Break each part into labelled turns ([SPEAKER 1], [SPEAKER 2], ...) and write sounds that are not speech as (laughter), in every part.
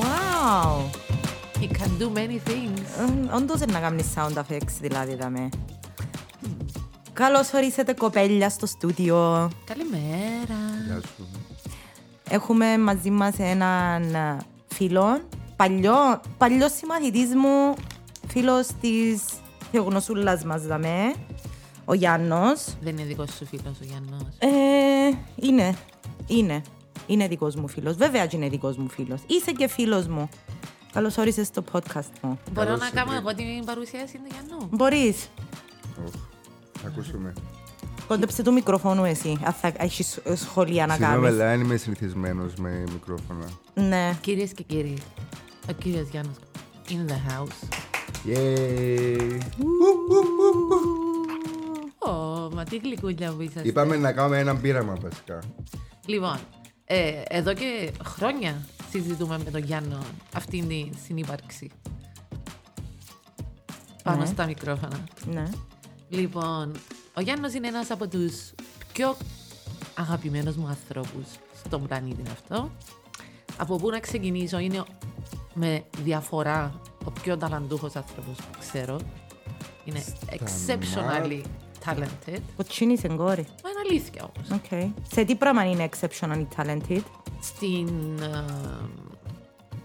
[SPEAKER 1] Wow.
[SPEAKER 2] He can do many things.
[SPEAKER 1] Όντω να κάνεις sound effects δηλαδή, δαμέ. Καλώς ορίσατε, κοπέλια, στο στούντιο.
[SPEAKER 2] Καλημέρα.
[SPEAKER 3] Γεια σου.
[SPEAKER 1] Έχουμε μαζί μας έναν φίλο, παλιό, παλιός συμμαθητής μου, φίλος της θεογνωσούλας μας, δαμέ, ο Γιάννος.
[SPEAKER 2] Δεν είναι δικός σου φίλος ο Γιάννος.
[SPEAKER 1] Ε, είναι, είναι. Είναι δικός μου φίλος. Βέβαια και είναι δικός μου φίλος. Είσαι και φίλος μου. Καλώς όρισες στο podcast μου.
[SPEAKER 2] Μπορώ
[SPEAKER 3] Καλώς
[SPEAKER 2] να
[SPEAKER 3] ήρθε.
[SPEAKER 2] κάνω εγώ την παρουσίαση του Γιάννου.
[SPEAKER 1] Μπορείς.
[SPEAKER 3] Ωχ, θα Ακούσουμε.
[SPEAKER 1] Κόντεψε του μικροφόνου εσύ, αν θα έχεις ε, σχόλια να
[SPEAKER 3] Συγγνώμη,
[SPEAKER 1] κάνεις.
[SPEAKER 3] αλλά δεν είμαι συνηθισμένος με μικρόφωνα.
[SPEAKER 1] Ναι.
[SPEAKER 2] Κυρίες και κύριοι, ο κύριος Γιάννος in the house.
[SPEAKER 3] Yay!
[SPEAKER 2] Ω, μα τι γλυκούλια που είσαστε.
[SPEAKER 3] Είπαμε να κάνουμε ένα πείραμα βασικά.
[SPEAKER 2] Λοιπόν, ε, εδώ και χρόνια συζητούμε με τον Γιάννο αυτήν την συνύπαρξη. Πάνω
[SPEAKER 1] Ναι.
[SPEAKER 2] στα μικρόφωνα.
[SPEAKER 1] Ναι.
[SPEAKER 2] Λοιπόν, ο Γιάννος είναι ένας από τους πιο αγαπημένους μου ανθρώπους στον πλανήτη αυτό. Από πού να ξεκινήσω είναι με διαφορά ο πιο ταλαντούχος άνθρωπος που ξέρω. Είναι exceptionally talented.
[SPEAKER 1] Κοτσίνησε κόρη.
[SPEAKER 2] Μα είναι αλήθεια όμως.
[SPEAKER 1] Οκ. Σε τι πράγμα είναι exceptionally talented.
[SPEAKER 2] Στην, ε,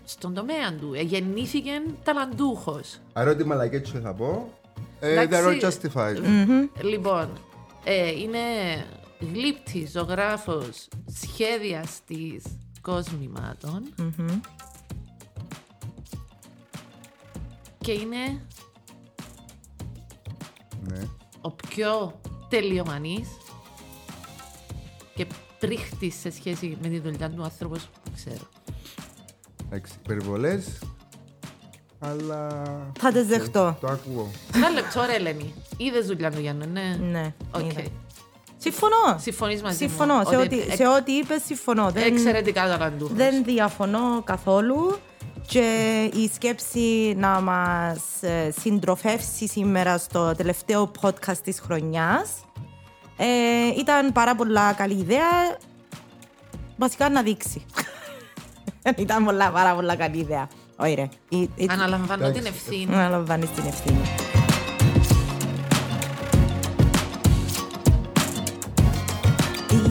[SPEAKER 2] στον τομέα του ε, γεννήθηκε ταλαντούχος.
[SPEAKER 3] Άρα ό,τι μαλακέτσιο θα πω. Ε,
[SPEAKER 2] Εντάξει.
[SPEAKER 3] they're all justified.
[SPEAKER 1] Mm-hmm.
[SPEAKER 2] Λοιπόν, ε, είναι γλύπτης, ζωγράφος, σχέδιαστής κοσμημάτων
[SPEAKER 1] Μμμ.
[SPEAKER 2] και είναι
[SPEAKER 3] Ναι.
[SPEAKER 2] ο πιο τελειωμανής και πρίχτης σε σχέση με τη δουλειά του άνθρωπος που ξέρω.
[SPEAKER 3] Εντάξει, υπερβολέ. Αλλά.
[SPEAKER 1] Θα τις δεχτώ.
[SPEAKER 3] Το ακούω.
[SPEAKER 2] Ένα λεπτό ρε Ελένη, είδες δουλειά του Γιάννου, ναι.
[SPEAKER 1] Ναι.
[SPEAKER 2] Οκ.
[SPEAKER 1] είδα. Συμφωνώ.
[SPEAKER 2] Συμφωνείς μαζί μου
[SPEAKER 1] Συμφωνώ. Σε
[SPEAKER 2] ότι
[SPEAKER 1] ό,τι-
[SPEAKER 2] ε-
[SPEAKER 1] Σε ό,τι είπες συμφωνώ. Δεν-
[SPEAKER 2] Εξαιρετικά ταλαντούχος.
[SPEAKER 1] Δεν διαφωνώ καθόλου και η σκέψη να μας ε, συντροφεύσει σήμερα στο τελευταίο podcast της χρονιάς ε, ήταν πάρα πολλά καλή ιδέα βασικά να δείξει (laughs) ήταν πολλά, πάρα πολλά καλή ιδέα ωραία Ή- ή-
[SPEAKER 2] Αναλαμβάνω
[SPEAKER 3] Εντάξει.
[SPEAKER 2] την ευθύνη.
[SPEAKER 1] αναλαμβάνεις την ευθύνη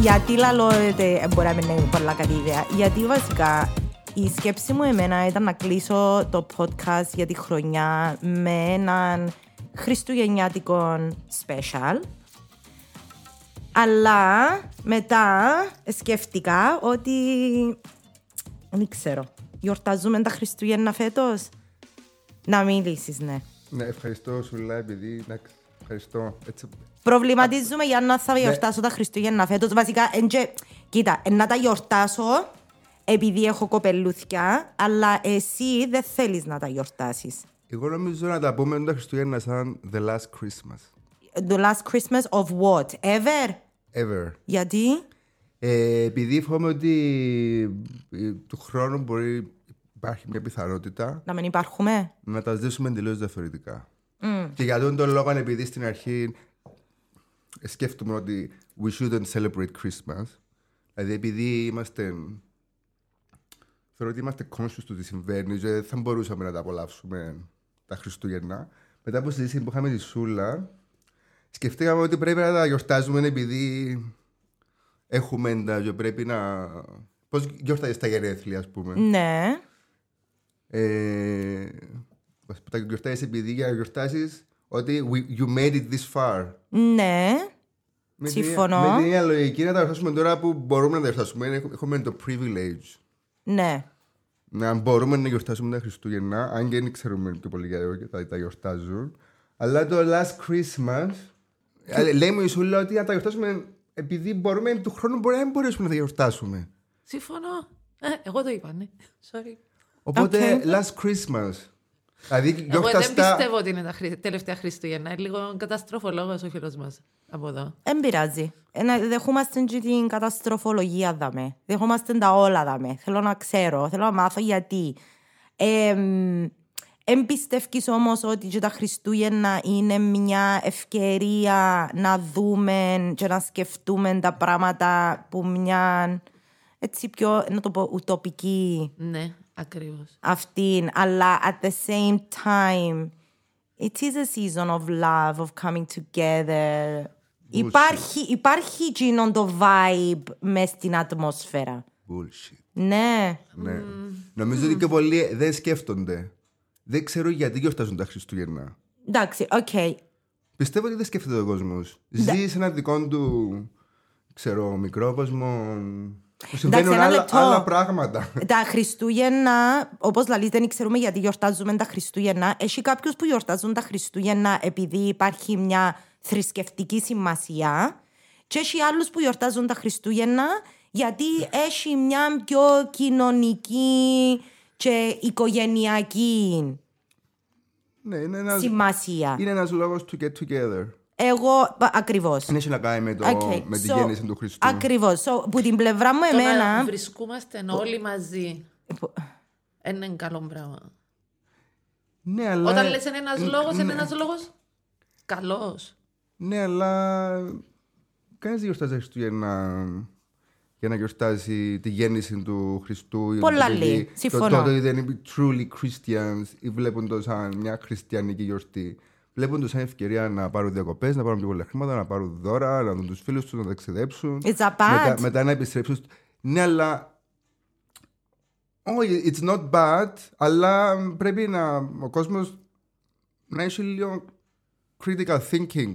[SPEAKER 1] Γιατί λαλώ ότι μπορεί να μην είναι πολλά καλή ιδέα. Γιατί βασικά η σκέψη μου εμένα ήταν να κλείσω το podcast για τη χρονιά με έναν χριστουγεννιάτικο special. Αλλά μετά σκέφτηκα ότι δεν ξέρω. Γιορτάζουμε τα Χριστούγεννα φέτος. Να μιλήσεις, ναι.
[SPEAKER 3] Ναι, ευχαριστώ Σουλά, επειδή. Εντάξει, ευχαριστώ. Έτσι,
[SPEAKER 1] Προβληματίζουμε για να θα γιορτάσω τα Χριστούγεννα φέτος. Βασικά, εν και- κοίτα, εν να τα γιορτάσω επειδή έχω κοπελούθια, αλλά εσύ δεν θέλεις να τα γιορτάσεις.
[SPEAKER 3] εγώ νομίζω να τα πούμε τα Χριστούγεννα σαν The Last Christmas.
[SPEAKER 1] The last Christmas of what? Ever?
[SPEAKER 3] Ever.
[SPEAKER 1] Γιατί?
[SPEAKER 3] Ε, επειδή φοβάμαι ότι ε, του χρόνου μπορεί υπάρχει μια πιθανότητα
[SPEAKER 1] Να μην υπάρχουμε.
[SPEAKER 3] να τα ζήσουμε εντελώς διαφορετικά. Και για αυτόν τον λόγο, επειδή στην αρχή σκέφτομαι ότι we shouldn't celebrate Christmas, δηλαδή επειδή είμαστε. Θεωρώ ότι είμαστε conscious του τι συμβαίνει, και δεν θα μπορούσαμε να τα απολαύσουμε τα Χριστούγεννα. Μετά από συζήτηση που είχαμε τη Σούλα, σκεφτήκαμε ότι πρέπει να τα γιορτάζουμε επειδή έχουμε τα και πρέπει να. Πώς γιορτάζεις τα γενέθλια, ας πούμε.
[SPEAKER 1] Ναι.
[SPEAKER 3] Ε, μας που τα γιορτάζεις επειδή για να γιορτάσεις ότι we- you made it this far.
[SPEAKER 1] Ναι.
[SPEAKER 3] Με
[SPEAKER 1] Συμφωνώ.
[SPEAKER 3] Την, με την ίδια λογική να τα γιορτάσουμε τώρα που μπορούμε να τα γιορτάσουμε. Έχ- Έχουμε το privilege
[SPEAKER 1] Ναι.
[SPEAKER 3] να μπορούμε να γιορτάσουμε τα Χριστούγεννα, αν και δεν ξέρουμε πιο πολύ γιατί τα, τα γιορτάζουν. Αλλά το last Christmas, ε, λέει μου η Σούλα ότι να τα γιορτάσουμε επειδή μπορούμε του χρόνου μπορεί να μην μπορέσουμε να τα γιορτάσουμε.
[SPEAKER 2] Συμφωνώ. Ε, εγώ το είπα, ναι. Sorry.
[SPEAKER 3] Οπότε
[SPEAKER 1] Okay.
[SPEAKER 3] last Christmas. Δηλαδή
[SPEAKER 2] Εγώ δεν
[SPEAKER 3] γιορτάστα...
[SPEAKER 2] πιστεύω ότι είναι τα χρι- τελευταία Χριστούγεννα. Είναι λίγο καταστροφολόγος ο φίλος μας από εδώ.
[SPEAKER 1] Δεν πειράζει. Ε, να Δεχόμαστε και την καταστροφολογία, δαμε. Δεχόμαστε τα όλα, δαμε. Θέλω να ξέρω, θέλω να μάθω γιατί. Εμπιστεύκεις όμως ότι και τα Χριστούγεννα είναι μια ευκαιρία να δούμε και να σκεφτούμε τα πράγματα που μια έτσι πιο, να το πω, ουτοπική
[SPEAKER 2] Ναι. Ακριβώς.
[SPEAKER 1] αυτήν, αλλά at the same time it is a season of love, of coming together. Υπάρχει, υπάρχει εκείνο το vibe μες στην ατμόσφαιρα.
[SPEAKER 3] Bullshit.
[SPEAKER 1] Ναι.
[SPEAKER 3] Ναι. Νομίζω ότι και πολλοί δεν σκέφτονται. Δεν ξέρω γιατί γιορτάζουν τα Χριστούγεννα.
[SPEAKER 1] Εντάξει, οκ.
[SPEAKER 3] Πιστεύω ότι δεν σκέφτεται ο κόσμος. Ζει σε ένα δικό του, ξέρω, μικρό κόσμο. Που συμβαίνουν
[SPEAKER 1] ένα
[SPEAKER 3] άλλα,
[SPEAKER 1] λεπτό.
[SPEAKER 3] άλλα πράγματα.
[SPEAKER 1] τα Χριστούγεννα, όπως λέει, δεν ξέρουμε γιατί γιορτάζουμε τα Χριστούγεννα. Έχει κάποιου που γιορτάζουν τα Χριστούγεννα επειδή υπάρχει μια θρησκευτική σημασία. Και έχει άλλους που γιορτάζουν τα Χριστούγεννα γιατί έχει μια πιο κοινωνική και οικογενειακή
[SPEAKER 3] ναι, είναι ένας
[SPEAKER 1] σημασία.
[SPEAKER 3] είναι ένας λόγος to get together.
[SPEAKER 1] Εγώ, ακριβώ.
[SPEAKER 3] Δεν έχει να κάνει με, Ναι, το, με τη γέννηση του Χριστού.
[SPEAKER 1] Ακριβώς. So, που την πλευρά μου,
[SPEAKER 2] Το να
[SPEAKER 1] εμένα.
[SPEAKER 2] βρισκόμαστε όλοι μαζί είναι ένα καλό πράγμα.
[SPEAKER 3] Ναι, αλλά.
[SPEAKER 2] Όταν λες είναι ένας λόγος, είναι ένας λόγος καλός.
[SPEAKER 3] Ναι, αλλά. Κανείς δεν γιορτάζει τα Χριστούγεννα για να γιορτάζει τη γέννηση του Χριστού. ή
[SPEAKER 1] Πολλά
[SPEAKER 3] το παιδί.
[SPEAKER 1] λέει.
[SPEAKER 3] Το-
[SPEAKER 1] Συμφωνώ.
[SPEAKER 3] Τότε δεν είναι truly Christians ή βλέπουν το σαν μια χριστιανική γιορτή. Βλέπουν το σαν ευκαιρία να πάρουν διακοπές, να πάρουν πιο πολλά χρήματα, να πάρουν δώρα, να δουν τους φίλους τους, να ταξιδέψουν.
[SPEAKER 1] It's a bad.
[SPEAKER 3] Μετά, μετά να επιστρέψουν. στο- Ναι, αλλά. Όχι, it's not bad, αλλά πρέπει να, ο κόσμος να έχει λίγο critical thinking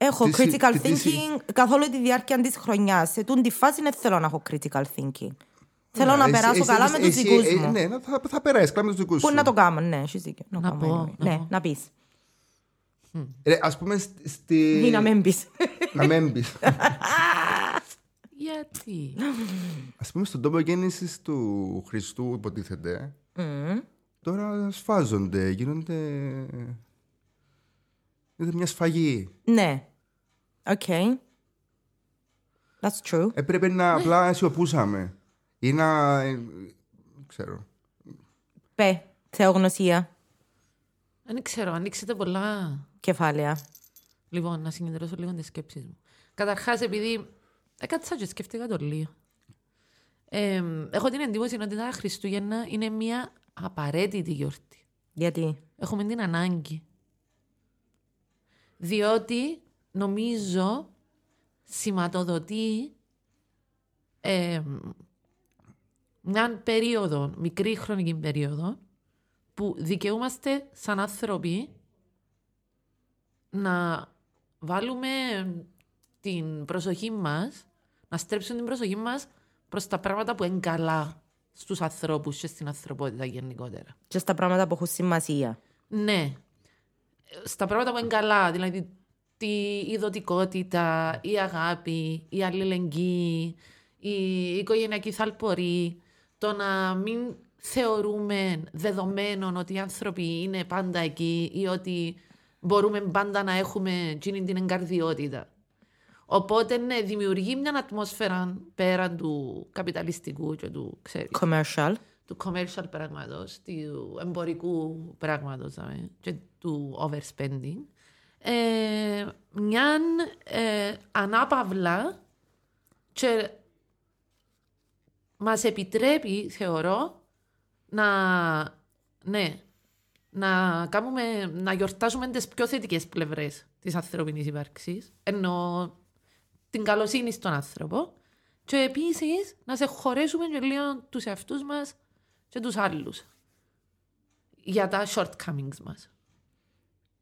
[SPEAKER 1] Έχω
[SPEAKER 3] Τι συ-
[SPEAKER 1] critical
[SPEAKER 3] τι- τι συ-
[SPEAKER 1] thinking καθόλου τη διάρκεια της χρονιάς. Σε τούν τη φάση δεν θέλω να έχω critical thinking. Θέλω να
[SPEAKER 3] Ναι, Εσύ-
[SPEAKER 1] περάσω
[SPEAKER 3] εσύ-
[SPEAKER 1] καλά
[SPEAKER 3] εσύ-
[SPEAKER 1] με τους
[SPEAKER 3] εσύ- ε,
[SPEAKER 1] δικού μου.
[SPEAKER 3] Ναι, να- θα, θα περάσεις καλά με τους δικούς
[SPEAKER 1] Πού
[SPEAKER 3] σου.
[SPEAKER 1] να το κάνω, ναι, έχεις δίκιο. Να,
[SPEAKER 2] Να
[SPEAKER 1] κάνω,
[SPEAKER 2] πω,
[SPEAKER 1] anyway.
[SPEAKER 2] να
[SPEAKER 1] ναι,
[SPEAKER 2] πω.
[SPEAKER 1] να πεις.
[SPEAKER 3] Ρε, ας πούμε σ- στη.
[SPEAKER 1] Ή να μην πεις.
[SPEAKER 3] να με έμπεις. (laughs)
[SPEAKER 2] Γιατί.
[SPEAKER 3] ας πούμε στον τόπο γέννησης του Χριστού, υποτίθεται. Τώρα σφάζονται, γίνονται. Είναι μια σφαγή.
[SPEAKER 1] (laughs) ναι. Οκ. That's true.
[SPEAKER 3] Έπρεπε
[SPEAKER 1] Ε.
[SPEAKER 3] να απλά αισιοπούσαμε. Ή να. ε, ξέρω.
[SPEAKER 1] Πε, θεογνωσία,
[SPEAKER 2] Δεν ξέρω, ανοίξετε πολλά.
[SPEAKER 1] κεφάλαια.
[SPEAKER 2] Λοιπόν, να συγκεντρώσω λίγο τις σκέψεις μου. Καταρχάς, επειδή. Έκατσα και σκέφτηκα το λίγο. Ε, έχω την εντύπωση ότι τα Χριστούγεννα είναι μια απαραίτητη γιορτή.
[SPEAKER 1] Γιατί.
[SPEAKER 2] Έχουμε την ανάγκη. Διότι νομίζω σηματοδοτεί ε, μια περίοδο, μικρή χρονική περίοδο, που δικαιούμαστε σαν άνθρωποι να βάλουμε την προσοχή μας, να στρέψουμε την προσοχή μας προς τα πράγματα που είναι καλά στους ανθρώπους και στην ανθρωπότητα γενικότερα.
[SPEAKER 1] Και στα πράγματα που έχουν σημασία.
[SPEAKER 2] Ναι. Στα πράγματα που είναι καλά, δηλαδή τη ειδωτικότητα, η αγάπη, η αλληλεγγύη, η οικογενειακή θαλπορή, το να μην θεωρούμε δεδομένων ότι οι άνθρωποι είναι πάντα εκεί ή ότι μπορούμε πάντα να έχουμε εκείνη την εγκαρδιότητα. Οπότε ναι, δημιουργεί μια ατμόσφαιρα πέραν του καπιταλιστικού και του, ξέρεις,
[SPEAKER 1] Commercial.
[SPEAKER 2] του commercial πράγματος, του εμπορικού πράγματος δάμε, και του overspending, ε, μιαν ε, ανάπαυλα και μας επιτρέπει, θεωρώ, να, ναι, να, κάνουμε, να γιορτάζουμε τις πιο θετικές πλευρές της ανθρώπινης ύπαρξης, ενώ την καλοσύνη στον άνθρωπο και επίσης να σε χωρέσουμε και λίγο τους εαυτούς μας και τους άλλους για τα shortcomings μας.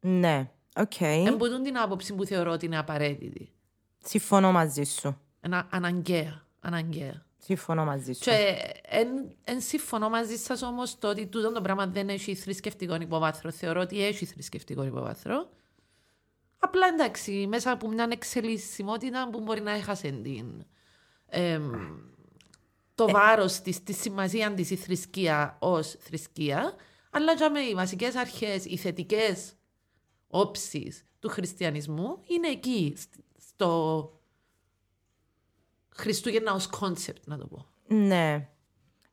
[SPEAKER 1] Ναι. Οκ.
[SPEAKER 2] Εμποτούν την άποψη που θεωρώ ότι είναι απαραίτητη.
[SPEAKER 1] Συμφωνώ μαζί σου.
[SPEAKER 2] Ένα, αναγκαία. Αναγκαία.
[SPEAKER 1] Συμφωνώ μαζί σου.
[SPEAKER 2] Και εν, εν συμφωνώ μαζί σας όμως το ότι τούτο το πράγμα δεν έχει θρησκευτικό υποβάθρο. Θεωρώ ότι έχει θρησκευτικό υποβάθρο. Απλά εντάξει, μέσα από μια εξελισσιμότητα που μπορεί να έχασε την. εμ, το βάρος της, της σημασίας της η θρησκεία ως θρησκεία. Αλλά για με οι βασικές αρχές, οι θετικές όψεις του χριστιανισμού είναι εκεί, σ- στο Χριστούγεννα ως κόνσεπτ, να το πω.
[SPEAKER 1] Ναι.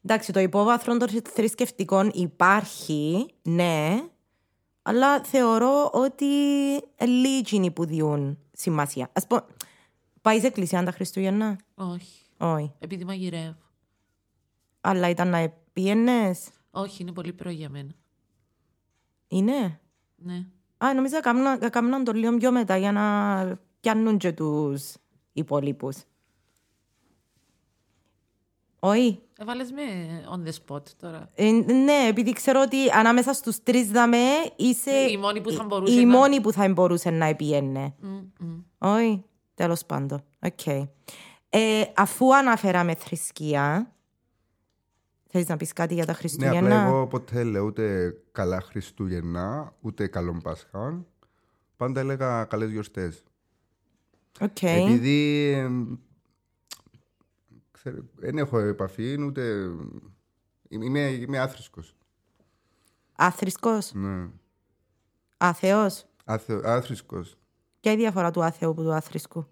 [SPEAKER 1] Εντάξει, το υπόβαθρο των θρησκευτικών υπάρχει, ναι, αλλά θεωρώ ότι λίγοι είναι που διούν σημασία. Ας πω, πάει σε εκκλησία τα Χριστούγεννα,
[SPEAKER 2] Όχι.
[SPEAKER 1] όχι.
[SPEAKER 2] Επειδή μαγειρεύω.
[SPEAKER 1] Αλλά ήταν να Πιένες.
[SPEAKER 2] Όχι, είναι πολύ πρωί για μένα.
[SPEAKER 1] Είναι.
[SPEAKER 2] Ναι.
[SPEAKER 1] Α, νομίζω κάμνα- κάμναν το λίγο πιο μετά για να πιάνουν και τους υπολείπους. Όχι.
[SPEAKER 2] Έβαλε Ε, με on the spot τώρα.
[SPEAKER 1] Ε, ναι, επειδή ξέρω ότι ανάμεσα στους τρεις δαμέ είσαι
[SPEAKER 2] Ναι, Ε, Η μόνη που θα μπορούσε
[SPEAKER 1] Ε, η
[SPEAKER 2] να-
[SPEAKER 1] μόνη που θα μπορούσε να επιένε. Όχι, τέλος πάντων. Οκ. Ε, αφού αναφέραμε θρησκεία, θέλεις να πεις κάτι για τα
[SPEAKER 3] Ναι, απλά
[SPEAKER 1] Χριστούγεννα.
[SPEAKER 3] εγώ ποτέ λέω ούτε καλά Χριστούγεννα, ούτε καλών Πάσχα. Πάντα έλεγα καλές γιορτές.
[SPEAKER 1] Οκ.
[SPEAKER 3] Επειδή εμ, ξέρω, δεν έχω επαφή, ούτε... Είμαι, είμαι άθρησκος.
[SPEAKER 1] Άθρησκος,
[SPEAKER 3] Ναι.
[SPEAKER 1] αθεός.
[SPEAKER 3] Άθρο, άθρησκος.
[SPEAKER 1] Ποια είναι η διαφορά του άθεου που του άθρησκου.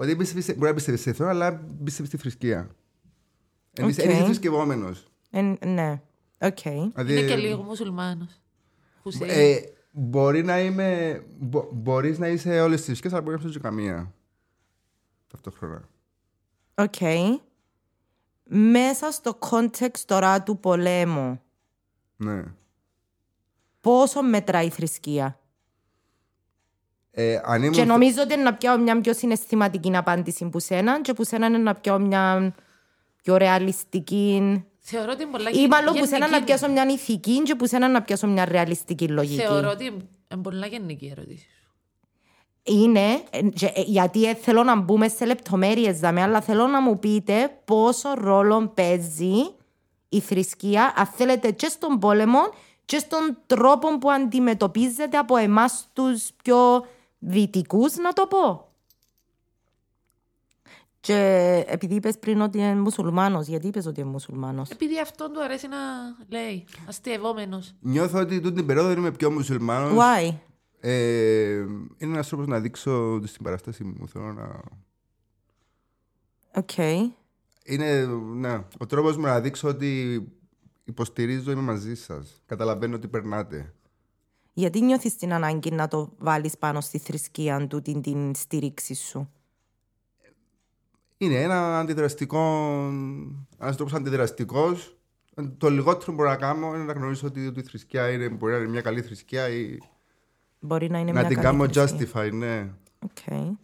[SPEAKER 3] Ότι πιστεύεις, μπορεί να πιστεύεις σε Θεό, αλλά πιστεύεις στη θρησκεία. Εν
[SPEAKER 1] Οκ.
[SPEAKER 3] είσαι- εν είσαι θρησκευόμενος.
[SPEAKER 1] Ε, ναι, οκ.
[SPEAKER 3] Δηλαδή,
[SPEAKER 2] Είναι και λίγο μουσουλμάνος. Χουσέιν.
[SPEAKER 3] ε, μπορεί να είμαι... μπο- μπορείς να είσαι όλες τις θρησκείες, αλλά μπορεί να είσαι καμία. Ταυτόχρονα.
[SPEAKER 1] Οκ. Μέσα στο context τώρα του πολέμου,
[SPEAKER 3] Ναι.
[SPEAKER 1] πόσο μετράει η θρησκεία.
[SPEAKER 3] Ε, αν ήμουν
[SPEAKER 1] Και νομίζω ότι είναι να πιάω μια πιο συναισθηματική απάντηση που σένα και που σένα είναι να πιάω μια πιο ρεαλιστική.
[SPEAKER 2] Θεωρώ ότι είναι πολλά
[SPEAKER 1] Ή μάλλον που
[SPEAKER 2] γενική-
[SPEAKER 1] σένα να πιάσω μια ηθική και που σένα να πιάσω μια ρεαλιστική λογική.
[SPEAKER 2] Θεωρώ ότι είναι πολλά γενική ερώτηση.
[SPEAKER 1] Είναι, ε, και, ε, γιατί ε, θέλω να μπούμε σε λεπτομέρειες, δαμέ, αλλά θέλω να μου πείτε πόσο ρόλο παίζει η θρησκεία, αν θέλετε, και στον πόλεμο και στον τρόπο που αντιμετωπίζεται από εμάς τους πιο δυτικούς, να το πω. Και επειδή είπες πριν ότι είναι μουσουλμάνος, γιατί είπες ότι είναι μουσουλμάνος.
[SPEAKER 2] Επειδή αυτόν του αρέσει να λέει αστευόμενο.
[SPEAKER 3] Νιώθω ότι τούτη την περίοδο είμαι πιο μουσουλμάνος.
[SPEAKER 1] Why?
[SPEAKER 3] Ε, είναι ένας τρόπος να δείξω τη συμπαράσταση μου. Θέλω να...
[SPEAKER 1] Okay.
[SPEAKER 3] Είναι, ναι, ο τρόπος μου να δείξω ότι υποστηρίζω, είμαι μαζί σας. Καταλαβαίνω ότι περνάτε.
[SPEAKER 1] Γιατί νιώθεις την ανάγκη να το βάλεις πάνω στη θρησκεία του, την, την στήριξη σου.
[SPEAKER 3] Είναι ένα αντιδραστικό, ένας τρόπος αντιδραστικός. Το λιγότερο που μπορώ να κάνω είναι να γνωρίσω ότι η θρησκεία είναι, μπορεί να είναι μια καλή θρησκεία ή
[SPEAKER 1] Μπορεί να είναι
[SPEAKER 3] να
[SPEAKER 1] μια
[SPEAKER 3] την
[SPEAKER 1] καλή
[SPEAKER 3] κάνω
[SPEAKER 1] θρησκεία.
[SPEAKER 3] justify, ναι.
[SPEAKER 1] Οκ.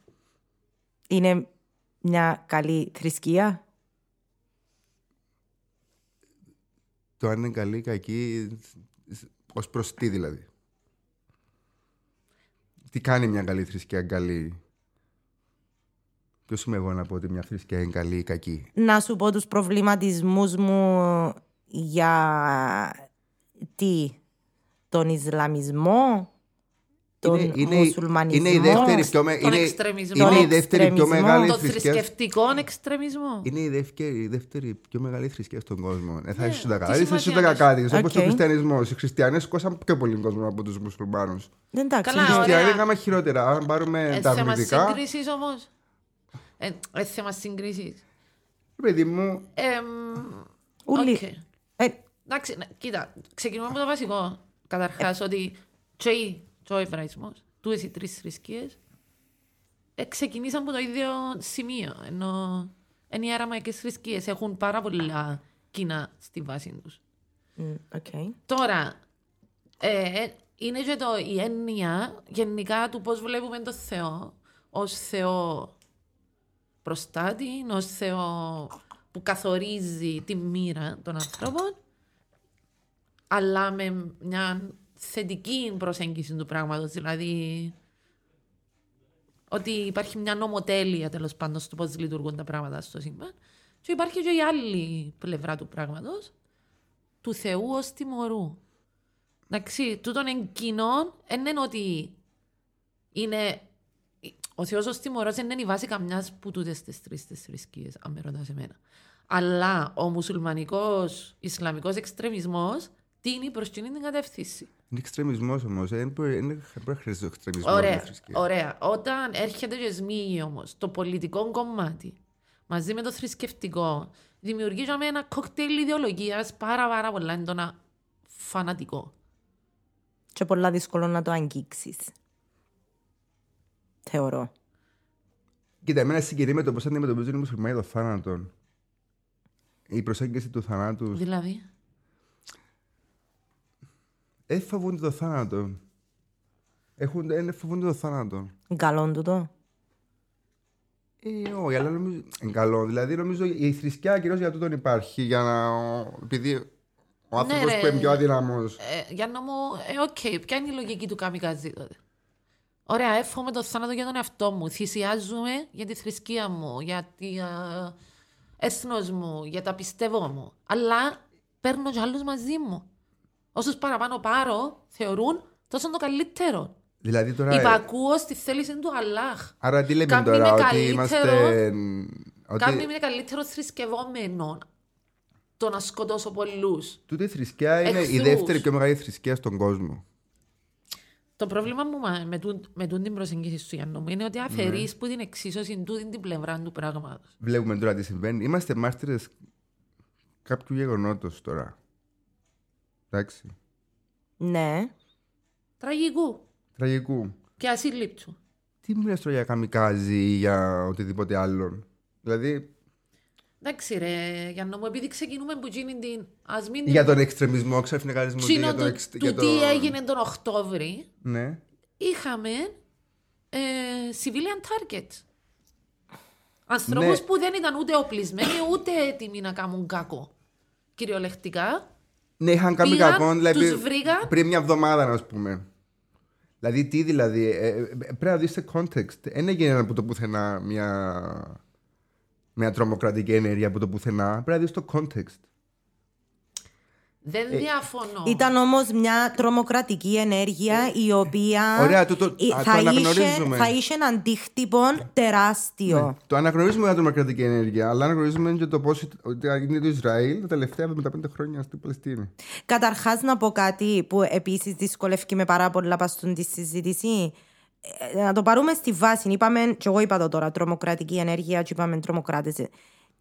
[SPEAKER 1] Είναι μια καλή θρησκεία.
[SPEAKER 3] Το αν είναι καλή ή κακή, ως προς τι δηλαδή. Τι κάνει μια καλή θρησκεία καλή. Ποιος είμαι εγώ να πω ότι μια θρησκεία είναι καλή ή κακή.
[SPEAKER 1] Να σου πω τους προβληματισμούς μου για τι, τον Ισλαμισμό, τον
[SPEAKER 3] είναι, είναι,
[SPEAKER 1] μουσουλμανισμό.
[SPEAKER 3] είναι η δεύτερη πιο, με-
[SPEAKER 2] Τον
[SPEAKER 3] είναι,
[SPEAKER 2] εξτρεμισμό.
[SPEAKER 3] είναι η
[SPEAKER 1] Τον
[SPEAKER 3] δεύτερη πιο
[SPEAKER 1] εξτρεμισμό.
[SPEAKER 3] μεγάλη
[SPEAKER 2] Τον
[SPEAKER 3] θρησκεία.
[SPEAKER 2] θρησκευτικό εξτρεμισμό.
[SPEAKER 3] Είναι η δεύτερη, η δεύτερη πιο μεγάλη θρησκεία στον κόσμο. Ε, θα ήσουν
[SPEAKER 2] Ναι,
[SPEAKER 3] τα
[SPEAKER 2] τι
[SPEAKER 3] καλά, θα ήσουν τα
[SPEAKER 2] σημασία
[SPEAKER 3] κακά. Όπως
[SPEAKER 1] Οκ.
[SPEAKER 3] ο χριστιανισμός. Οι χριστιανοί σώκασαν πιο πολύ κόσμο από τους μουσουλμάνους. Οι
[SPEAKER 1] Εντάξει,
[SPEAKER 2] Καλά,
[SPEAKER 1] εντάξει.
[SPEAKER 2] ωραία.
[SPEAKER 3] χριστιανοί έκαναν χειρότερα. Αν πάρουμε
[SPEAKER 2] Ε,
[SPEAKER 3] τα
[SPEAKER 2] θέμα
[SPEAKER 3] αρνητικά.
[SPEAKER 2] σύγκρισης όμως. Ε, θέμα Ε, σύγκριση.
[SPEAKER 3] Παιδί μου,
[SPEAKER 1] Ούλοι.
[SPEAKER 2] οκ.
[SPEAKER 1] Ε,
[SPEAKER 2] Εντάξει, ναι, κοίτα, ξεκινούμε από το βασικό. Καταρχάς, ότι τσέι, ο Εβραϊσμό, του οι τρεις θρησκείες, ε, ξεκινήσαν από το ίδιο σημείο. Ενώ είναι οι αραμαϊκέ θρησκείες έχουν πάρα πολλά κοινά στη βάση τους.
[SPEAKER 1] μ, οκ.
[SPEAKER 2] Τώρα, ε, ε, είναι και το, η έννοια γενικά του πώς βλέπουμε τον Θεό ως Θεό προστάτη, ως Θεό που καθορίζει τη μοίρα των ανθρώπων, αλλά με μια θετική προσέγγιση του πράγματος, δηλαδή ότι υπάρχει μια νομοτέλεια τέλος πάντων στο πώς λειτουργούν τα πράγματα στο σύμπαν. Και υπάρχει και η άλλη πλευρά του πράγματος, του Θεού ως τιμωρού. Εντάξει, τούτον εν κοινών δεν είναι ότι είναι. Ο Θεός ως τιμωρός δεν είναι η βάση καμιάς που τούτες τις τρεις τις θρησκείες, αν με ρωτάς εμένα. Αλλά ο μουσουλμανικός Ισλαμικός εξτρεμισμός τίνει προς την κατεύθυνση.
[SPEAKER 3] είναι ε. εξτρεμισμός όμως. Δεν μπορεί δεν μπορεί να χρειάζεται εξτρεμισμό. μια
[SPEAKER 2] Ωραία,
[SPEAKER 3] θρησκεία.
[SPEAKER 2] ωραία. Όταν έρχεται και σμίγει όμως το πολιτικό κομμάτι μαζί με το θρησκευτικό, δημιουργήσαμε ένα κοκτέιλ ιδεολογίας πάρα, πάρα πολλά έντονα φανατικό.
[SPEAKER 1] και πολλά δύσκολο να το αγγίξεις. Θεωρώ.
[SPEAKER 3] Κοίτα, εμένα συγκινεί με το πώς αντιμετωπίζουν οι μουσουλμάνοι το θάνατο. η προσέγγιση του θανάτου.
[SPEAKER 2] Δηλαδή.
[SPEAKER 3] Δεν Ε, φοβούνται το θάνατο. Έχουν, δεν φοβούνται το θάνατο.
[SPEAKER 1] Καλό τούτο.
[SPEAKER 3] Ε, όχι, αλλά νομίζω. Είναι καλό. Δηλαδή, νομίζω η θρησκεία κυρίως για τούτον υπάρχει. Για να. Επειδή ο άνθρωπο
[SPEAKER 2] Ναι, ρε.
[SPEAKER 3] που είναι πιο αδύναμος.
[SPEAKER 2] Ε, Γιάννα μου, ε, οκ, ποια είναι η λογική του καμικαζί τότε. Ωραία, εύχομαι το θάνατο για τον εαυτό μου. Θυσιάζομαι για τη θρησκεία μου, για τη α, έθνος μου, για τα πιστεύω μου. Αλλά παίρνω και άλλους μαζί μου. Όσους παραπάνω πάρω, θεωρούν τόσο το καλύτερο.
[SPEAKER 3] Δηλαδή τώρα.
[SPEAKER 2] Υπακούω στη θέληση του Αλλάχ.
[SPEAKER 3] Άρα τι λέμε
[SPEAKER 2] Κάποιοι είναι
[SPEAKER 3] τώρα, ότι
[SPEAKER 2] καλύτερο,
[SPEAKER 3] είμαστε. Ότι
[SPEAKER 2] Κάποιοι είναι καλύτερο θρησκευόμενο το να σκοτώσω πολλούς.
[SPEAKER 3] τούτη η θρησκεία είναι η
[SPEAKER 2] Εχθρούς. δεύτερη
[SPEAKER 3] δεύτερη
[SPEAKER 2] πιο
[SPEAKER 3] πιο μεγάλη θρησκεία στον κόσμο.
[SPEAKER 2] Το πρόβλημα μου μα- με, τούν- με τούν την προσεγγίση σου, Γιάννο μου, είναι ότι
[SPEAKER 3] Ναι.
[SPEAKER 2] αφαιρείς που την εξίσωση τούτη την πλευρά του πράγματος.
[SPEAKER 3] Βλέπουμε τώρα τι συμβαίνει. Είμαστε μάρτυρες κάποιου γεγονότος τώρα. Εντάξει.
[SPEAKER 1] Ναι.
[SPEAKER 2] Τραγικού
[SPEAKER 3] Τραγικού.
[SPEAKER 2] και ασύλληπτου.
[SPEAKER 3] Τι μιλάς τώρα για καμικάζι ή για οτιδήποτε άλλο. Δηλαδή,
[SPEAKER 2] Εντάξει, ρε, Γιάννο μου, επειδή ξεκινούμε που γίνει την. Ας μην
[SPEAKER 3] για τον εξτρεμισμό, ξαφνικαλισμό.
[SPEAKER 2] την
[SPEAKER 3] για
[SPEAKER 2] ψήνω
[SPEAKER 3] τον
[SPEAKER 2] του,
[SPEAKER 3] εξ-
[SPEAKER 2] του
[SPEAKER 3] για
[SPEAKER 2] τι
[SPEAKER 3] τον-
[SPEAKER 2] έγινε τον Οκτώβρη,
[SPEAKER 3] Ναι.
[SPEAKER 2] είχαμε ε, civilian target. Ανθρώπους
[SPEAKER 3] Ναι.
[SPEAKER 2] που δεν ήταν ούτε οπλισμένοι ούτε έτοιμοι να κάνουν κακό. Κυριολεκτικά.
[SPEAKER 3] Ναι, είχαν κάνει
[SPEAKER 2] Πήγαν,
[SPEAKER 3] κακό, δηλαδή,
[SPEAKER 2] τους βρήκαν.
[SPEAKER 3] πριν μια εβδομάδα, ας πούμε. Δηλαδή, τι δηλαδή, ε, ε, πρέπει να δεις σε context. Δεν έγινε από το πουθενά μια, μια τρομοκρατική ενέργεια από το πουθενά. Πρέπει να δεις το context. Ε,
[SPEAKER 2] Δεν διαφωνώ.
[SPEAKER 1] Ήταν όμως μια τρομοκρατική ενέργεια η οποία
[SPEAKER 3] Ε. Ωραία, το- το-
[SPEAKER 1] η-
[SPEAKER 3] α, το
[SPEAKER 1] θα, είχε,
[SPEAKER 3] αναγνωρίζουμε. Ναι.
[SPEAKER 1] θα είχε αντίκτυπο τεράστιο.
[SPEAKER 3] Το αναγνωρίζουμε την τρομοκρατική ενέργεια, αλλά αναγνωρίζουμε και το πώς γίνεται το Ισραήλ τα τελευταία 75 χρόνια στην Παλαιστίνη.
[SPEAKER 1] Καταρχάς, να πω κάτι που επίσης δυσκολεύει με πάρα πολλά παστούν τη συζήτηση. Ε, Να το πάρουμε στη βάση. Είπαμε, και εγώ είπα το τώρα, τρομοκρατική ενέργεια, και είπαμε Ε, τρομοκράτε.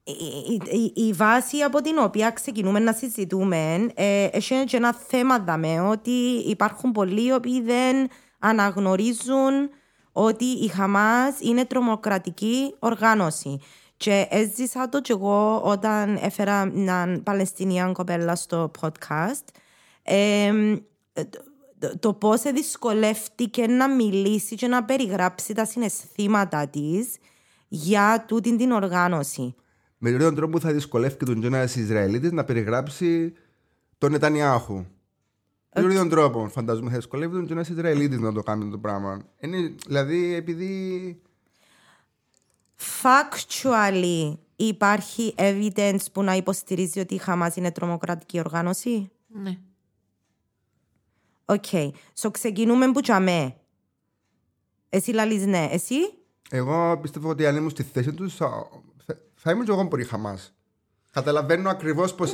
[SPEAKER 1] Η, η, η βάση από την οποία ξεκινούμε να συζητούμε ε, έχει και ένα θέμα δαμε ότι υπάρχουν πολλοί οι οποίοι δεν αναγνωρίζουν ότι η Χαμάς είναι τρομοκρατική οργάνωση. Και έζησα το κι εγώ όταν έφερα μια Παλαιστινία κοπέλα στο podcast. εμ, ε, το- το, το πώς δυσκολεύτηκε να μιλήσει και να περιγράψει τα συναισθήματα της για τούτη την οργάνωση.
[SPEAKER 3] Με τον τρόπο θα δυσκολεύει και τον Τζόνας Ισραηλίτης να περιγράψει τον Νετανιάχου. Με τον ίδιο τρόπο, φαντάζομαι, θα δυσκολεύει τον Τζόνας Ισραηλίτης να το κάνει το πράγμα. Είναι, δηλαδή, επειδή.
[SPEAKER 1] Factually, υπάρχει evidence που να υποστηρίζει ότι η Χαμάς είναι τρομοκρατική οργάνωση.
[SPEAKER 2] Ναι.
[SPEAKER 1] Οκ. Okay. So ξεκινούμε που τσαμέ. Εσύ λαλείς ναι. Εσύ.
[SPEAKER 3] Εγώ πιστεύω ότι αν ήμουν στη θέση τους, θα, θα ήμουν και εγώ πολύ χαμάς. Καταλαβαίνω ακριβώς πώς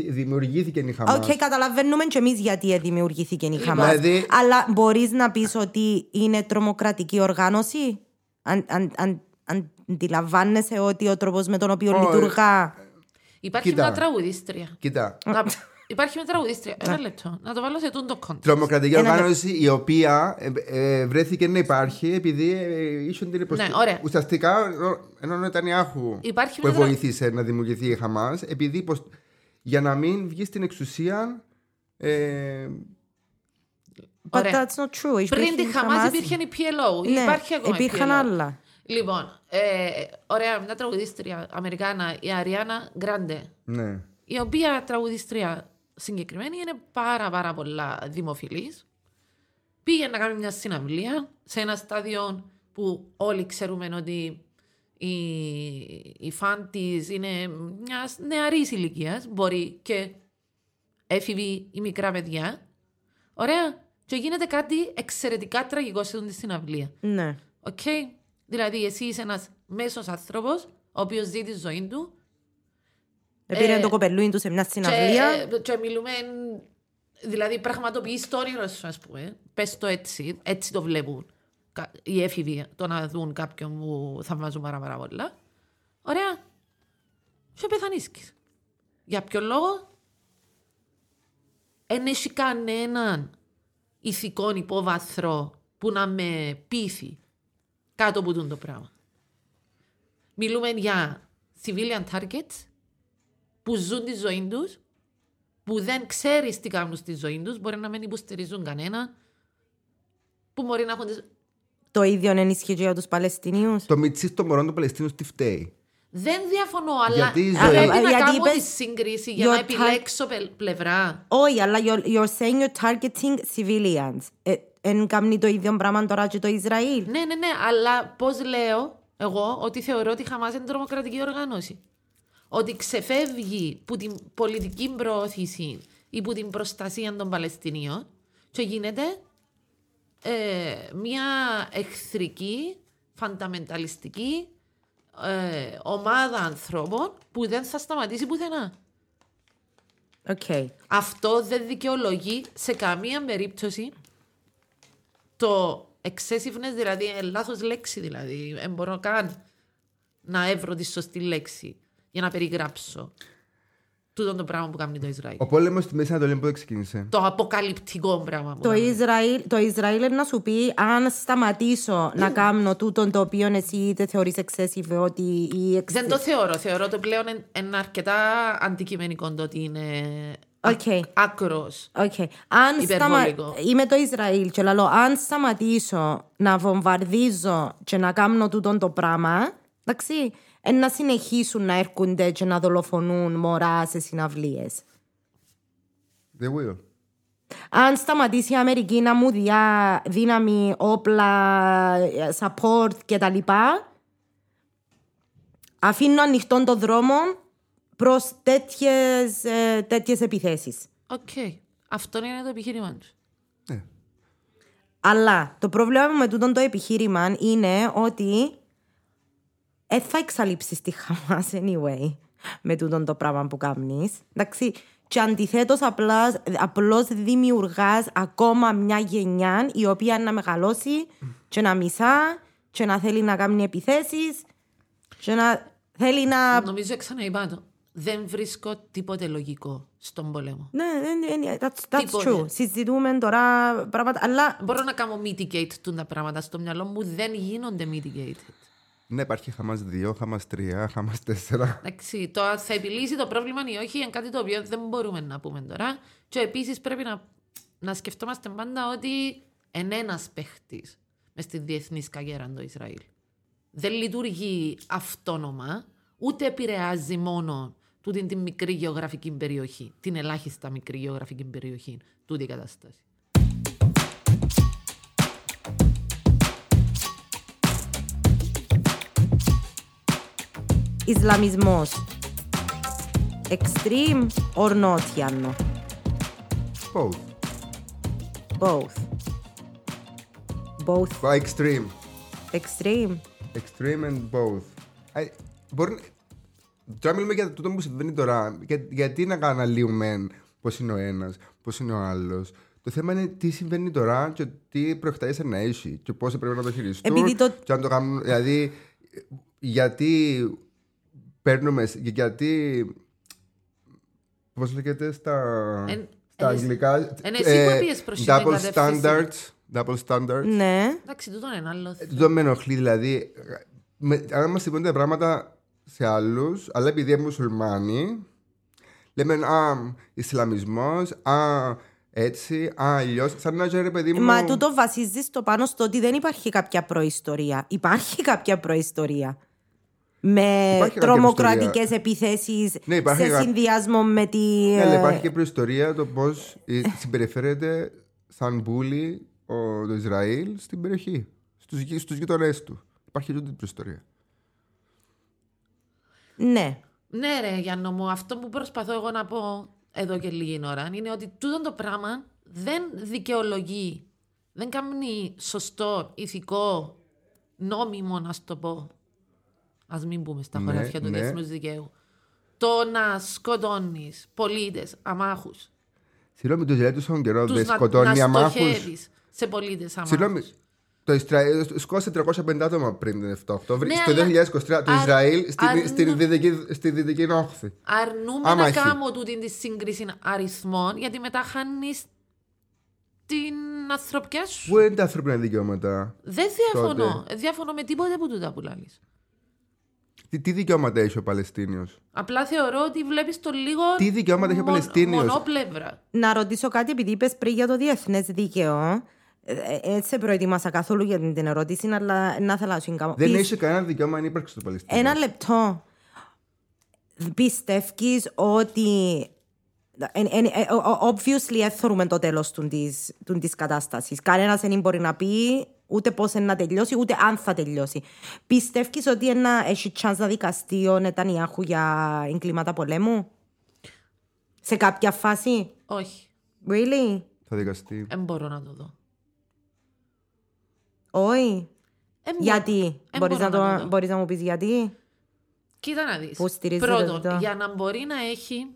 [SPEAKER 3] δημιουργήθηκε η χαμάς.
[SPEAKER 1] Οκ, καταλαβαίνουμε και εμείς γιατί ε, δημιουργήθηκε η Χαμάς.
[SPEAKER 3] Δηλαδή-
[SPEAKER 1] Αλλά μπορείς να πεις ότι είναι τρομοκρατική οργάνωση. Αν, αν, αν, αν- αντιλαμβάνεσαι ότι ο τρόπος με τον οποίο
[SPEAKER 3] Ω, ε,
[SPEAKER 1] λειτουργά...
[SPEAKER 2] Υπάρχει
[SPEAKER 3] Κοίτα.
[SPEAKER 2] μια τραγουδίστρια.
[SPEAKER 3] Κοίτα.
[SPEAKER 2] Να- Υπάρχει μια τραγουδίστρια.
[SPEAKER 1] Ναι.
[SPEAKER 2] Ένα λεπτό. Να το βάλω σε τούντο κόντρα.
[SPEAKER 3] Τρομοκρατική
[SPEAKER 1] Ένα
[SPEAKER 3] οργάνωση η οποία ε, ε, βρέθηκε να υπάρχει επειδή ε, ήσουν την
[SPEAKER 2] Ναι, ωραία.
[SPEAKER 3] υποστήριξη. Ουσιαστικά ο- ενώ ο Νετανιάχου
[SPEAKER 2] Υπάρχει
[SPEAKER 3] που
[SPEAKER 2] μια δρα-
[SPEAKER 3] βοήθησε να δημιουργηθεί η Χαμάς, επειδή υποσ- για να μην βγει στην εξουσία. ε,
[SPEAKER 1] But
[SPEAKER 2] Ωραία.
[SPEAKER 1] that's not true.
[SPEAKER 2] Πριν
[SPEAKER 1] Υπήρχε η
[SPEAKER 2] τη Χαμάς υπήρχε η PLO.
[SPEAKER 1] Ναι,
[SPEAKER 2] Υπάρχει ακόμα η
[SPEAKER 1] υπήρχαν
[SPEAKER 2] PLO.
[SPEAKER 1] άλλα.
[SPEAKER 2] Λοιπόν, ε, ωραία, μια τραγουδίστρια Αμερικάνα, η Αριάννα Γκράντε.
[SPEAKER 3] ναι.
[SPEAKER 2] η οποία τραγουδίστρια συγκεκριμένη είναι πάρα πάρα πολλά δημοφιλής. Πήγε να κάνει μια συναυλία σε ένα στάδιο που όλοι ξέρουμε ότι η, η φαν της είναι μιας νεαρής ηλικίας, μπορεί και έφηβοι ή μικρά παιδιά. Ωραία. Και γίνεται κάτι εξαιρετικά τραγικό σε αυτή τη συναυλία.
[SPEAKER 1] Ναι.
[SPEAKER 2] Οκ. Δηλαδή, εσύ είσαι ένας μέσος άνθρωπος, ο οποίος ζει τη ζωή του,
[SPEAKER 1] Επήρε το κοπελούιν τους σε μια συναυλία.
[SPEAKER 2] Ε, και, και μιλούμε, δηλαδή πραγματοποιείς το όνειρο σου, ας πούμε. Πες το έτσι, έτσι το βλέπουν κα- οι έφηβοι, το να δουν κάποιον που θαυμάζουν πάρα πάρα πολλά. Ωραία. Και πεθανίσκεις. Για ποιο λόγο? Εν έχει κανέναν ηθικό υπόβαθρο που να με πείθει κάτω από τούτο το πράγμα. Μιλούμε για civilian targets που ζουν τη ζωή τους, που δεν ξέρεις τι κάνουν στη ζωή τους, μπορεί να μην υποστηρίζουν κανένα, που μπορεί να έχουν. τις-
[SPEAKER 1] Το ίδιο ενισχύει και για τους Παλαιστινίους.
[SPEAKER 3] Το μυτσί των μωρών των Παλαιστίνων τι φταίει.
[SPEAKER 2] Δεν διαφωνώ, αλλά
[SPEAKER 3] Γιατί η ζωή-
[SPEAKER 2] πρέπει
[SPEAKER 1] Αλλά-
[SPEAKER 2] να
[SPEAKER 1] γιατί
[SPEAKER 2] κάνω
[SPEAKER 1] είπες-
[SPEAKER 2] τη σύγκριση για
[SPEAKER 1] Your
[SPEAKER 2] να
[SPEAKER 1] type-
[SPEAKER 2] επιλέξω πε- πλευρά.
[SPEAKER 1] Όχι, αλλά you're, you're saying you're targeting civilians. Ε, Εν κάνει το ίδιο πράγμα τώρα και το Ισραήλ.
[SPEAKER 2] Ναι, ναι, ναι, αλλά πώς λέω εγώ ότι θεωρώ ότι η Χαμάς είναι τρομοκρατική οργάνωση. Ότι ξεφεύγει που την πολιτική προώθηση ή που την προστασία των Παλαιστινίων και γίνεται ε, μια εχθρική, φανταμενταλιστική ε, ομάδα ανθρώπων που δεν θα σταματήσει πουθενά.
[SPEAKER 1] Οκ.
[SPEAKER 2] Αυτό δεν δικαιολογεί σε καμία περίπτωση το excessiveness, δηλαδή ε, λάθος λέξη δηλαδή. Δεν μπορώ καν να έβρω τη σωστή λέξη για να περιγράψω τούτο το πράγμα που κάνει το Ισραήλ.
[SPEAKER 3] Ο πόλεμος στη Μέση Ανατολή πότε ξεκίνησε.
[SPEAKER 2] Το αποκαλυπτικό πράγμα που
[SPEAKER 1] Το
[SPEAKER 2] κάνει.
[SPEAKER 1] Ισραήλ, το Ισραήλ είναι να σου πει αν σταματήσω
[SPEAKER 2] Ναι.
[SPEAKER 1] να κάνω τούτο το οποίο εσύ είτε θεωρείς excessive ότι ή εξ...
[SPEAKER 2] Δεν το θεωρώ. Θεωρώ το πλέον εν- ένα αρκετά αντικειμενικό το ότι είναι
[SPEAKER 1] Οκ.
[SPEAKER 2] άκρος.
[SPEAKER 1] Okay. Αν σταμα...
[SPEAKER 2] Υπερβολικό.
[SPEAKER 1] Είμαι το Ισραήλ και λαλώ, αν σταματήσω να βομβαρδίζω και να κάνω τούτο το πράγμα, εντάξει, ε, να συνεχίσουν να έρχονται και να δολοφονούν μωρά σε συναυλίες.
[SPEAKER 3] The will.
[SPEAKER 1] Αν σταματήσει η Αμερική να μου διά δύναμη, όπλα, ε, support κτλ. Αφήνω ανοιχτόν το δρόμο προς τέτοιες, ε, τέτοιες επιθέσεις.
[SPEAKER 2] Οκ. Αυτό είναι το επιχείρημα τους.
[SPEAKER 3] Ναι.
[SPEAKER 1] Αλλά το πρόβλημα μου με τούτο το επιχείρημα είναι ότι δεν θα εξαλείψεις τη χαμάς anyway με τούτο το πράγμα που κάνει. Εντάξει. Και αντιθέτως, απλώς δημιουργάς ακόμα μια γενιά η οποία να μεγαλώσει και να μισά και να θέλει να κάνει επιθέσεις και να θέλει να.
[SPEAKER 2] Νομίζω ξαναείπα το. Δεν βρίσκω τίποτε λογικό στον πόλεμο.
[SPEAKER 1] Ναι, ναι, ναι, ναι, that's, that's
[SPEAKER 2] Τίποτε.
[SPEAKER 1] true. Συζητούμε τώρα πράγματα, αλλά
[SPEAKER 2] Μπορώ να κάνω mitigate του τα πράγματα. Στο μυαλό μου δεν γίνονται mitigated.
[SPEAKER 3] Ναι, υπάρχει Χαμάς 2, Χαμά 3, Χαμά 4.
[SPEAKER 2] Εντάξει, το αν θα επιλύσει το πρόβλημα ή όχι είναι κάτι το οποίο δεν μπορούμε να πούμε τώρα. Και επίσης πρέπει να, να σκεφτόμαστε πάντα ότι εν ένας παίχτης μες στη διεθνής σκαγέρα το Ισραήλ. Δεν λειτουργεί αυτόνομα, ούτε επηρεάζει μόνο τούτη την μικρή γεωγραφική περιοχή, την ελάχιστα μικρή γεωγραφική περιοχή, τούτη η κατάσταση.
[SPEAKER 1] Ισλαμισμός. Extreme or not, Γιάννο.
[SPEAKER 3] Both.
[SPEAKER 1] Both. Both
[SPEAKER 3] Well, Extreme.
[SPEAKER 1] extreme.
[SPEAKER 3] Extreme and both. I, μπορεί... να- Τώρα μιλούμε για τούτο που συμβαίνει τώρα. Για, γιατί να αναλύουμε πώς είναι ο ένας, πώς είναι ο άλλος. Το θέμα είναι τι συμβαίνει τώρα και τι προχτάζει να έχει και πώς πρέπει να το χειριστούν.
[SPEAKER 1] Επειδή το-
[SPEAKER 3] Και αν το κάνουν. Δηλαδή, γιατί παίρνουμε. σ- Γιατί. Πώς λέγεται στα,
[SPEAKER 2] Εν-
[SPEAKER 3] στα
[SPEAKER 2] εν εσύ-
[SPEAKER 3] αγγλικά. ε,
[SPEAKER 2] εν εσύ που έπιες προς την
[SPEAKER 3] Double
[SPEAKER 2] κατεύθυνση.
[SPEAKER 3] standards. Double standards.
[SPEAKER 1] Ναι.
[SPEAKER 2] Εντάξει, τούτο είναι άλλο. θέμα.
[SPEAKER 3] Δεν με ενοχλεί, δηλαδή. με- αν μας είπαν τα πράγματα σε άλλους, αλλά επειδή είναι μουσουλμάνοι, λέμε Α, Ισλαμισμός, Α, έτσι, Α, αλλιώς. Σαν να ξέρω, ρε παιδί μου.
[SPEAKER 1] Μα τούτο βασίζεις στο πάνω στο ότι δεν υπάρχει κάποια προϊστορία. Υπάρχει κάποια προϊστορία. Με
[SPEAKER 3] κάποια
[SPEAKER 1] τρομοκρατικές
[SPEAKER 3] ιστορία.
[SPEAKER 1] επιθέσεις
[SPEAKER 3] Ναι, υπάρχει
[SPEAKER 1] σε
[SPEAKER 3] κα-
[SPEAKER 1] συνδυασμό με τη.
[SPEAKER 3] Ναι, αλλά
[SPEAKER 1] ε,
[SPEAKER 3] υπάρχει και προϊστορία το πώς συμπεριφέρεται σαν μπούλι ο- το Ισραήλ στην περιοχή, στους γείτονέ του. Υπάρχει και τούτη η προϊστορία.
[SPEAKER 1] Ναι.
[SPEAKER 2] Ναι, ρε Γιάννο μου, αυτό που προσπαθώ εγώ να πω εδώ και λίγη ώρα είναι ότι τούτο το πράγμα δεν δικαιολογεί, δεν κάνει σωστό, ηθικό, νόμιμο να σου το πω. Ας μην πούμε στα
[SPEAKER 3] Ναι,
[SPEAKER 2] χωράφια του
[SPEAKER 3] ναι.
[SPEAKER 2] διεθνούς δικαίου. Το να σκοτώνεις πολίτες, αμάχους.
[SPEAKER 3] Συγγνώμη, το Ισραήλ του στον καιρό δεν
[SPEAKER 2] να,
[SPEAKER 3] σκοτώνει
[SPEAKER 2] να
[SPEAKER 3] αμάχους.
[SPEAKER 2] στοχεύεις σε πολίτες, αμάχους.
[SPEAKER 3] Συγγνώμη. Το Ισραήλ σκόσε 350 άτομα πριν την 7 Οκτώβρη.
[SPEAKER 2] Ναι,
[SPEAKER 3] στο
[SPEAKER 2] αλλά-
[SPEAKER 3] 2023 το
[SPEAKER 2] αρ- ναι.
[SPEAKER 3] Ισραήλ στην,
[SPEAKER 2] αρνού-
[SPEAKER 3] στην δυτική, στη δυτική όχθη.
[SPEAKER 2] Αρνούμε
[SPEAKER 3] Άμα
[SPEAKER 2] να
[SPEAKER 3] έχει.
[SPEAKER 2] κάνω τούτη τη σύγκριση αριθμών, γιατί μετά χάνεις την ανθρωπιά σου.
[SPEAKER 3] Πού είναι τα ανθρώπινα δικαιώματα.
[SPEAKER 2] Δεν διαφωνώ. Διαφωνώ με τίποτα που τούτα που λαλείς.
[SPEAKER 3] Τι, τι δικαιώματα έχει ο Παλαιστίνιος.
[SPEAKER 2] Απλά θεωρώ ότι βλέπεις το λίγο.
[SPEAKER 3] Τι δικαιώματα έχει ο
[SPEAKER 2] μον-
[SPEAKER 3] Παλαιστίνιος?
[SPEAKER 2] Μονόπλευρα.
[SPEAKER 1] Να ρωτήσω κάτι, επειδή είπες πριν για το διεθνές δίκαιο. Ε, ε, Έτσι σε προετοίμασα καθόλου για την, την ερώτηση, αλλά να θέλω να σου την κάνω.
[SPEAKER 3] Δεν
[SPEAKER 1] Πι-
[SPEAKER 3] έχει κανένα δικαίωμα ανύπαρξη στο Παλαιστίνιο.
[SPEAKER 2] Ναι.
[SPEAKER 1] Ένα λεπτό. Πιστεύει ότι. Εν, εν, ε, ο- ο- obviously, δεν θεωρούμε το τέλος τη κατάστασης. Κανένας δεν μπορεί να πει ούτε πώς να τελειώσει, ούτε αν θα τελειώσει. Πιστεύεις ότι ένα, έχει chance να δικαστεί ο Νετανιάχου για εγκλήματα πολέμου, σε κάποια φάση.
[SPEAKER 2] Όχι.
[SPEAKER 1] Really?
[SPEAKER 3] Θα δικαστεί.
[SPEAKER 2] Δεν μπορώ να το δω.
[SPEAKER 1] Όχι.
[SPEAKER 2] Εν μπο-
[SPEAKER 1] Γιατί.
[SPEAKER 2] εν
[SPEAKER 1] Μπορείς
[SPEAKER 2] Ναι. Ε, μπορώ
[SPEAKER 1] να, το,
[SPEAKER 2] να το δω.
[SPEAKER 1] μπορείς να μου πεις γιατί.
[SPEAKER 2] Κοίτα να δεις.
[SPEAKER 1] Πού στηρίζεται
[SPEAKER 2] Πρώτον,
[SPEAKER 1] το-
[SPEAKER 2] για να μπορεί να έχει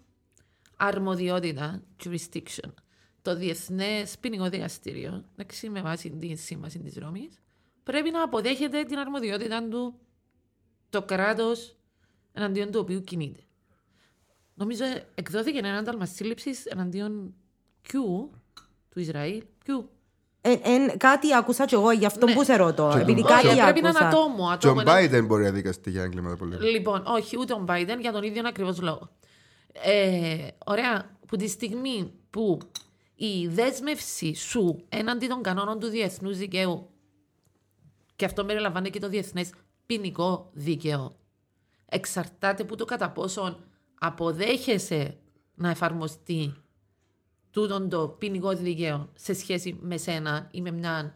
[SPEAKER 2] αρμοδιότητα, jurisdiction, το Διεθνές Ποινικό Δικαστήριο, εντάξει, με βάση τη σύμβαση της Ρώμης, πρέπει να αποδέχεται την αρμοδιότητα του το κράτος εναντίον του οποίου κινείται. Νομίζω ε, εκδόθηκε ένα ένταλμα σύλληψης εναντίον Κιού του Ισραήλ. Κιού.
[SPEAKER 1] Ε, εν- κάτι άκουσα κι εγώ, γι' αυτό
[SPEAKER 2] Ναι.
[SPEAKER 1] που σε ρωτώ.
[SPEAKER 3] Και
[SPEAKER 1] Επειδή
[SPEAKER 3] τον
[SPEAKER 1] κάτι
[SPEAKER 2] Όχι,
[SPEAKER 1] άκουσα.
[SPEAKER 2] πρέπει να είναι ατόμο. ατόμο
[SPEAKER 3] Τζον
[SPEAKER 2] ένα-
[SPEAKER 3] Μπάιντεν μπορεί να δικαστεί για έγκληματα πολέμου.
[SPEAKER 2] Λοιπόν, όχι, ούτε ο Biden για τον ίδιο ακριβώς λόγο. Ε, ωραία, που τη στιγμή που η δέσμευση σου έναντι των κανόνων του διεθνούς δικαίου και αυτό περιλαμβάνει και το διεθνές ποινικό δίκαιο. Εξαρτάται που το κατά πόσον αποδέχεσαι να εφαρμοστεί τούτον το ποινικό δίκαιο σε σχέση με σένα ή με μια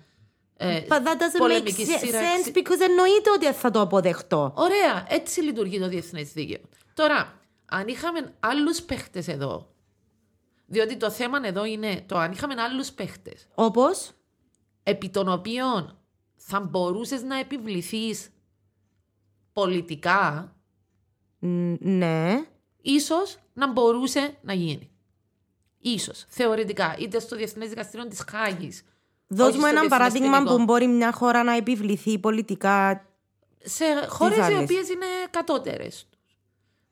[SPEAKER 2] ε,
[SPEAKER 1] But that doesn't make
[SPEAKER 2] πολεμική
[SPEAKER 1] se-
[SPEAKER 2] σύραξη.
[SPEAKER 1] sense because εννοείται ότι θα το αποδεχτώ.
[SPEAKER 2] Ωραία, έτσι λειτουργεί το διεθνές δίκαιο. Τώρα, αν είχαμε άλλους παίχτες εδώ. Διότι το θέμα εδώ είναι το αν είχαμε άλλους παίχτες,
[SPEAKER 1] Όπως.
[SPEAKER 2] επί των οποίων θα μπορούσες να επιβληθείς πολιτικά,
[SPEAKER 1] Ναι.
[SPEAKER 2] ίσως να μπορούσε να γίνει. Ίσως, θεωρητικά, είτε στο Διεθνές Δικαστήριο της Χάγης,
[SPEAKER 1] Δώσ'
[SPEAKER 2] όχι
[SPEAKER 1] μου
[SPEAKER 2] στο
[SPEAKER 1] ένα
[SPEAKER 2] διεθνές
[SPEAKER 1] παράδειγμα
[SPEAKER 2] ποινικό.
[SPEAKER 1] που μπορεί μια χώρα να επιβληθεί πολιτικά.
[SPEAKER 2] σε χώρες οι
[SPEAKER 1] άλλες.
[SPEAKER 2] οποίες είναι κατώτερες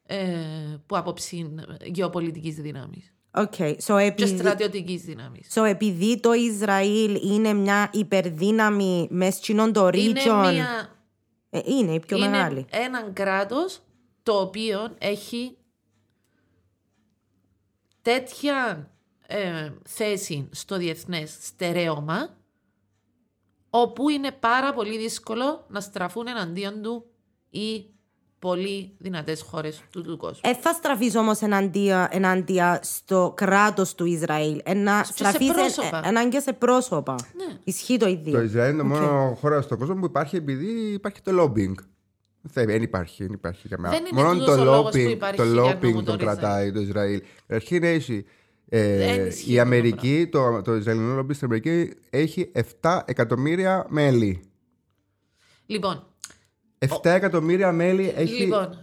[SPEAKER 2] ε, που άποψη γεωπολιτικής δυνάμεις.
[SPEAKER 1] Okay. So,
[SPEAKER 2] και
[SPEAKER 1] επειδή,
[SPEAKER 2] στρατιωτικής δύναμης.
[SPEAKER 1] so, επειδή το Ισραήλ είναι μια υπερδύναμη μες σκηνών το
[SPEAKER 2] Είναι,
[SPEAKER 1] region.
[SPEAKER 2] μια,
[SPEAKER 1] Ε, είναι η πιο
[SPEAKER 2] είναι
[SPEAKER 1] μεγάλη.
[SPEAKER 2] ένα κράτος το οποίο έχει τέτοια ε, θέση στο διεθνές στερέωμα όπου είναι πάρα πολύ δύσκολο να στραφούν εναντίον του οι πολύ δυνατές χώρες του, του κόσμου.
[SPEAKER 1] Ε, θα στραφεί όμως εναντία, ενάντια στο κράτος του Ισραήλ. Ε, να στραφείς εν-
[SPEAKER 2] πρόσωπα.
[SPEAKER 1] ε, ενάντια σε πρόσωπα.
[SPEAKER 2] Ναι.
[SPEAKER 1] Ισχύει το ίδιο.
[SPEAKER 3] Το Ισραήλ είναι το μόνο χώρα στον κόσμο που υπάρχει επειδή υπάρχει το lobbying. Δεν δεν υπάρχει, δεν υπάρχει καμία.
[SPEAKER 2] Δεν είναι
[SPEAKER 3] Μόνο
[SPEAKER 2] τούτος ο λόγος που
[SPEAKER 3] lobbying,
[SPEAKER 2] υπάρχει
[SPEAKER 3] το
[SPEAKER 2] για να
[SPEAKER 3] lobbying
[SPEAKER 2] μου
[SPEAKER 3] τον
[SPEAKER 2] το
[SPEAKER 3] κρατάει το Ισραήλ. Αρχήν έχει.
[SPEAKER 2] Δεν
[SPEAKER 3] Ε,
[SPEAKER 2] ισχύει
[SPEAKER 3] η Αμερική, το, το Ισραηλινό lobby στην Αμερική έχει 7 εκατομμύρια μέλη.
[SPEAKER 2] Λοιπόν,
[SPEAKER 3] 7 εκατομμύρια μέλη έχει
[SPEAKER 2] λοιπόν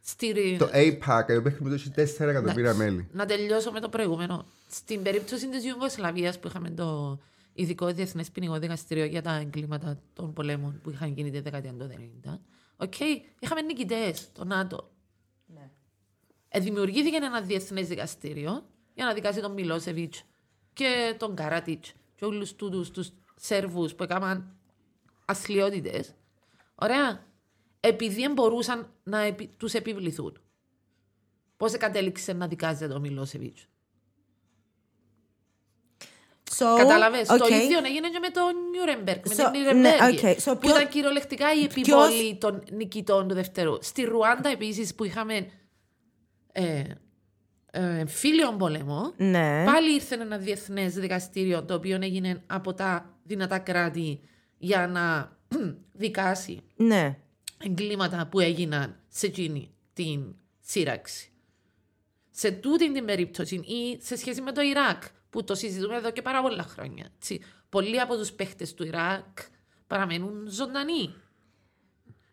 [SPEAKER 2] στη...
[SPEAKER 3] το APAC, η οποία χρηματοδοτεί 4 εκατομμύρια μέλη.
[SPEAKER 2] Να τελειώσω με το προηγούμενο. Στην περίπτωση της Ιουγκοσλαβίας που είχαμε το ειδικό διεθνές ποινικό δικαστήριο για τα εγκλήματα των πολέμων που είχαν γίνει τη δεκαετία του 90, οκ, είχαμε νικητές, το ΝΑΤΟ. Ε, δημιουργήθηκε ένα διεθνές δικαστήριο για να δικάσει τον Μιλόσεβιτ και τον Καράτιτ και όλους τούτου του Σέρβους που έκαναν ασλιότητε. Ωραία. Επειδή δεν μπορούσαν να επι... τους επιβληθούν. Πώς κατέληξε να δικάζεται ο Μιλόσεβιτ.
[SPEAKER 1] So,
[SPEAKER 2] Καταλαβες, το
[SPEAKER 1] okay.
[SPEAKER 2] ίδιο έγινε και με το Νιούρεμπεργκ, με
[SPEAKER 1] So,
[SPEAKER 2] την
[SPEAKER 1] ναι,
[SPEAKER 2] Νιουρεμπέργη,
[SPEAKER 1] okay. So,
[SPEAKER 2] που
[SPEAKER 1] ποιο-
[SPEAKER 2] ήταν κυριολεκτικά η
[SPEAKER 1] ποιος-
[SPEAKER 2] επιβολή των νικητών του Δευτερού. Στη Ρουάντα επίσης που είχαμε ε, ε, φίλιον πολεμό,
[SPEAKER 1] Ναι.
[SPEAKER 2] πάλι ήρθε ένα διεθνές δικαστήριο το οποίο έγινε από τα δυνατά κράτη για να (clears throat) δικάσει
[SPEAKER 1] Ναι.
[SPEAKER 2] εγκλήματα που έγιναν σε εκείνη την σύραξη. Σε τούτη την περίπτωση ή σε σχέση με το Ιράκ που το συζητούμε εδώ και πάρα πολλά χρόνια. έτσι. Πολλοί από τους παίχτες του Ιράκ παραμένουν ζωντανοί.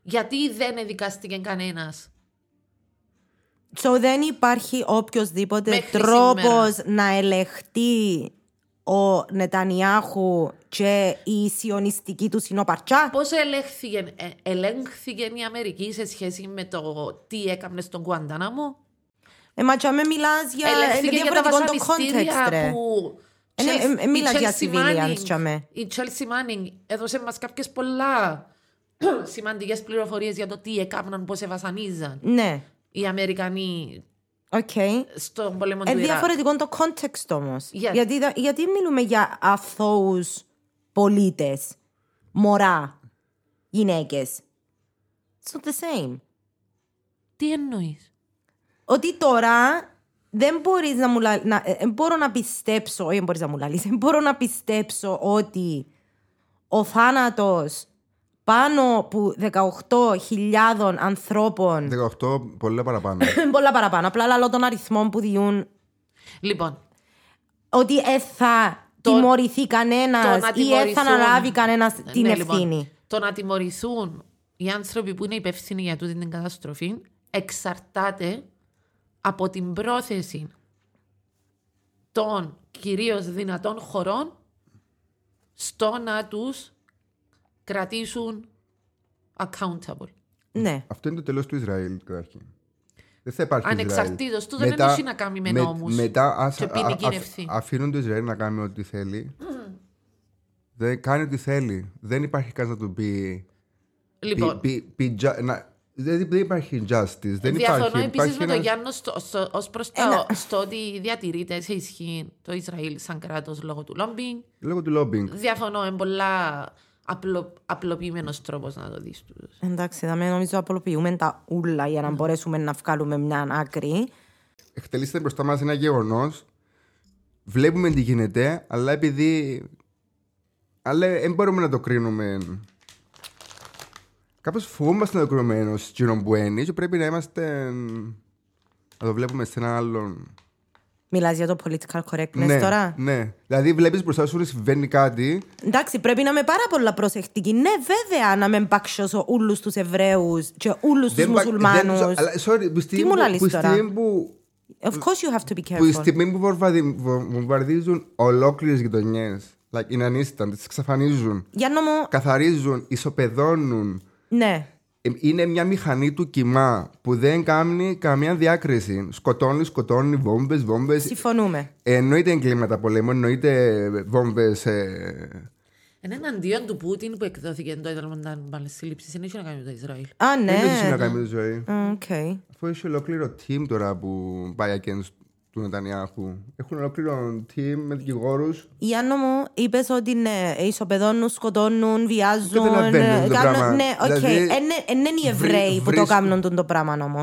[SPEAKER 2] Γιατί δεν εδικάστηκε κανένας.
[SPEAKER 1] So, δεν υπάρχει οποιοδήποτε
[SPEAKER 2] Μέχρι
[SPEAKER 1] τρόπος
[SPEAKER 2] σήμερα.
[SPEAKER 1] να ελεχτεί ο Νετανιάχου και η σιωνιστική του συνοπαρτσά.
[SPEAKER 2] Πώς ελέγχθηκε, ε, ελέγχθηκε η Αμερική σε σχέση με το τι έκαμε στον Κουαντάναμο.
[SPEAKER 1] Ε, μα τσάμε μιλάς για
[SPEAKER 2] Ελέγχθηκε για Ε, τα
[SPEAKER 1] Ε, διαφορετικό το context,
[SPEAKER 2] βασανιστήρια
[SPEAKER 1] ρε.
[SPEAKER 2] που...
[SPEAKER 1] Ε, ναι, ε, ε, μίλα
[SPEAKER 2] η
[SPEAKER 1] για
[SPEAKER 2] Chelsea
[SPEAKER 1] civilians,
[SPEAKER 2] Manning-
[SPEAKER 1] τσάμε.
[SPEAKER 2] Η Chelsea Manning έδωσε μας κάποιες πολλά (coughs) σημαντικές πληροφορίες για το τι έκαναν, πώ σε βασανίζαν
[SPEAKER 1] Ναι.
[SPEAKER 2] οι Αμερικανοί
[SPEAKER 1] Οκ.
[SPEAKER 2] Ε, στον πόλεμο του
[SPEAKER 1] Είναι
[SPEAKER 2] Ιράκ.
[SPEAKER 1] διαφορετικό το context όμως.
[SPEAKER 2] Yes.
[SPEAKER 1] Γιατί, τα- γιατί μιλούμε για αθώους πολίτες, μωρά, γυναίκες. It's not the same.
[SPEAKER 2] Τι εννοείς.
[SPEAKER 1] Ότι τώρα δεν μπορείς να μου λα- να, ε, ε, μπορώ να πιστέψω, όχι δεν μπορείς να μου λαλείς, δεν μπορώ να πιστέψω ότι ο θάνατος πάνω από 18.000 ανθρώπων,
[SPEAKER 3] 18, πολλά παραπάνω.
[SPEAKER 1] πολλά παραπάνω, απλά λαλώ τον αριθμό που διούν
[SPEAKER 2] Λοιπόν,
[SPEAKER 1] ότι ε, θα
[SPEAKER 2] Το-
[SPEAKER 1] τιμωρηθεί κανένας
[SPEAKER 2] το να
[SPEAKER 1] ή ε, θα
[SPEAKER 2] τιμωρηθούν.
[SPEAKER 1] αναλάβει κανένας την
[SPEAKER 2] ναι, λοιπόν,
[SPEAKER 1] ευθύνη.
[SPEAKER 2] το να τιμωρηθούν οι άνθρωποι που είναι υπεύθυνοι για τούτη την καταστροφή εξαρτάται από την πρόθεση των κυρίως δυνατών χωρών στο να τους κρατήσουν accountable.
[SPEAKER 1] Ναι.
[SPEAKER 3] Αυτό είναι το τέλος του Ισραήλ, καταρχήν. Δεν θα υπάρχει
[SPEAKER 2] Ανεξαρτήτως,
[SPEAKER 3] Ισραήλ.
[SPEAKER 2] τούτο δεν έχει να κάνει με νόμους
[SPEAKER 3] Μετά ας-
[SPEAKER 2] και ποινική
[SPEAKER 3] α- α-
[SPEAKER 2] ευθύνη.
[SPEAKER 3] αφήνουν το Ισραήλ να κάνει ό,τι θέλει. Δεν κάνει ό,τι θέλει. Δεν υπάρχει κανένα να του πει.
[SPEAKER 2] Λοιπόν,
[SPEAKER 3] πει- πει- πει ju- να- Δεν δεν υπάρχει justice. Δεν
[SPEAKER 2] Διαφωνώ
[SPEAKER 3] υπάρχει.
[SPEAKER 2] επίσης
[SPEAKER 3] υπάρχει
[SPEAKER 2] με τον
[SPEAKER 3] ένας-
[SPEAKER 2] Γιάννος στο, στο, ως προς το στο ότι διατηρείται σε ισχύ το Ισραήλ σαν κράτος λόγω του λόμπινγκ.
[SPEAKER 3] Λόγω του lobbying.
[SPEAKER 2] Διαφωνώ, είναι πολλά απλο, απλοποιημένος τρόπος να το δεις.
[SPEAKER 1] Εντάξει, θα με νομίζω απολοποιούμε τα ούλα για να μπορέσουμε να βγάλουμε μια άκρη.
[SPEAKER 3] Εκτελήσεται μπροστά μας ένα γεγονός. Βλέπουμε τι γίνεται, αλλά επειδή. Αλλά δεν μπορούμε να το κρίνουμε. Κάπως φοβόμαστε να το κρίνουμε ενός κοινων που είναι και πρέπει να είμαστε. να το βλέπουμε σε ένα άλλον.
[SPEAKER 1] Μιλάς για το political correctness τώρα.
[SPEAKER 3] ναι. Δηλαδή, βλέπεις μπροστά σου ότι συμβαίνει κάτι.
[SPEAKER 1] Εντάξει, πρέπει να είμαι πάρα πολλά προσεκτική. Ναι, βέβαια, να με μπαξιώσω όλους τους Εβραίους και όλους τους
[SPEAKER 3] πα-
[SPEAKER 1] Μουσουλμάνου.
[SPEAKER 3] δεν- αλλά, sorry, που
[SPEAKER 1] Τι μου λαλείς
[SPEAKER 3] που,
[SPEAKER 1] τώρα? λοιπόν.
[SPEAKER 3] στιγμή που,
[SPEAKER 1] Of course you have to be
[SPEAKER 3] που η
[SPEAKER 1] careful.
[SPEAKER 3] στιγμή που βομβαρδι- βο- βομβαρδίζουν ολόκληρες γειτονιές. Like, είναι ανίσταντε, τις εξαφανίζουν.
[SPEAKER 1] Για να μου.
[SPEAKER 3] καθαρίζουν, ισοπεδώνουν.
[SPEAKER 1] Ναι.
[SPEAKER 3] Ε, Είναι μια μηχανή του κοιμά που δεν κάνει καμία διάκριση. Σκοτώνει, σκοτώνει, βόμβες, βόμβες.
[SPEAKER 1] Συμφωνούμε.
[SPEAKER 3] Ε, Εννοείται εγκλήματα πολέμου, εννοείται βόμβες... ε,
[SPEAKER 2] Είναι εναντίον του Πούτιν που εκδόθηκε το ένταλμα τη σύλληψη. Δεν έχει να κάνει με το Ισραήλ.
[SPEAKER 1] Α,
[SPEAKER 3] Δεν έχει
[SPEAKER 1] ναι.
[SPEAKER 3] να κάνει με τη ζωή.
[SPEAKER 1] Οκ.
[SPEAKER 3] Αφού έχει ολόκληρο team τώρα που πάει against του Νετανιάχου. Έχουν ολόκληρο team με δικηγόρους.
[SPEAKER 1] Γιάννο μου, είπες ότι ναι, ισοπεδώνουν, σκοτώνουν, βιάζουν.
[SPEAKER 3] Καταλαβαίνω το
[SPEAKER 1] ε, κάνουν-
[SPEAKER 3] πράγμα.
[SPEAKER 1] Ναι, οκ.
[SPEAKER 3] Δηλαδή,
[SPEAKER 1] Ε, ναι, ε, ναι, είναι οι
[SPEAKER 3] βρί-
[SPEAKER 1] Εβραίοι που το
[SPEAKER 3] βρίσκουν-
[SPEAKER 1] κάνουν τον το πράγμα όμω.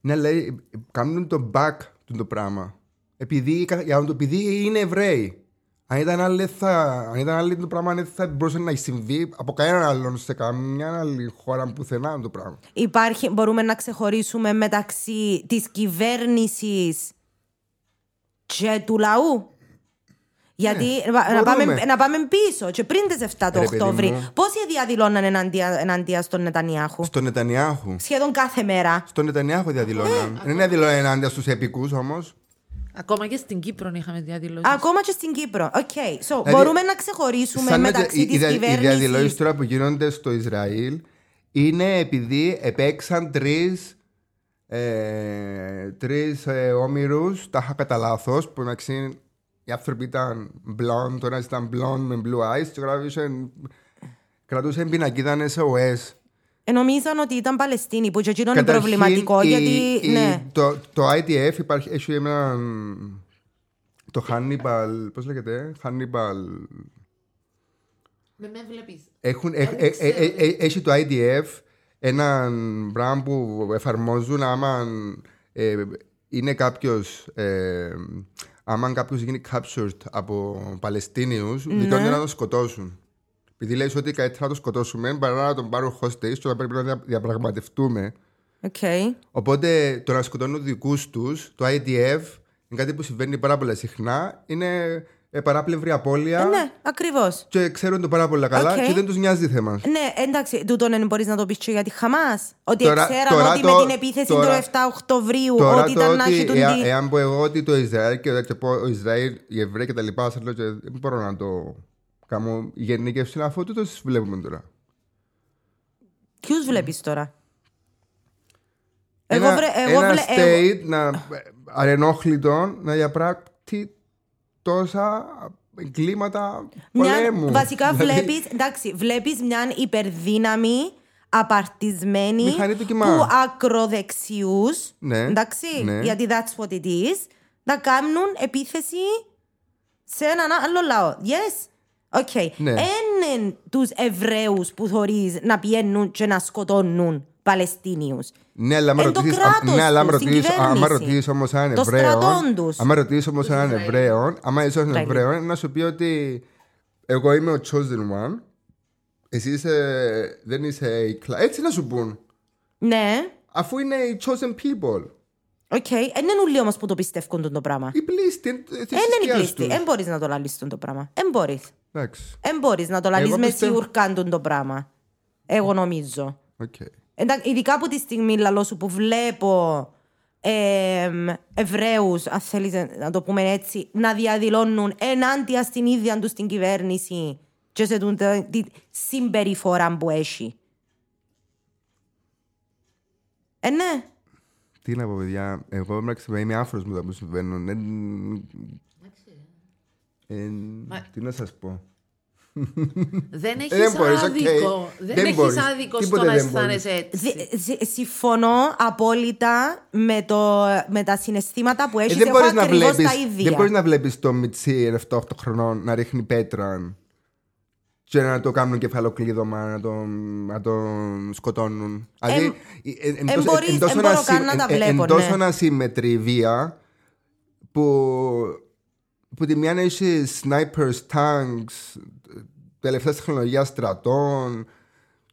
[SPEAKER 3] Ναι, λέει, ε, κάνουν το back του το πράγμα. Επειδή, κα- για να το- επειδή είναι Εβραίοι. Αν ήταν άλλοι, θα, αν ήταν άλλοι το πράγμα, δεν θα μπορούσε να συμβεί από κανέναν άλλον σε καμιά άλλη χώρα πουθενά το πράγμα.
[SPEAKER 1] Υπάρχει, μπορούμε να ξεχωρίσουμε μεταξύ της κυβέρνησης και του λαού. Γιατί να- να,
[SPEAKER 3] Ναι, μπορούμε.
[SPEAKER 1] πάμε, να πάμε πίσω και πριν τις 7 του
[SPEAKER 3] Ρε, παιδί
[SPEAKER 1] Οκτώβρη.
[SPEAKER 3] μου.
[SPEAKER 1] Πόσοι διαδηλώναν εναντία, εναντία στον Νετανιάχου.
[SPEAKER 3] Στον Νετανιάχου.
[SPEAKER 1] Σχεδόν κάθε μέρα.
[SPEAKER 3] Στον Νετανιάχου διαδηλώναν. Δεν διαδηλώναν ενάντια στους επικούς όμως.
[SPEAKER 2] Ακόμα και στην Κύπρο είχαμε διαδηλώσεις.
[SPEAKER 1] Ακόμα και στην Κύπρο. Okay. So, μπορούμε να ξεχωρίσουμε μεταξύ
[SPEAKER 3] οι,
[SPEAKER 1] της
[SPEAKER 3] Δηλαδή, δια- οι διαδηλώσει
[SPEAKER 1] κυβέρνησης.
[SPEAKER 3] τώρα που γίνονται στο Ισραήλ είναι επειδή επέξαν τρεις ε, τρεις ε, όμοιρους τα είχα κατά λάθος που μεταξύ οι άνθρωποι ήταν blonde, το ένας ήταν blonde με blue eyes και γράφησε κρατούσε πινακίδαν SOS
[SPEAKER 1] Ε, νομίζαν ότι ήταν Παλαιστίνοι που και εκείνο είναι προβληματικό.
[SPEAKER 3] η-
[SPEAKER 1] γιατί,
[SPEAKER 3] η-
[SPEAKER 1] ναι.
[SPEAKER 3] το, το ITF υπάρχει, έχει ένα. Το Hannibal. Πώς λέγεται, Hannibal.
[SPEAKER 2] Με με βλέπεις.
[SPEAKER 3] Έχουν, έχ- ε- ε- ε- ε- έχει το IDF ένα πράγμα που εφαρμόζουν άμα ε, είναι κάποιος. Ε, άμα κάποιος γίνει captured από Παλαιστίνιους,
[SPEAKER 1] Ναι.
[SPEAKER 3] δικαιούνται να τον σκοτώσουν. Επειδή λέει ότι καλύτερα να τον σκοτώσουμε παρά να τον πάρουν hostage και να πρέπει να δια- διαπραγματευτούμε.
[SPEAKER 1] Okay.
[SPEAKER 3] Οπότε το να σκοτώνουν δικούς τους, το IDF, είναι κάτι που συμβαίνει πάρα πολύ συχνά. Είναι ε, παράπλευρη απώλεια
[SPEAKER 1] Ε, ναι, ακριβώς.
[SPEAKER 3] και ξέρουν το πάρα πολύ καλά
[SPEAKER 1] Οκ.
[SPEAKER 3] και δεν τους νοιάζει θέμα.
[SPEAKER 1] Ναι, εντάξει, τούτο δεν μπορείς να το πεις και για τη Χαμάς. Ότι
[SPEAKER 3] Τώρα-
[SPEAKER 1] ξέραμε
[SPEAKER 3] τώρα
[SPEAKER 1] ότι
[SPEAKER 3] το-
[SPEAKER 1] με την επίθεση
[SPEAKER 3] τώρα-
[SPEAKER 1] του 7 Οκτωβρίου
[SPEAKER 3] Τώρα
[SPEAKER 1] ότι
[SPEAKER 3] το
[SPEAKER 1] ήταν να
[SPEAKER 3] ότι
[SPEAKER 1] έχει τον
[SPEAKER 3] εάν,
[SPEAKER 1] τη-
[SPEAKER 3] εάν πω εγώ ότι το Ισραήλ και, και πω ο Ισραήλ, οι Εβραίοι και τα λοιπά, σας λέω και δεν μπορώ να το κάνω γενικεύση αφού το βλέπουμε τώρα.
[SPEAKER 1] Ποιους βλέπεις τώρα.
[SPEAKER 3] Ένα,
[SPEAKER 1] Εγώ βρε. Εγώ
[SPEAKER 3] ένα
[SPEAKER 1] βλε- εγώ-
[SPEAKER 3] state να, αρενόχλητο να διαπράττει τόσα εγκλήματα
[SPEAKER 1] Μια-
[SPEAKER 3] πολέμου.
[SPEAKER 1] βασικά
[SPEAKER 3] Δηλαδή,
[SPEAKER 1] βλέπεις, εντάξει, βλέπεις μια υπερδύναμη απαρτισμένη
[SPEAKER 3] Μηχανή του κοιμά.
[SPEAKER 1] που ακροδεξιούς,
[SPEAKER 3] Ναι,
[SPEAKER 1] εντάξει,
[SPEAKER 3] ναι.
[SPEAKER 1] γιατί that's what it is, να κάνουν επίθεση σε έναν άλλο λαό. Yes, okay.
[SPEAKER 3] Ναι.
[SPEAKER 1] Έναν τους Εβραίους που θωρείς να πηγαίνουν και να σκοτώνουν Παλαιστίνιους.
[SPEAKER 3] Ναι, αλλά άμα
[SPEAKER 1] Εν το
[SPEAKER 3] ρωτήσεις-
[SPEAKER 1] κράτος
[SPEAKER 3] ναι, αλλά άμα
[SPEAKER 1] τους, στην
[SPEAKER 3] ρωτήσεις- άμα
[SPEAKER 1] κυβέρνηση.
[SPEAKER 3] ρωτήσεις όμως έναν
[SPEAKER 1] Των
[SPEAKER 3] Εβραίο.
[SPEAKER 1] στρατών τους.
[SPEAKER 3] Άμα ρωτήσεις όμως έναν Εβραίο, άμα είσαι έναν
[SPEAKER 1] Ισραήλ.
[SPEAKER 3] Εβραίο, να σου πει ότι εγώ είμαι ο chosen one. Εσύ είσαι, δεν είσαι η κλα... Έτσι να σου πούν.
[SPEAKER 1] Ναι,
[SPEAKER 3] Αφού είναι οι chosen people.
[SPEAKER 1] οκ. Δεν είναι όλοι όμως που το πιστεύουν τον το πράγμα.
[SPEAKER 3] Οι πλήστοι. εν- της
[SPEAKER 1] Ε, Δεν είναι
[SPEAKER 3] θρησκείας
[SPEAKER 1] πλήστη.
[SPEAKER 3] τους.
[SPEAKER 1] Δεν μπορείς να το λαλείς τον το πράγμα. Δεν μπορείς.
[SPEAKER 3] Εντάξει.
[SPEAKER 1] Δεν Ε, μπορείς να το λαλείς
[SPEAKER 3] Εγώ
[SPEAKER 1] με
[SPEAKER 3] πιστεύω-
[SPEAKER 1] σιουρκάν τον το πράγμα. Εγώ νομίζω.
[SPEAKER 3] Οκ.
[SPEAKER 1] Εντάξει, ειδικά από τη στιγμή λαλό σου που βλέπω εμ, Εβραίους, αν θέλεις να το πούμε έτσι, να διαδηλώνουν ενάντια στην ίδια τους την κυβέρνηση και σε τούν τα- τη συμπεριφορά που έχει. Ε, ναι.
[SPEAKER 3] Τι να πω, παιδιά. Εγώ εντάξει, είμαι άφρος με τα που συμβαίνουν. Εν... εν-
[SPEAKER 2] Μα-
[SPEAKER 3] Τι να σας πω.
[SPEAKER 2] Δεν έχει
[SPEAKER 3] Ε, Δεν μπορείς, οκ.
[SPEAKER 2] άδικο.
[SPEAKER 3] Δεν
[SPEAKER 2] Δεν έχεις
[SPEAKER 3] μπορείς.
[SPEAKER 2] άδικο
[SPEAKER 3] Τίποτε
[SPEAKER 2] στο να
[SPEAKER 3] δεν μπορείς.
[SPEAKER 2] αισθάνεσαι έτσι.
[SPEAKER 1] Δι- συ- Συμφωνώ απόλυτα με, το, με τα συναισθήματα που
[SPEAKER 3] Ε,
[SPEAKER 1] έχεις.
[SPEAKER 3] δεν
[SPEAKER 1] Εγώ
[SPEAKER 3] μπορείς να
[SPEAKER 1] ακριβώς
[SPEAKER 3] βλέπει.
[SPEAKER 1] τα ίδια.
[SPEAKER 3] Δεν μπορείς να βλέπεις το μιτσί 7-8 χρονών να ρίχνει πέτρα και να το κάνουν κεφαλοκλείδωμα, να τον, να τον σκοτώνουν. Δηλαδή, ε, ε, εντός-
[SPEAKER 1] μπορείς-
[SPEAKER 3] εντός
[SPEAKER 1] εν μπορώ
[SPEAKER 3] ανασύ-
[SPEAKER 1] καν να
[SPEAKER 3] εν-
[SPEAKER 1] τα
[SPEAKER 3] εν-
[SPEAKER 1] βλέπω,
[SPEAKER 3] ε, εντός
[SPEAKER 1] ναι.
[SPEAKER 3] ανασύμμετρη βία που, που τη μία έχει snipers, tanks, τελευταία τεχνολογίας στρατών.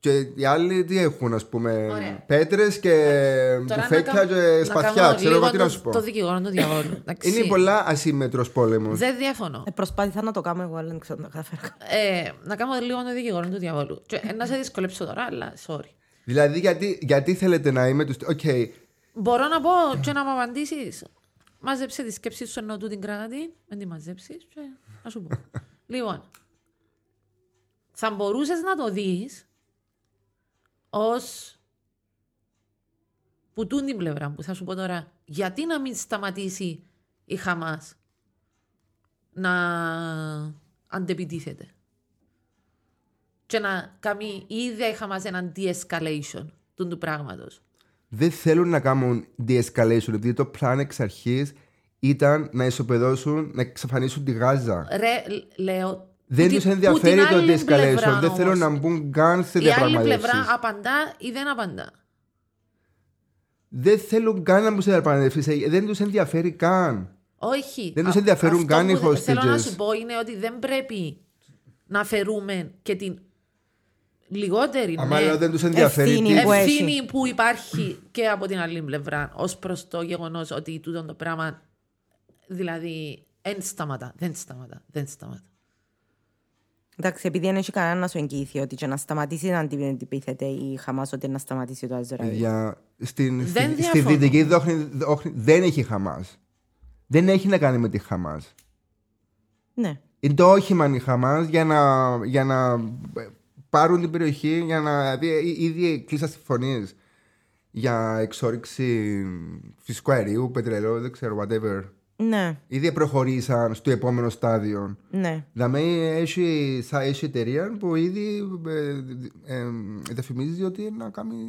[SPEAKER 3] Και οι άλλοι τι έχουν, ας πούμε,
[SPEAKER 2] Ωραία.
[SPEAKER 3] πέτρες και
[SPEAKER 2] Τώρα να
[SPEAKER 3] τουφέκια
[SPEAKER 2] κάνω-
[SPEAKER 3] και
[SPEAKER 2] να
[SPEAKER 3] σπαθιά.
[SPEAKER 2] κάνω
[SPEAKER 3] Ξέρω εγώ
[SPEAKER 2] λίγο
[SPEAKER 3] τι να
[SPEAKER 2] το-
[SPEAKER 3] σου πω.
[SPEAKER 2] Το δικηγόρο του διαβόλου. Εντάξει.
[SPEAKER 3] Είναι πολλά ασύμετρο πόλεμος.
[SPEAKER 2] Δεν διαφωνώ.
[SPEAKER 1] Ε, προσπάθησα να το κάνω εγώ, αλλά δεν ξέρω να το καταφέρω.
[SPEAKER 2] Ε, να κάνω λίγο το δικηγόρο του διαβόλου. Και, ε, να σε δυσκολέψω τώρα, αλλά sorry.
[SPEAKER 3] Δηλαδή, γιατί, γιατί θέλετε να είμαι τους. Οκ,
[SPEAKER 2] Μπορώ να πω και να μου απαντήσεις. Μάζεψε τη σκέψη σου ενώ του την κράτη. Δεν τη μαζέψει. Και να σου πω. λοιπόν, θα μπορούσες να το δεις ως. που τούν την πλευρά που θα σου πω τώρα. Γιατί να μην σταματήσει η Χαμάς να αντεπιτίθεται. Και να κάνει η ίδια η Χαμάς έναν de-escalation του, του πράγματος.
[SPEAKER 3] δεν θέλουν να κάνουν de-escalation, επειδή το πλάνο εξ αρχής ήταν να ισοπεδώσουν, να εξαφανίσουν τη Γάζα.
[SPEAKER 2] Ρε, λέω.
[SPEAKER 3] δεν
[SPEAKER 2] που
[SPEAKER 3] τους
[SPEAKER 2] την-
[SPEAKER 3] ενδιαφέρει
[SPEAKER 2] που την
[SPEAKER 3] το
[SPEAKER 2] άλλη πλευρά,
[SPEAKER 3] de-escalation. Δεν
[SPEAKER 2] όμως.
[SPEAKER 3] θέλουν να μπουν καν σε
[SPEAKER 2] Η άλλη πλευρά
[SPEAKER 3] διαπραγματεύσει.
[SPEAKER 2] απαντά ή δεν απαντά.
[SPEAKER 3] Δεν θέλουν καν να μπουν σε διαπραγματεύσεις. Δεν τους ενδιαφέρει καν.
[SPEAKER 2] Όχι.
[SPEAKER 3] Δεν
[SPEAKER 2] Α-
[SPEAKER 3] τους ενδιαφέρουν
[SPEAKER 2] αυτό
[SPEAKER 3] καν οι
[SPEAKER 2] που θε- Θέλω να
[SPEAKER 3] hostages.
[SPEAKER 2] σου πω είναι ότι δεν πρέπει να φερούμε και την λιγότερη
[SPEAKER 3] Αμά
[SPEAKER 2] ναι,
[SPEAKER 3] λέω δεν τους ενδιαφέρει.
[SPEAKER 1] Ευθύνη
[SPEAKER 3] τι-
[SPEAKER 1] που έχει.
[SPEAKER 2] ευθύνη που υπάρχει και από την άλλη πλευρά ως προς το γεγονός ότι τούτο το πράγμα δηλαδή δεν σταματά, δεν σταματά, δεν σταματά.
[SPEAKER 1] Εντάξει, επειδή δεν έχει κανένα να σου εγγυηθεί ότι και να σταματήσει να αντιπίθεται η Χαμάς, ότι να σταματήσει το Ισραήλ.
[SPEAKER 3] Ε, Για, στην,
[SPEAKER 2] Ε, Δεν
[SPEAKER 3] στη, στη
[SPEAKER 2] διαφωνώ.
[SPEAKER 3] δυτική δόχνη, δόχνη δεν έχει Χαμάς. Δεν έχει να κάνει με τη Χαμάς.
[SPEAKER 1] Ναι.
[SPEAKER 3] Είναι το όχημα η Χαμάς για να, για να πάρουν την περιοχή, για να δει ήδη κλείσαν συμφωνίες για εξόριξη φυσικού αερίου, πετρελαίου, δεν ξέρω, whatever.
[SPEAKER 1] Ναι,
[SPEAKER 3] Ήδη προχωρήσαν στο επόμενο στάδιο.
[SPEAKER 1] ναι.
[SPEAKER 3] Δηλαδή έχει, σα- έχει εταιρεία που ήδη ε, ε, ε, διαφημίζει ότι να κάνει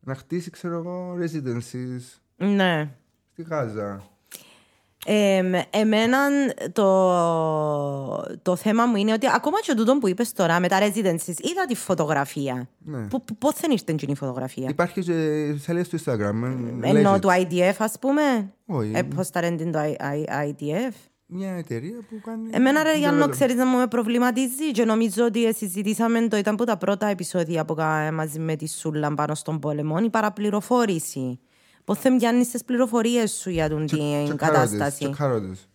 [SPEAKER 3] να χτίσει, ξέρω εγώ, residencies
[SPEAKER 1] ναι.
[SPEAKER 3] στη Γάζα.
[SPEAKER 1] Εμ, εμένα το, το θέμα μου είναι ότι ακόμα και τούτο που είπες τώρα με τα residences, είδα τη φωτογραφία.
[SPEAKER 3] Ναι.
[SPEAKER 1] Πο- πο- Πώς δεν ήρθε εκείνη η φωτογραφία.
[SPEAKER 3] Υπάρχει σε σελίδα στο Instagram. ε,
[SPEAKER 1] Ενώ
[SPEAKER 3] legends.
[SPEAKER 1] του IDF ας πούμε.
[SPEAKER 3] Όχι.
[SPEAKER 1] Ε, πώς τα ρέντιν το I- I- IDF.
[SPEAKER 3] μια εταιρεία που κάνει.
[SPEAKER 1] Εμένα ρε
[SPEAKER 3] develop.
[SPEAKER 1] Γιάννο ξέρεις να μου με προβληματίζει και νομίζω ότι ε, συζητήσαμε το ήταν που τα πρώτα επεισόδια που κάναμε μαζί με τη Σούλα πάνω στον πόλεμο η παραπληροφόρηση. Πώς δεν πιάνεις τις πληροφορίες σου για τον την
[SPEAKER 3] Τσεκάροντες,
[SPEAKER 1] κατάσταση.
[SPEAKER 3] τσεκάροντες.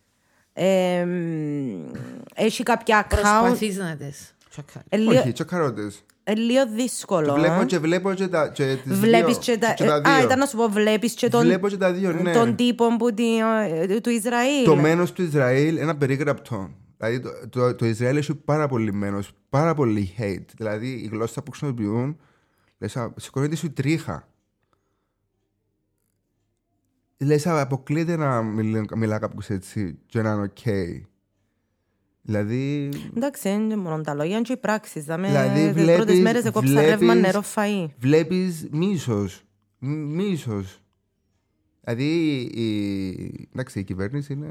[SPEAKER 1] Ε, μ, έχει κάποια account.
[SPEAKER 2] Προσπαθείς να τις τσακάρεις.
[SPEAKER 1] Ε, λίγο-
[SPEAKER 3] Όχι, τσεκάροντε.
[SPEAKER 1] ε, Λίγο δύσκολο.
[SPEAKER 3] Βλέπω
[SPEAKER 1] ε.
[SPEAKER 3] και βλέπω και τα, και τις
[SPEAKER 1] Βλέπεις
[SPEAKER 3] δύο,
[SPEAKER 1] και τα... ε,
[SPEAKER 3] και τα δύο.
[SPEAKER 1] Α, ήταν να σου πω, βλέπεις και τον,
[SPEAKER 3] Βλέπω και τα δύο, ναι.
[SPEAKER 1] τον τύπο που τη- ε, του Ισραήλ.
[SPEAKER 3] Το μένος του Ισραήλ ένα περίγραπτο. Δηλαδή το, το, το Ισραήλ έχει πάρα πολύ μένος, πάρα πολύ hate. Δηλαδή η γλώσσα που χρησιμοποιούν, λες, α, σηκώνεται σου τρίχα. λες «Α, αποκλείεται να μιλ- μιλά κάποιος έτσι και να είναι οκ. Δηλαδή,
[SPEAKER 1] Εντάξει, είναι μόνο τα λόγια, είναι και οι πράξεις. Δάμε,
[SPEAKER 3] Δηλαδή,
[SPEAKER 1] δηλαδή, τις
[SPEAKER 3] βλέπεις-
[SPEAKER 1] πρώτες μέρες έκοψα ρεύμα,
[SPEAKER 3] βλέπεις-
[SPEAKER 1] νερό, φαΐ.
[SPEAKER 3] βλέπεις μίσος. Μ- Μίσος. Δηλαδή, η, εντάξει, η κυβέρνηση είναι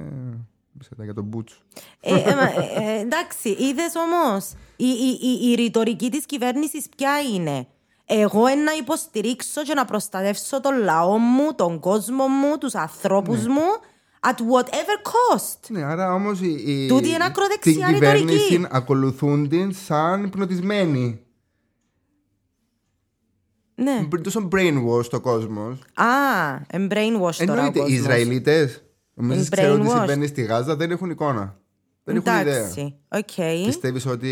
[SPEAKER 3] σαν για τον Μπούτσο.
[SPEAKER 1] Ε, ε, μα, ε, εντάξει, είδες όμως. Η, η, η, η ρητορική της κυβέρνησης ποια είναι. Εγώ ε, να υποστηρίξω και να προστατεύσω τον λαό μου, τον κόσμο μου, τους ανθρώπους μου, at whatever cost.
[SPEAKER 3] Ναι, άρα όμως.
[SPEAKER 1] Τούτη είναι ακροδεξιά
[SPEAKER 3] Την
[SPEAKER 1] ρητορική.
[SPEAKER 3] κυβέρνηση ακολουθούν την σαν πνοτισμένη.
[SPEAKER 1] Ναι.
[SPEAKER 3] Πριν τόσο brainwash ο κόσμος.
[SPEAKER 1] Α, em brainwash τώρα ο
[SPEAKER 3] Εννοείται, οι
[SPEAKER 1] κόσμος.
[SPEAKER 3] Ισραηλίτες,
[SPEAKER 1] Είναι
[SPEAKER 3] εμεί ξέρουμε τι
[SPEAKER 1] brainwashed.
[SPEAKER 3] συμβαίνει στη Γάζα, δεν έχουν εικόνα. Δεν έχουν ιδέα.
[SPEAKER 1] Εντάξει, οκ.
[SPEAKER 3] Πιστεύεις ότι.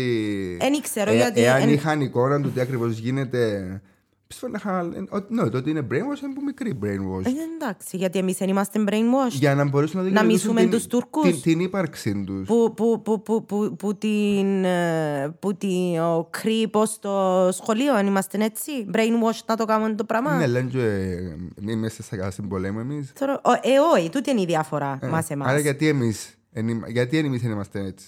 [SPEAKER 1] Ε?
[SPEAKER 3] ε,
[SPEAKER 1] Εν ήξερα, γιατί
[SPEAKER 3] Εάν
[SPEAKER 1] εν-
[SPEAKER 3] είχαν εικόνα του τι ακριβώς γίνεται. Πιστεύω να είχαν. εν- ότι- Ναι, το ότι είναι brainwash είναι που μικρή brainwash.
[SPEAKER 1] Ε, εντάξει, γιατί εμείς δεν είμαστε brainwash.
[SPEAKER 3] Για να μπορέσουν να δικαιολογήσουν
[SPEAKER 1] μισούμε
[SPEAKER 3] την-
[SPEAKER 1] τους Τούρκους.
[SPEAKER 3] την- Την ύπαρξή τους.
[SPEAKER 1] που, που, που, που, που, που, την, ε, που την, ο κρύπο στο σχολείο, αν είμαστε έτσι. Brainwash να το κάνουμε το πράγμα.
[SPEAKER 3] Ναι, λένε και ε, είμαστε στα καλά στην πολέμου εμείς.
[SPEAKER 1] Τώρα, ο- ε, όχι, τούτη είναι η διαφορά
[SPEAKER 3] Ε,
[SPEAKER 1] μας εμάς.
[SPEAKER 3] Άρα γιατί εμείς γιατί εμείς δεν είμαστε έτσι.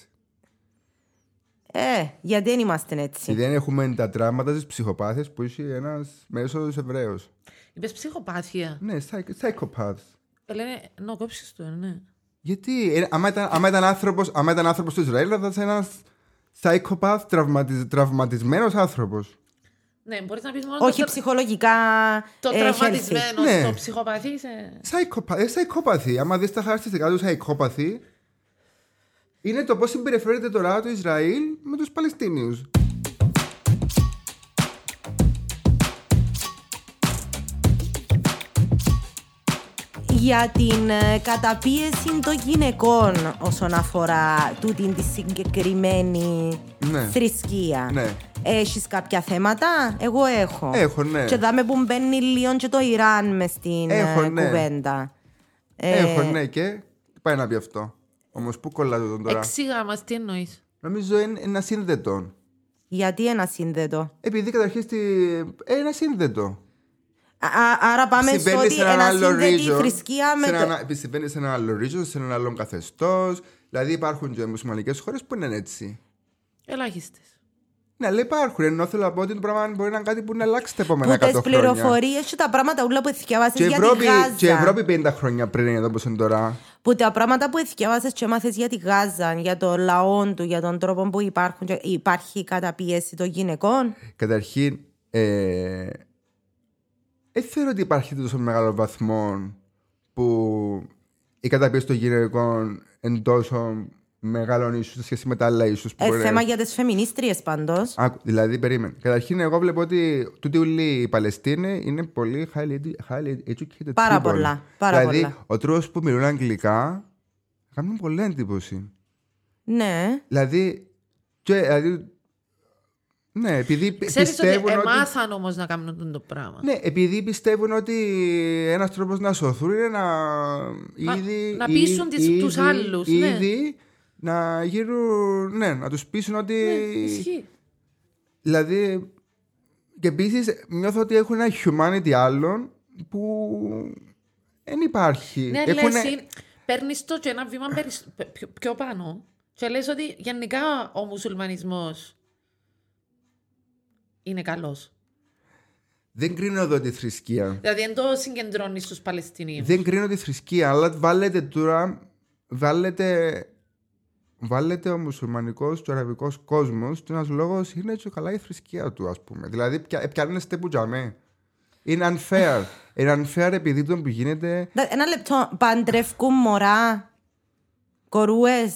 [SPEAKER 1] Ε, γιατί δεν είμαστε έτσι.
[SPEAKER 3] Γιατί δεν έχουμε τα τραύματα της ψυχοπάθειας που είχε ένας μέσος Εβραίος.
[SPEAKER 2] Είπες ψυχοπάθεια.
[SPEAKER 3] Ναι, psych- psychopath.
[SPEAKER 2] Ε, Λένε, νο, κόψεις το, ναι.
[SPEAKER 3] Γιατί, ε, άμα ήταν, άμα ήταν άνθρωπος, άμα ήταν άνθρωπος του Ισραήλ, θα ήταν ένα psychopath τραυματισ, τραυματισμένος άνθρωπος.
[SPEAKER 2] Ναι, μπορείς να πεις μόνο
[SPEAKER 1] όχι
[SPEAKER 2] το, τρα-
[SPEAKER 1] ψυχολογικά.
[SPEAKER 2] το
[SPEAKER 1] ε, healthy.
[SPEAKER 2] τραυματισμένο,
[SPEAKER 3] Ναι.
[SPEAKER 2] το ψυχοπαθή είσαι.
[SPEAKER 3] Psychopath, ε, psychopathy. Άμα δεις τα χαρακτηριστικά του psychopathy, είναι το πώς συμπεριφέρεται τώρα το Ισραήλ με τους Παλαιστίνιους.
[SPEAKER 1] Για την ε, καταπίεση των γυναικών όσον αφορά τούτη τη συγκεκριμένη
[SPEAKER 3] Ναι.
[SPEAKER 1] θρησκεία.
[SPEAKER 3] Ναι.
[SPEAKER 1] Έχεις κάποια θέματα, εγώ έχω.
[SPEAKER 3] Έχω, ναι.
[SPEAKER 1] Και δάμε που μπαίνει λίγο και το Ιράν μες στην ε,
[SPEAKER 3] Έχω, ναι.
[SPEAKER 1] κουβέντα. Ε,
[SPEAKER 3] Έχω, ναι, και τι πάει να πει αυτό. Όμως πού κολλάτε τον τώρα.
[SPEAKER 2] Εξήγα μας, τι εννοείς.
[SPEAKER 3] Νομίζω είναι ένα σύνδετο.
[SPEAKER 1] Γιατί ένα σύνδετο.
[SPEAKER 3] Επειδή καταρχήν στη... ε, ένα σύνδετο.
[SPEAKER 1] Α, α, άρα πάμε στο
[SPEAKER 3] Συμβαίνει
[SPEAKER 1] ότι
[SPEAKER 3] σε έναν
[SPEAKER 1] ένα
[SPEAKER 3] άλλο
[SPEAKER 1] σύνδετη
[SPEAKER 3] ρίζο.
[SPEAKER 1] θρησκεία με
[SPEAKER 3] σε
[SPEAKER 1] το...
[SPEAKER 3] έναν- Συμβαίνει σε έναν άλλο ρίζο, σε έναν άλλο καθεστώς. Δηλαδή υπάρχουν και μουσουλμανικές χώρες που είναι έτσι.
[SPEAKER 2] Ελάχιστες.
[SPEAKER 3] Ναι, αλλά υπάρχουν. Ενώ θέλω να πω ότι το πράγμα μπορεί να είναι κάτι που να αλλάξει τα επόμενα
[SPEAKER 1] Που
[SPEAKER 3] 100
[SPEAKER 1] τις
[SPEAKER 3] χρόνια.
[SPEAKER 1] πληροφορίες και τα πράγματα όλα που θυκευάσες
[SPEAKER 3] Και
[SPEAKER 1] για
[SPEAKER 3] Ευρώπη,
[SPEAKER 1] τη Γάζα.
[SPEAKER 3] και Ευρώπη 50 χρόνια πριν είναι εδώ όπω είναι τώρα.
[SPEAKER 1] Που τα πράγματα που θυκευάσες και μάθες για τη Γάζα, για το λαό του, για τον τρόπο που υπάρχουν και υπάρχει καταπίεση των γυναικών.
[SPEAKER 3] Καταρχήν, ε, δεν θεωρώ ότι υπάρχει τόσο μεγάλο βαθμό που η καταπίεση των γυναικών εν τόσο μεγάλων ίσου σε σχέση με τα άλλα ίσου που
[SPEAKER 1] Ε,
[SPEAKER 3] μπορεί να
[SPEAKER 1] θέμα για τις φεμινίστριες πάντως.
[SPEAKER 3] Άκου, δηλαδή, περίμενε. Καταρχήν, εγώ βλέπω ότι τούτοι όλοι οι Παλαιστίνοι είναι πολύ highly, edu- highly educated
[SPEAKER 1] Πάρα
[SPEAKER 3] people.
[SPEAKER 1] πολλά, πάρα
[SPEAKER 3] δηλαδή,
[SPEAKER 1] πολλά.
[SPEAKER 3] ο τρόπος που μιλούν αγγλικά κάνουν πολύ εντύπωση.
[SPEAKER 1] Ναι.
[SPEAKER 3] Δηλαδή, και, δηλαδή ναι, επειδή πι-
[SPEAKER 2] Ξέρεις ότι
[SPEAKER 3] πιστεύουν
[SPEAKER 2] εμάθαν όμως να κάνουν τον το πράγμα.
[SPEAKER 3] Ναι, επειδή πιστεύουν ότι ένας τρόπος να σωθούν είναι να. ήδη-
[SPEAKER 2] να πείσουν
[SPEAKER 3] ήδη-
[SPEAKER 2] τις-
[SPEAKER 3] ήδη-
[SPEAKER 2] τους άλλους, ναι.
[SPEAKER 3] ήδη να γύρουν. Ναι, να τους πείσουν ότι.
[SPEAKER 2] Ισχύει.
[SPEAKER 3] Δηλαδή. Και επίσης νιώθω ότι έχουν ένα humanity άλλων που δεν υπάρχει.
[SPEAKER 2] Ναι,
[SPEAKER 3] Έχουνε-
[SPEAKER 2] λες, είναι- παίρνεις το και ένα βήμα περισ- πε- πιο, πιο πάνω και λες ότι γενικά ο μουσουλμανισμός είναι καλός.
[SPEAKER 3] Δεν κρίνω εδώ τη θρησκεία.
[SPEAKER 2] Δηλαδή δεν το συγκεντρώνεις στους Παλαιστινίους.
[SPEAKER 3] Δεν κρίνω τη θρησκεία, αλλά βάλετε τώρα. Βάλετε. Βάλετε ο μουσουλμανικός και ο αραβικός κόσμος και ένας λόγος είναι και καλά η θρησκεία του, ας πούμε. Δηλαδή, πια- πιάνεστε που τζαμέ. Είναι unfair. είναι unfair επειδή το που γίνεται.
[SPEAKER 1] Ντα- Ένα λεπτό. Παντρεύκουν μωρά, κορούες,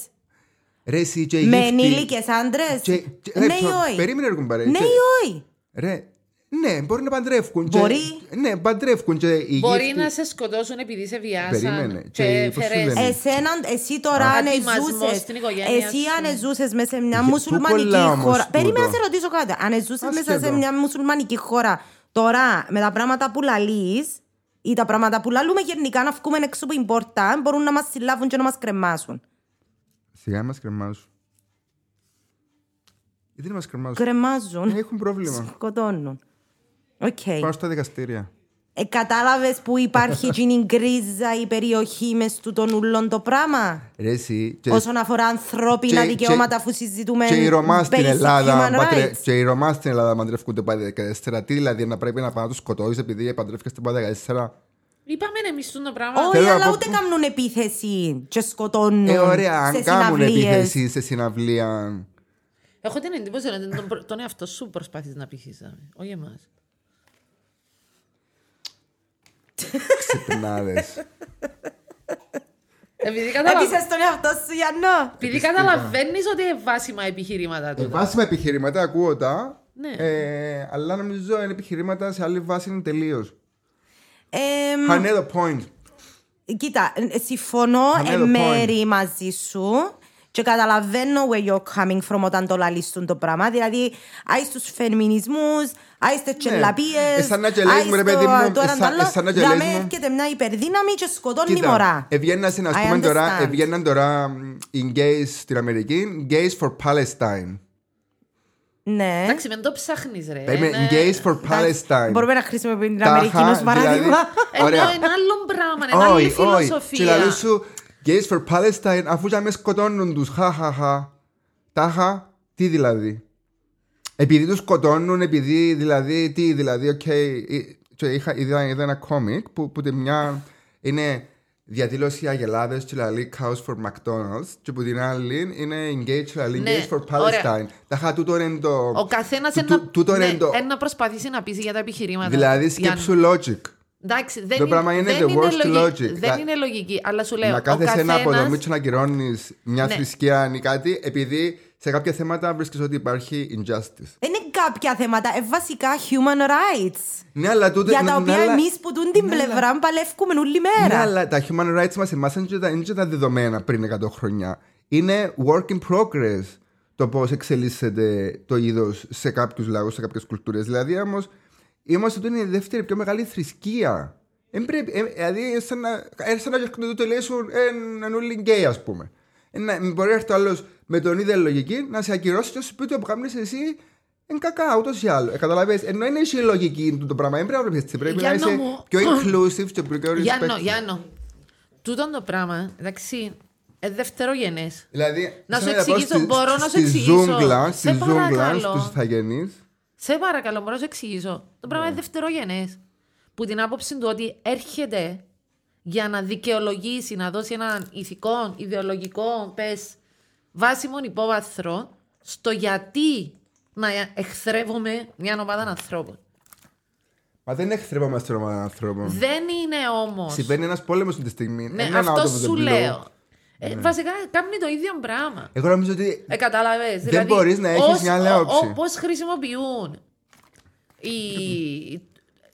[SPEAKER 3] Ρε, εσύ και οι
[SPEAKER 1] με
[SPEAKER 3] γύφτοι-
[SPEAKER 1] ενήλικες άντρες.
[SPEAKER 3] Και- και- ρε,
[SPEAKER 1] Ναι ή
[SPEAKER 3] ψω-
[SPEAKER 1] όχι.
[SPEAKER 3] Περίμενε, ρε, κουμπάρε.
[SPEAKER 1] Ναι
[SPEAKER 3] Και-
[SPEAKER 1] ή όχι.
[SPEAKER 3] Ρε, ναι, μπορεί να παντρεύκουν. και-
[SPEAKER 1] Μπορεί.
[SPEAKER 3] ναι, παντρεύκουν και οι
[SPEAKER 2] Μπορεί
[SPEAKER 3] γύφτοι-
[SPEAKER 2] να σε σκοτώσουν επειδή σε βιάσαν
[SPEAKER 3] Περίμενε. Και
[SPEAKER 2] και
[SPEAKER 3] πώς σου
[SPEAKER 2] φερές. Ε,
[SPEAKER 3] λένε.
[SPEAKER 1] Εσέναν, εσύ τώρα αν
[SPEAKER 2] Ατιμασμός
[SPEAKER 1] εζούσες,
[SPEAKER 2] στην οικογένεια
[SPEAKER 1] εσύ
[SPEAKER 2] σου.
[SPEAKER 1] αν εζούσες μέσα σε μια
[SPEAKER 3] Για- πού
[SPEAKER 1] μουσουλμανική
[SPEAKER 3] κολλά όμως
[SPEAKER 1] χώρα.
[SPEAKER 3] τούτο?
[SPEAKER 1] Περίμενα να σε ρωτήσω κάτι. Αν εζούσες
[SPEAKER 3] Άσχετο.
[SPEAKER 1] μέσα σε μια μουσουλμανική χώρα τώρα με τα πράγματα που λαλείς ή τα πράγματα που λαλούμε γενικά να βγούμε έξω από την πόρτα μπορούν να μας συλλάβουν και να μας κρεμάσουν.
[SPEAKER 3] Σιγά μα κρεμάζουν. Γιατί να μας κρεμάζουν. Ναι,
[SPEAKER 1] Κρεμάζουν,
[SPEAKER 3] Έχουν πρόβλημα.
[SPEAKER 1] σκοτώνουν. Οκ.
[SPEAKER 3] Πάω στα δικαστήρια.
[SPEAKER 1] Ε, Κατάλαβες που
[SPEAKER 3] (laughs)
[SPEAKER 1] υπάρχει η γκρίζα η περιοχή μες του τον ουλών το πράγμα.
[SPEAKER 3] Ρε εσύ, και-
[SPEAKER 1] Όσον αφορά ανθρώπινα
[SPEAKER 3] και-
[SPEAKER 1] δικαιώματα,
[SPEAKER 3] και-
[SPEAKER 1] αφού συζητούμε.
[SPEAKER 3] και οι Ρωμά στην
[SPEAKER 1] basic
[SPEAKER 3] Ελλάδα,
[SPEAKER 1] human
[SPEAKER 3] πατρε-
[SPEAKER 1] rights.
[SPEAKER 3] και οι Ρωμά στην Ελλάδα μαντρεύκονται πάει 14. Τι δηλαδή να πρέπει να πάνε να τους σκοτώσεις επειδή παντρεύκεστε πάει 14.
[SPEAKER 2] Είπαμε εμεί το πράγμα.
[SPEAKER 1] Όχι,
[SPEAKER 3] Θέλω να
[SPEAKER 1] αλλά
[SPEAKER 3] πω-
[SPEAKER 1] ούτε κάνουν επίθεση και σκοτώνουν.
[SPEAKER 3] Ε, ωραία,
[SPEAKER 1] Ναι. σε
[SPEAKER 3] αν κάνουν
[SPEAKER 1] συναυλίες.
[SPEAKER 3] επίθεση σε συναυλία.
[SPEAKER 2] Έχω την εντύπωση ότι τον, προ- τον εαυτό σου προσπαθεί να πηχήσαμε. Όχι εμάς.
[SPEAKER 3] Ξυπνάδες.
[SPEAKER 1] (laughs)
[SPEAKER 2] Επειδή, καταλαβα...
[SPEAKER 1] Έπεισε τον εαυτό σου, Γιάννο.
[SPEAKER 2] Επειδή καταλαβαίνεις ότι είναι βάσιμα επιχειρήματα του.
[SPEAKER 3] Ε, Βάσιμα επιχειρήματα ακούω τα.
[SPEAKER 2] Ναι.
[SPEAKER 3] ε, αλλά νομίζω είναι επιχειρήματα σε άλλη βάση είναι τελείως.
[SPEAKER 1] Εμ,
[SPEAKER 3] Another point.
[SPEAKER 1] Κοίτα, ε, συμφωνώ
[SPEAKER 3] Χαμέλο
[SPEAKER 1] εν
[SPEAKER 3] point.
[SPEAKER 1] μέρη μαζί σου και καταλαβαίνω where you're coming from όταν το λαλίστούν το πράγμα. Δηλαδή, άι στους φεμινισμούς, άι στις τσελαπίες,
[SPEAKER 3] Ε, σαν να και λες μου, ρε παιδί μου, ε, σαν- ε, σαν να και λες
[SPEAKER 1] Δάμε
[SPEAKER 3] μου.
[SPEAKER 1] έρχεται μια υπερδύναμη και σκοτώνει
[SPEAKER 3] Κοίτα, ε,
[SPEAKER 1] μωρά.
[SPEAKER 3] εβγαίναν ας
[SPEAKER 1] I
[SPEAKER 3] πούμε τώρα,
[SPEAKER 1] understand.
[SPEAKER 3] εβγαίναν τώρα μ, οι gays στην Αμερική, gays for Palestine.
[SPEAKER 1] Ναι.
[SPEAKER 2] ε, Εντάξει, με το ψάχνεις, ρε. ε, ναι.
[SPEAKER 3] Είμαι
[SPEAKER 2] Είναι-
[SPEAKER 3] gays for
[SPEAKER 1] Εντάξει,
[SPEAKER 3] Palestine.
[SPEAKER 1] Μπορούμε να χρησιμοποιούμε την
[SPEAKER 3] Τάχα,
[SPEAKER 1] Αμερική ως παράδειγμα.
[SPEAKER 3] δηλαδή-
[SPEAKER 2] Ενώ
[SPEAKER 3] Ωραία.
[SPEAKER 2] ένα άλλο πράγμα, είναι άλλη
[SPEAKER 3] Και
[SPEAKER 2] φιλοσοφία.
[SPEAKER 3] λαλού σου, gays for Palestine, αφού για με σκοτώνουν τους, χα, χα, χα. Τάχα, τι δηλαδή. Επειδή τους σκοτώνουν, επειδή, δηλαδή, τι, δηλαδή, οκ. ε, και είχα, είδα, είδα ένα κόμικ που, που τη μια είναι διαδήλωση αγελάδες και λαλεί Cows for McDonald's και που την άλλη είναι engaged και λαλεί
[SPEAKER 2] Ναι,
[SPEAKER 3] Gays for
[SPEAKER 2] ωραία.
[SPEAKER 3] Palestine. Τάχα, τούτο είναι το...
[SPEAKER 2] Ο καθένας
[SPEAKER 3] του- του- τούτο είναι το-
[SPEAKER 2] ναι, να προσπαθήσει να πείσει για τα επιχειρήματα.
[SPEAKER 3] Δηλαδή,
[SPEAKER 2] του.
[SPEAKER 3] σκέψου logic.
[SPEAKER 2] Εντάξει, δεν
[SPEAKER 3] Το πράγμα είναι
[SPEAKER 2] δεν
[SPEAKER 3] the worst
[SPEAKER 2] λογική-
[SPEAKER 3] logic.
[SPEAKER 2] Δεν
[SPEAKER 3] Δα-
[SPEAKER 2] είναι λογική, αλλά σου λέω.
[SPEAKER 3] να
[SPEAKER 2] ο
[SPEAKER 3] κάθεσαι ένα
[SPEAKER 2] καθένας-
[SPEAKER 3] αποδομή και να κυρώνει μια
[SPEAKER 2] Ναι.
[SPEAKER 3] θρησκεία ή κάτι, επειδή σε κάποια θέματα βρίσκεις ότι υπάρχει injustice.
[SPEAKER 1] Δεν (laughs) είναι κάποια θέματα, ε, βασικά human rights.
[SPEAKER 3] Ναι, αλλά τούτε,
[SPEAKER 1] Για
[SPEAKER 3] ναι,
[SPEAKER 1] τα
[SPEAKER 3] ναι,
[SPEAKER 1] οποία
[SPEAKER 3] αλλά-
[SPEAKER 1] εμείς που τούν την
[SPEAKER 3] ναι, αλλά-
[SPEAKER 1] πλευρά παλεύκουμε όλη
[SPEAKER 3] Ναι,
[SPEAKER 1] μέρα.
[SPEAKER 3] αλλά τα human rights μας εμάς είναι, και τα- είναι και τα δεδομένα πριν 100 χρόνια. Είναι work in progress το πώς εξελίσσεται το είδος σε κάποιους λαούς, σε κάποιες κουλτούρες. Δηλαδή, όμως, είμαστε τούτη η δεύτερη πιο μεγάλη θρησκεία. Εν πρέπει, ε, δηλαδή, είναι σαν να έρθουν να έρχονται εδώ και λέσουν έναν όλοι γκέι, ας πούμε. Ε, να- μπορεί να έρθει ο άλλος με τον ίδιο λογική να σε ακυρώσει και να σου πει ότι ο γάμνης εσύ είναι κακά, ούτως ή άλλο. Ε, καταλαβαίνεις, ενώ είναι εσύ η λογική του το πράγμα, δεν πρέπει να βλέπεις Πρέπει να
[SPEAKER 2] Γιάννο
[SPEAKER 3] είσαι
[SPEAKER 2] μου.
[SPEAKER 3] πιο inclusive και πιο respectful.
[SPEAKER 2] Γιάννο, Γιάννο. Τούτο το πράγμα, εντάξει, ε, δευτερογενές.
[SPEAKER 3] Δηλαδή,
[SPEAKER 2] Να
[SPEAKER 3] σαν
[SPEAKER 2] σου
[SPEAKER 3] πω
[SPEAKER 2] εξηγήσω,
[SPEAKER 3] στη-
[SPEAKER 2] μπορώ να σου
[SPEAKER 3] στη
[SPEAKER 2] εξηγήσω. Σε
[SPEAKER 3] Ζούγκλα, στη ζούγκλα,
[SPEAKER 2] παρακαλώ.
[SPEAKER 3] στους Ιθαγενείς.
[SPEAKER 2] Σε παρακαλώ, μπορώ να σου εξηγήσω. Το πράγμα είναι δευτερογενές. Που την άποψη του ότι έρχεται για να δικαιολογήσει, να δώσει έναν ηθικό, ιδεολογικό, πες, βάσιμον υπόβαθρο στο γιατί να εχθρεύουμε μια ομάδα ανθρώπων.
[SPEAKER 3] Μα δεν εχθρεύομαστε των ανθρώπων.
[SPEAKER 2] Δεν είναι όμως.
[SPEAKER 3] Συμβαίνει ένας πόλεμος αυτή τη στιγμή.
[SPEAKER 2] Ναι,
[SPEAKER 3] Δεν είναι out
[SPEAKER 2] αυτό
[SPEAKER 3] of the
[SPEAKER 2] σου
[SPEAKER 3] blue.
[SPEAKER 2] λέω. Ε, βασικά κάνει το ίδιο πράγμα.
[SPEAKER 3] Εγώ νομίζω ότι
[SPEAKER 2] Ε, καταλαβες.
[SPEAKER 3] μπορείς να έχεις μια άλλη άποψη.
[SPEAKER 2] Πώς χρησιμοποιούν. Οι...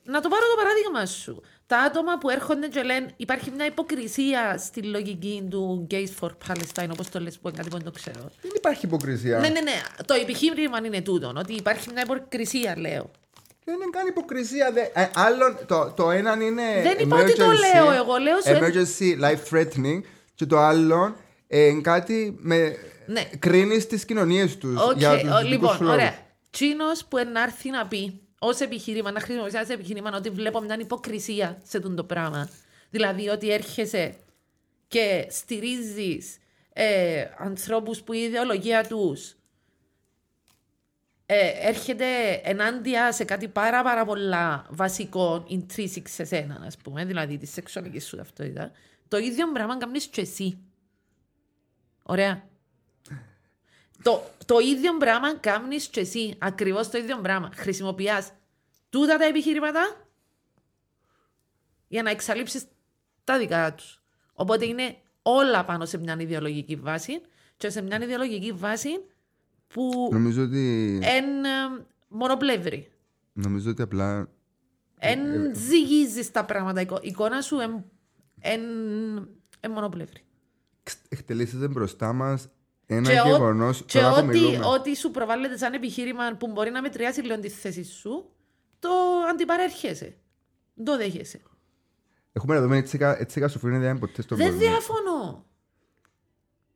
[SPEAKER 2] να το πάρω το παράδειγμα σου. Τα άτομα που έρχονται και λένε υπάρχει μια υποκρισία στη λογική του Gays for Palestine, όπως το λες που είναι κάτι που δεν το ξέρω.
[SPEAKER 3] δεν υπάρχει υποκρισία.
[SPEAKER 2] Ναι, ναι, ναι. Το επιχείρημα είναι τούτο. Ότι υπάρχει μια υποκρισία, λέω.
[SPEAKER 3] Δεν είναι καν υποκρισία. Δε... Ε, άλλον, το, το έναν είναι.
[SPEAKER 2] Δεν είπα ότι το
[SPEAKER 3] emergency,
[SPEAKER 2] λέω εγώ, λέω σου-
[SPEAKER 3] Emergency life threatening. Και το άλλο ε, είναι κάτι με.
[SPEAKER 2] Ναι.
[SPEAKER 3] Κρίνεις τις κοινωνίες τους.
[SPEAKER 2] Οκ,
[SPEAKER 3] για τους
[SPEAKER 2] ο-
[SPEAKER 3] δικούς
[SPEAKER 2] λοιπόν,
[SPEAKER 3] σου λόγους.
[SPEAKER 2] ωραία. Τσίνος που να έρθει να πει ως επιχείρημα, να χρησιμοποιήσει ένα επιχείρημα ότι βλέπω μια υποκρισία σε τούτο πράγμα. Δηλαδή ότι έρχεσαι και στηρίζεις ε, ανθρώπους που η ιδεολογία τους έρχεται ενάντια σε κάτι πάρα πάρα πολλά βασικό intrinsic σε σένα, ας πούμε, δηλαδή τη σεξουαλική σου ταυτότητα. Το ίδιο πράγμα κάνεις και εσύ. Ωραία. Το, το ίδιο πράγμα κάνεις και εσύ. Ακριβώς το ίδιο πράγμα. Χρησιμοποιάς τούτα τα επιχειρήματα για να εξαλείψεις τα δικά τους. Οπότε είναι όλα πάνω σε μια ιδεολογική βάση και σε μια ιδεολογική βάση που
[SPEAKER 3] Νομίζω ότι.
[SPEAKER 2] εν ε, μονοπλεύρη.
[SPEAKER 3] Νομίζω ότι απλά.
[SPEAKER 2] Εν ζυγίζεις τα πράγματα. Η εικο- η εικόνα σου εν, εν, εν μονοπλεύρη.
[SPEAKER 3] εξ- εκτελήσεται μπροστά μας ένα
[SPEAKER 2] Και ο-
[SPEAKER 3] γεγονός
[SPEAKER 2] Και
[SPEAKER 3] τώρα που
[SPEAKER 2] ό,τι,
[SPEAKER 3] μιλούμε.
[SPEAKER 2] ό,τι σου προβάλλεται σαν επιχείρημα που μπορεί να μετριάσει λίγο τη θέση σου, το αντιπαρέρχεσαι. Το δέχεσαι.
[SPEAKER 3] Έχουμε να δούμε έτσι κα- έτσι κασοφρήνη δεν είναι ποτέ στον
[SPEAKER 2] Δεν
[SPEAKER 3] κόσμο.
[SPEAKER 2] διαφωνώ.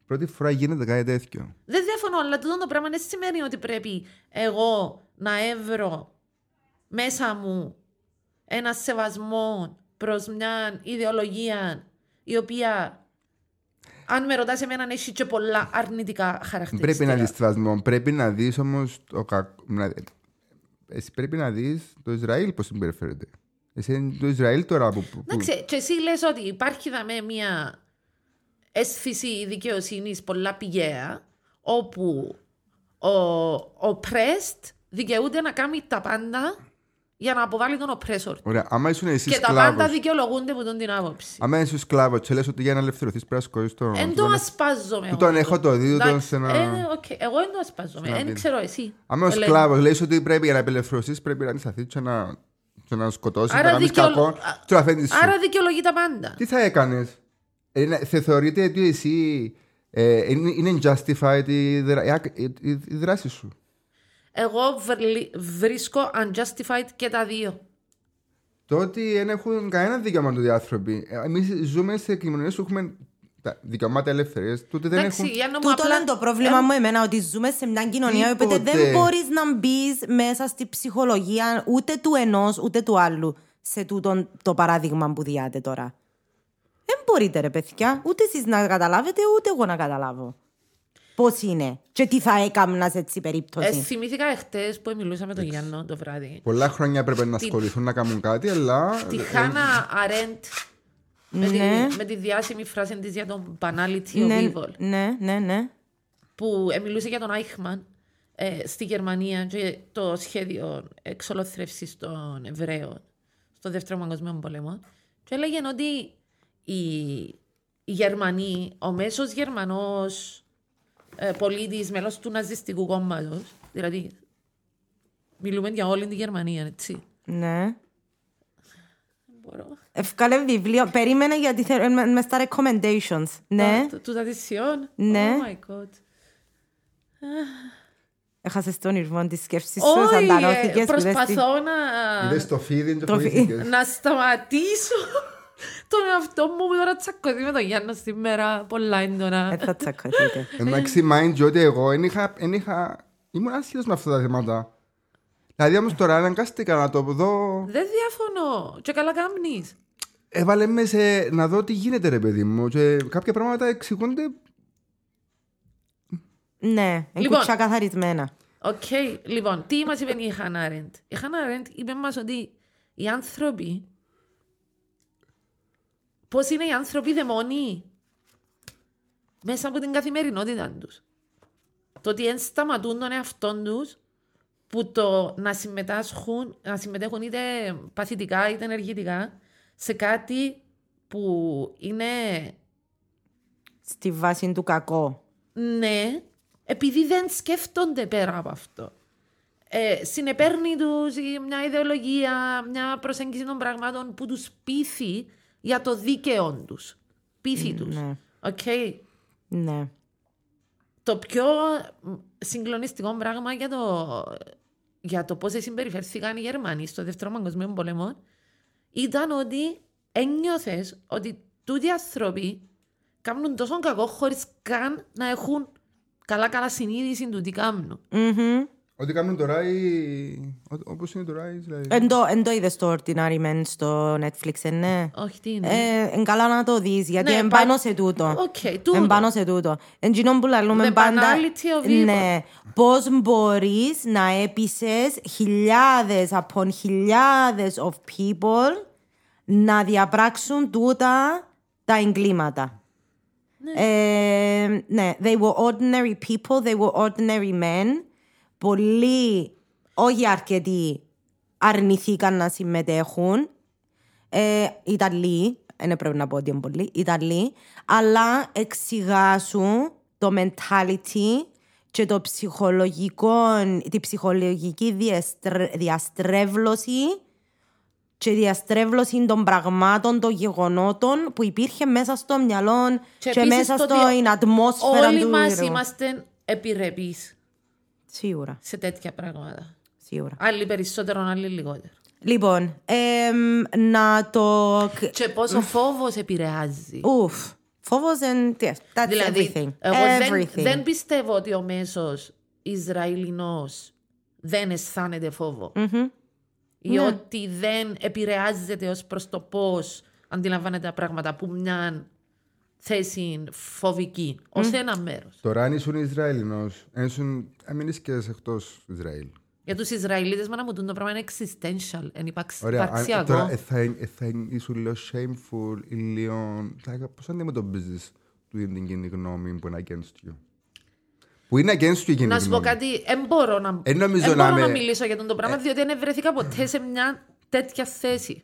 [SPEAKER 3] Πρώτη φορά γίνεται κάτι τέτοιο.
[SPEAKER 2] Δεν διαφωνώ, αλλά τούτο το πράγμα δεν σημαίνει ότι πρέπει εγώ να έβρω μέσα μου ένα σεβασμό προς μια ιδεολογία η οποία, αν με ρωτάς εμένα, έχει και πολλά αρνητικά χαρακτηριστικά.
[SPEAKER 3] Πρέπει να δεις σεβασμό. Πρέπει να δεις όμως. Κακ... να- Εσύ πρέπει να δεις το Ισραήλ πώς συμπεριφέρεται. Εσύ είναι το Ισραήλ τώρα που. που- που-
[SPEAKER 2] Εντάξει, και εσύ λες ότι υπάρχει δαμέ μια αίσθηση δικαιοσύνης πολλά πηγαία, όπου ο, ο πρέστ δικαιούται να κάνει τα πάντα για να αποβάλει τον οπρέσορ.
[SPEAKER 3] Ωραία, άμα ήσουν εσύ
[SPEAKER 2] Και τα πάντα
[SPEAKER 3] σκλάβος.
[SPEAKER 2] δικαιολογούνται από τον την άποψη.
[SPEAKER 3] Άμα είσαι σκλάβος, και λες ότι για να ελευθερωθείς πρέπει να σκοτώσει τον.
[SPEAKER 2] Εν το
[SPEAKER 3] τον-
[SPEAKER 2] ασπάζομαι.
[SPEAKER 3] ναι, Του τον
[SPEAKER 2] εγώ.
[SPEAKER 3] έχω το δίδυτο
[SPEAKER 2] Εντάξει,
[SPEAKER 3] σε ένα-
[SPEAKER 2] ε, οκ, Εγώ δεν το ασπάζομαι.
[SPEAKER 3] σε ένα
[SPEAKER 2] Δεν
[SPEAKER 3] βίντεο.
[SPEAKER 2] ξέρω εσύ.
[SPEAKER 3] Άμα ο
[SPEAKER 2] Ελένη.
[SPEAKER 3] σκλάβος λέει ότι πρέπει για να απελευθερωθείς, πρέπει να αντισταθείς και να, και να σκοτώσεις,
[SPEAKER 2] Άρα
[SPEAKER 3] να κάνει
[SPEAKER 2] δικαιολο-
[SPEAKER 3] κακό.
[SPEAKER 2] Α-
[SPEAKER 3] Του αφέντης σου.
[SPEAKER 2] Άρα δικαιολογεί τα πάντα.
[SPEAKER 3] Τι θα έκανες, θα θεωρείτε ότι εσύ ε, είναι είναι justified η, δρα- η ακ- η- η- η δράση σου.
[SPEAKER 2] Εγώ βρλι- βρίσκω unjustified και τα δύο.
[SPEAKER 3] Το ότι δεν έχουν κανένα δικαίωμα τούτοι οι άνθρωποι. Εμείς ζούμε σε κοινωνίες που έχουμε τα δικαιώματα ελευθερίας. Τούτοι δεν
[SPEAKER 2] Εντάξει,
[SPEAKER 3] έχουν.
[SPEAKER 2] Γιάννο μου,
[SPEAKER 1] Τούτο
[SPEAKER 2] απλά-
[SPEAKER 1] είναι το πρόβλημα μου εμένα, ότι ζούμε σε μια κοινωνία που
[SPEAKER 3] Τίποτε.
[SPEAKER 1] δεν μπορείς να μπεις μέσα στη ψυχολογία ούτε του ενός ούτε του άλλου σε τούτο το παράδειγμα που διάτε τώρα. Δεν μπορείτε, ρε παιδιά, ούτε εσείς να καταλάβετε, ούτε εγώ να καταλάβω. Πώς είναι και τι θα έκαμνα σε έτσι περίπτωση.
[SPEAKER 2] Ε, θυμήθηκα εχθές που μιλούσα με τον Γιάννο το βράδυ.
[SPEAKER 3] Πολλά χρόνια πρέπει να ασχοληθούν να κάνουν κάτι, αλλά. ε,
[SPEAKER 2] Τη Χάνα Αρέντ με, τη-
[SPEAKER 1] Ναι.
[SPEAKER 2] με τη διάσημη φράση της για τον banality of
[SPEAKER 1] ναι,
[SPEAKER 2] evil.
[SPEAKER 1] ναι, ναι, ναι.
[SPEAKER 2] που ε, μιλούσε για τον Άιχμαν ε, στη Γερμανία και το σχέδιο εξολοθρεύσης των Εβραίων στο Δεύτερο Παγκοσμίο Πολέμο. Και έλεγε ότι οι, οι Γερμανοί, ο μέσος Γερμανός ε, πολίτης, μέλος του ναζιστικού κόμματος, δηλαδή μιλούμε για όλη τη Γερμανία, έτσι.
[SPEAKER 1] ναι.
[SPEAKER 2] Δεν Μπορώ.
[SPEAKER 1] Ευκάλε βιβλίο. Περίμενε γιατί θέλω με- με στα recommendations. Ναι.
[SPEAKER 2] Α, Του του Τατησιών.
[SPEAKER 1] Ναι.
[SPEAKER 2] Oh my God.
[SPEAKER 1] Έχασες τον ήρμο της σκέψης σου.
[SPEAKER 2] Όχι,
[SPEAKER 1] σαντανώθηκες,
[SPEAKER 2] ε,
[SPEAKER 1] που δεν στη-
[SPEAKER 2] προσπαθώ να...
[SPEAKER 3] Είδες το feed, και
[SPEAKER 1] Το feed.
[SPEAKER 3] φοβήθηκες.
[SPEAKER 2] να σταματήσω (laughs) τον εαυτό μου που τώρα τσακωθεί με τον Γιάννο σήμερα πολλά
[SPEAKER 1] Ε,
[SPEAKER 2] έντονα.
[SPEAKER 1] θα τσακωθείτε.
[SPEAKER 3] Εντάξει, Ε, mind you, ότι εγώ εν είχα, εν είχα, ήμουν άσχετος με αυτά τα θέματα. Δηλαδή όμως τώρα αναγκάστηκα να το δω.
[SPEAKER 2] Δεν διαφωνώ. Και καλά κάνεις.
[SPEAKER 3] Έβαλε με σε να δω τι γίνεται ρε παιδί μου και κάποια πράγματα εξηγούνται.
[SPEAKER 1] Ναι, είναι
[SPEAKER 2] Λοιπόν.
[SPEAKER 1] κουτσά καθαρισμένα.
[SPEAKER 2] Οκ, λοιπόν, τι μας είπε η Χάνα Αρέντ. Η Χάνα Αρέντ είπε μας ότι οι άνθρωποι... Πώς είναι οι άνθρωποι δαιμονοί μέσα από την καθημερινότητα τους. Το ότι δεν σταματούν τον εαυτό τους που το να συμμετάσχουν, να συμμετέχουν είτε παθητικά είτε ενεργητικά σε κάτι που είναι
[SPEAKER 1] Στη βάση του κακό.
[SPEAKER 2] ναι, επειδή δεν σκέφτονται πέρα από αυτό. Ε, συνεπέρνει τους μια ιδεολογία, μια προσέγγιση των πραγμάτων που τους πείθει για το δίκαιο του. Πείθει τους.
[SPEAKER 1] ναι. Ναι.
[SPEAKER 2] Το πιο συγκλονιστικό πράγμα για το, για το πώς συμπεριφερθήκαν οι Γερμανοί στο Δεύτερο Παγκοσμίο Πολεμό ήταν ότι ένιωθες ότι τούτοι οι άνθρωποι κάνουν τόσο κακό χωρίς καν να έχουν καλά-καλά συνείδηση του τι κάνουν.
[SPEAKER 1] Μμμ.
[SPEAKER 3] Ό,τι κάνουν τώρα οι... ό- Όπως είναι τώρα οι Ισραηλοί.
[SPEAKER 2] Ε,
[SPEAKER 1] Εν το- Εν το είδες το Ordinary Men στο Netflix, ε, ναι.
[SPEAKER 2] Όχι, τι είναι.
[SPEAKER 1] Ε, Εν καλά να το δεις, γιατί
[SPEAKER 2] Ναι,
[SPEAKER 1] εν
[SPEAKER 2] πα-
[SPEAKER 1] πάνω σε τούτο.
[SPEAKER 2] Οκ, τούτο.
[SPEAKER 1] Εν πάνω σε τούτο. Εν κοινό που λαλούμε
[SPEAKER 2] The
[SPEAKER 1] πάντα...
[SPEAKER 2] banality of evil.
[SPEAKER 1] Ναι. Πώς μπορείς να έπεισες χιλιάδες upon χιλιάδες of people να διαπράξουν τούτα τα εγκλήματα. Ε, ναι, they were ordinary people, they were ordinary men. Πολλοί, όχι αρκετοί, αρνηθήκαν να συμμετέχουν. Ε, Ιταλοί, ε, ναι πρέπει να πω ότι είναι πολλοί, Ιταλοί, αλλά εξηγάσουν το mentality και το ψυχολογικό, τη ψυχολογική διαστρε- διαστρέβλωση και διαστρέβλωση των πραγμάτων, των γεγονότων που υπήρχε μέσα στο μυαλό και,
[SPEAKER 2] επίσης
[SPEAKER 1] μέσα
[SPEAKER 2] το
[SPEAKER 1] στο
[SPEAKER 2] ότι
[SPEAKER 1] στην ατμόσφαιρα
[SPEAKER 2] Όλοι
[SPEAKER 1] του
[SPEAKER 2] μας
[SPEAKER 1] έργου.
[SPEAKER 2] είμαστε επιρρεπείς
[SPEAKER 1] Σίγουρα,
[SPEAKER 2] σε τέτοια πράγματα.
[SPEAKER 1] σίγουρα.
[SPEAKER 2] Άλλοι περισσότερο, άλλοι λιγότερο.
[SPEAKER 1] Λοιπόν, εμ, να το...
[SPEAKER 2] Και πόσο φόβος επηρεάζει.
[SPEAKER 1] Ουφ, φόβος εν... τι, That's
[SPEAKER 2] Δηλαδή,
[SPEAKER 1] everything.
[SPEAKER 2] εγώ δεν,
[SPEAKER 1] Everything.
[SPEAKER 2] δεν πιστεύω ότι ο
[SPEAKER 3] Mm-hmm.
[SPEAKER 2] μέσος Ισραηλινός δεν αισθάνεται φόβο. ή
[SPEAKER 3] Ναι.
[SPEAKER 2] ότι δεν επηρεάζεται ως προς το πώς αντιλαμβάνεται τα πράγματα από μια θέση φοβική,
[SPEAKER 3] Mm.
[SPEAKER 2] ως ένα μέρος.
[SPEAKER 3] Τώρα, αν ήσουν Ισραηλινός, αν ήσουν, αν μην και εκτός Ισραήλ.
[SPEAKER 2] Για τους Ισραηλίτες μάνα μου το πράγμα είναι existential, είναι υπαξ-
[SPEAKER 3] Ωραία, αν,
[SPEAKER 2] υπαρξιακό.
[SPEAKER 3] τώρα ε, θα, ε, θα ήσουν λίγο shameful ή λίγο... θα- Πώς αντιμετωπίζεις του είναι την κοινή γνώμη που είναι against you. Που είναι against you η κοινή
[SPEAKER 2] Να σου πω
[SPEAKER 3] γνώμη.
[SPEAKER 2] κάτι, δεν μπορώ να,
[SPEAKER 3] Ε, νομίζω
[SPEAKER 2] εν
[SPEAKER 3] να ε,
[SPEAKER 2] μπορώ να
[SPEAKER 3] με-
[SPEAKER 2] μιλήσω για τον το πράγμα, διότι δεν βρεθήκα
[SPEAKER 3] ε.
[SPEAKER 2] ποτέ σε μια τέτοια θέση.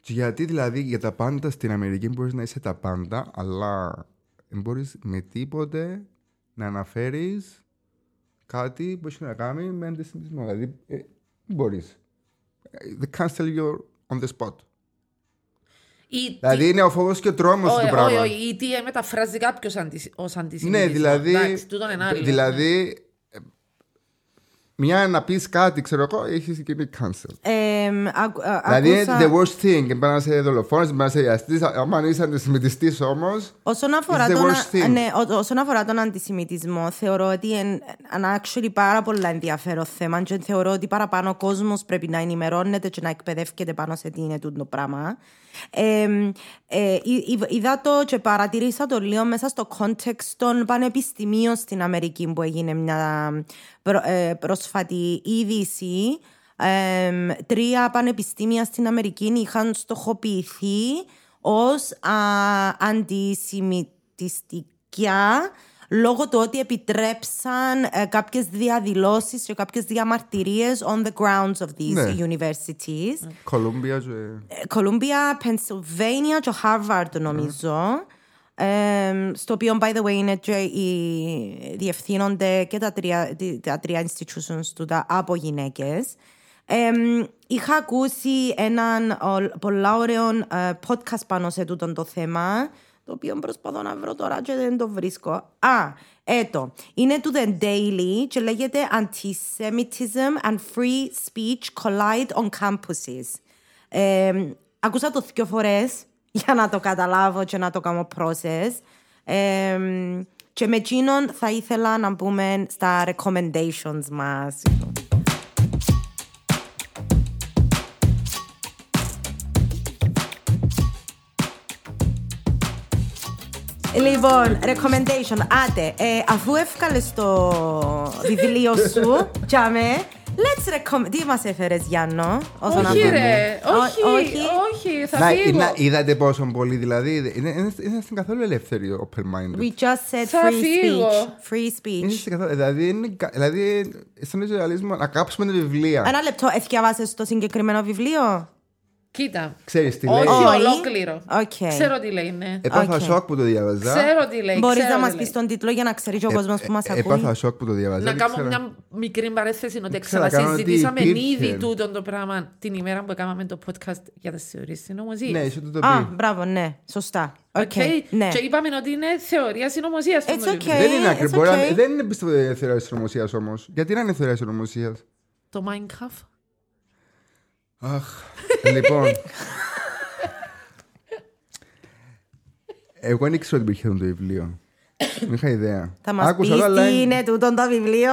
[SPEAKER 3] Και Γιατί δηλαδή για τα πάντα στην Αμερική μπορείς να είσαι τα πάντα, αλλά δεν μπορείς με τίποτε να αναφέρεις κάτι που έχει να κάνει με αντισημισμό. Δηλαδή, ε, μπορεί. They cancel you on the spot.
[SPEAKER 2] Ή τι-
[SPEAKER 3] Δηλαδή είναι ο φόβος και ο τρόμος
[SPEAKER 2] όχι,
[SPEAKER 3] του
[SPEAKER 2] όχι,
[SPEAKER 3] πράγμα.
[SPEAKER 2] όχι, ή τι ε, μεταφράζει κάποιος αντι, ως αντισημιτισμό.
[SPEAKER 3] Ναι, δηλαδή.
[SPEAKER 2] Εντάξει, τούτον είναι άλλο. ναι.
[SPEAKER 3] Δηλαδή. ε, Μια να πεις κάτι, ξέρω εγώ, έχεις γίνει cancel.
[SPEAKER 1] Ε, μ, ακου- α-
[SPEAKER 3] Δηλαδή,
[SPEAKER 1] ακούσα-
[SPEAKER 3] the worst thing. Μπορεί να είσαι δολοφόνο, μπορεί να είσαι ιαστής. Αν είσαι αντισημιτιστής όμως,
[SPEAKER 1] Όσον αφορά,
[SPEAKER 3] It's the
[SPEAKER 1] τον,
[SPEAKER 3] worst thing.
[SPEAKER 1] ναι, ό- όσον αφορά τον αντισημιτισμό, θεωρώ ότι είναι ένα actually πάρα πολύ ενδιαφέρον θέμα και θεωρώ ότι παραπάνω ο κόσμος πρέπει να ενημερώνεται και να εκπαιδεύεται πάνω σε τι είναι τούτο το πράγμα. Ε, ε, ε, είδα το και παρατηρήσα το λίγο μέσα στο context των πανεπιστημίων στην Αμερική που έγινε μια προ- ε, πρόσφατη είδηση. Ε, τρία πανεπιστήμια στην Αμερική είχαν στοχοποιηθεί ως α, αντισημιτιστικά λόγω του ότι επιτρέψαν ε, κάποιες διαδηλώσεις και κάποιες διαμαρτυρίες on the grounds of these
[SPEAKER 3] Ναι.
[SPEAKER 1] universities.
[SPEAKER 3] Κολούμπια. και-
[SPEAKER 1] Ε, Κολούμπια, Pennsylvania και Harvard νομίζω. Ε, στο οποίο, by the way, είναι και οι, διευθύνονται και τα τρία, τι- τα τρία institutions του τα από γυναίκες. Ε, είχα ακούσει έναν ο- πολλά ωραίο ε, podcast πάνω σε τούτον το θέμα, το οποίο προσπαθώ να βρω τώρα και δεν το βρίσκω. Α, έτο. Είναι του The Daily και λέγεται Antisemitism and Free Speech Collide on Campuses. Ε, ακούσα το δύο φορές για να το καταλάβω και να το κάνω process. Ε, και με εκείνον θα ήθελα να πούμε στα recommendations μας. Λοιπόν, recommendation, άτε, ε, αφού έφκαλες το βιβλίο
[SPEAKER 2] (laughs)
[SPEAKER 1] σου, τσάμε, let's recommend... Τι μας έφερες, Γιάννο, όσον
[SPEAKER 2] Όχι,
[SPEAKER 1] αφορά-
[SPEAKER 2] ρε.
[SPEAKER 1] Ό-
[SPEAKER 2] Όχι, όχι, θα
[SPEAKER 3] Να,
[SPEAKER 2] φύγω.
[SPEAKER 3] να- είδατε πόσο πολύ, δηλαδή. Είναι, είναι, είναι καθόλου ελεύθεροι open-minded.
[SPEAKER 1] We just said
[SPEAKER 2] Θα
[SPEAKER 1] free
[SPEAKER 2] φύγω.
[SPEAKER 1] speech. Free
[SPEAKER 3] Είναι
[SPEAKER 1] speech.
[SPEAKER 3] στην καθόλου- δηλαδή, είναι, κα- δηλαδή, σαν το ρεαλισμό, να κάψουμε τα βιβλία.
[SPEAKER 1] Ένα λεπτό, εθιαβάσες το συγκεκριμένο βιβλίο.
[SPEAKER 2] Κοίτα.
[SPEAKER 3] Ξέρεις τι λέει. Ε,
[SPEAKER 2] Όχι
[SPEAKER 1] Όχι.
[SPEAKER 2] ολόκληρο.
[SPEAKER 1] Οκ.
[SPEAKER 2] Ξέρω τι λέει, ναι.
[SPEAKER 3] Έπαθα
[SPEAKER 1] Okay.
[SPEAKER 3] σοκ που το διάβαζα.
[SPEAKER 2] Ξέρω τι λέει.
[SPEAKER 1] Μπορείς
[SPEAKER 2] Ε, ξέρω δηλαδή.
[SPEAKER 1] να
[SPEAKER 2] τι
[SPEAKER 1] μας
[SPEAKER 2] λέει.
[SPEAKER 1] πεις τον τίτλο για να ξέρει και ο κόσμος που μας
[SPEAKER 3] Ε, Έπαθα
[SPEAKER 1] ακούει.
[SPEAKER 3] σοκ που το διάβαζα.
[SPEAKER 2] Να
[SPEAKER 3] δεν
[SPEAKER 2] κάνω
[SPEAKER 3] ξέρω.
[SPEAKER 2] μια μικρή παρέθεση ότι
[SPEAKER 3] ξέρω, κάνω ότι
[SPEAKER 2] ξανασυζητήσαμε
[SPEAKER 3] υπήρχε.
[SPEAKER 2] ήδη τούτον το πράγμα την ημέρα που έκαναμε το podcast για τα θεωρίες συνωμοσίας.
[SPEAKER 3] Ναι, ίσως το το
[SPEAKER 1] Α,
[SPEAKER 3] πει.
[SPEAKER 1] μπράβο, ναι, σωστά. Οκ,
[SPEAKER 2] Okay.
[SPEAKER 1] ναι.
[SPEAKER 2] Και είπαμε ότι είναι θεωρία συνωμοσίας.
[SPEAKER 1] It's
[SPEAKER 2] το βιβλίο.
[SPEAKER 1] okay.
[SPEAKER 3] Δεν είναι
[SPEAKER 1] it's
[SPEAKER 3] ακριβώ.
[SPEAKER 1] okay.
[SPEAKER 3] Δεν είναι πιστεύω θεωρία συνωμοσίας όμως. Γιατί να είναι θεωρία συνωμοσίας.
[SPEAKER 2] Το Minecraft.
[SPEAKER 3] Αχ. λοιπόν. Εγώ δεν ήξερα ότι υπήρχε αυτό το βιβλίο. Δεν είχα ιδέα.
[SPEAKER 1] Θα μας
[SPEAKER 3] Άκουσα
[SPEAKER 1] πεις
[SPEAKER 3] το, αλλά
[SPEAKER 1] τι είναι τούτο το βιβλίο.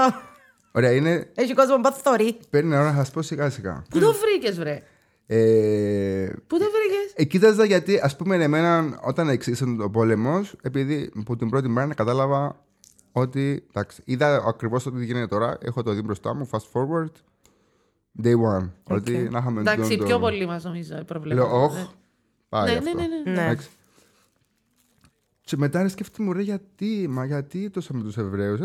[SPEAKER 3] Ωραία, είναι.
[SPEAKER 1] Έχει κόσμο που θωρεί.
[SPEAKER 3] Παίρνει ώρα να σας πω σιγά σιγά.
[SPEAKER 2] Πού το βρήκες βρε.
[SPEAKER 3] Ε,
[SPEAKER 2] Πού το βρήκες.
[SPEAKER 3] Ε, κοίταζα γιατί, ας πούμε, εμένα όταν εξήγησαν το πόλεμος, επειδή από την πρώτη μέρα κατάλαβα ότι. Εντάξει, είδα ακριβώς ότι γίνεται τώρα. Έχω το δει μπροστά μου, fast forward. Day one. Ότι να είχαμε
[SPEAKER 2] Εντάξει,
[SPEAKER 3] τον-
[SPEAKER 2] πιο
[SPEAKER 3] τον-
[SPEAKER 2] πολύ μας νομίζω προβλέπουμε.
[SPEAKER 3] Λέω,
[SPEAKER 2] Ναι.
[SPEAKER 3] Όχ, πάει.
[SPEAKER 2] Ναι,
[SPEAKER 3] αυτό.
[SPEAKER 2] ναι, ναι, ναι.
[SPEAKER 1] Ναι.
[SPEAKER 3] Εντάξει. Και μετά σκέφτομαι, ρε, γιατί, μα γιατί τόσο με τους Εβραίους,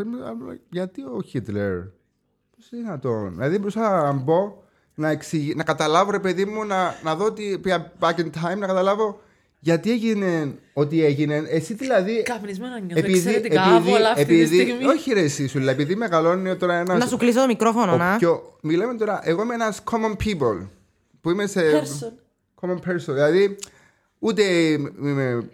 [SPEAKER 3] γιατί ο Χίτλερ. Πώς είναι δυνατόν. Δηλαδή, μπορούσα να μπω, να, εξηγη- να καταλάβω, ρε παιδί μου, να, να δω ότι πια back in time, να καταλάβω γιατί έγινε ό,τι έγινε. Εσύ δηλαδή.
[SPEAKER 2] Καπνισμένο Ε, νιώθω εξαιρετικά άβολα αυτή τη στιγμή.
[SPEAKER 3] όχι ρε εσύ σου λέει, επειδή μεγαλώνει τώρα ένας.
[SPEAKER 1] Να σου κλείσω το μικρόφωνο, να.
[SPEAKER 3] μιλάμε τώρα, εγώ είμαι ένας common people. Που είμαι σε.
[SPEAKER 2] Person.
[SPEAKER 3] Common person. Δηλαδή, ούτε είμαι.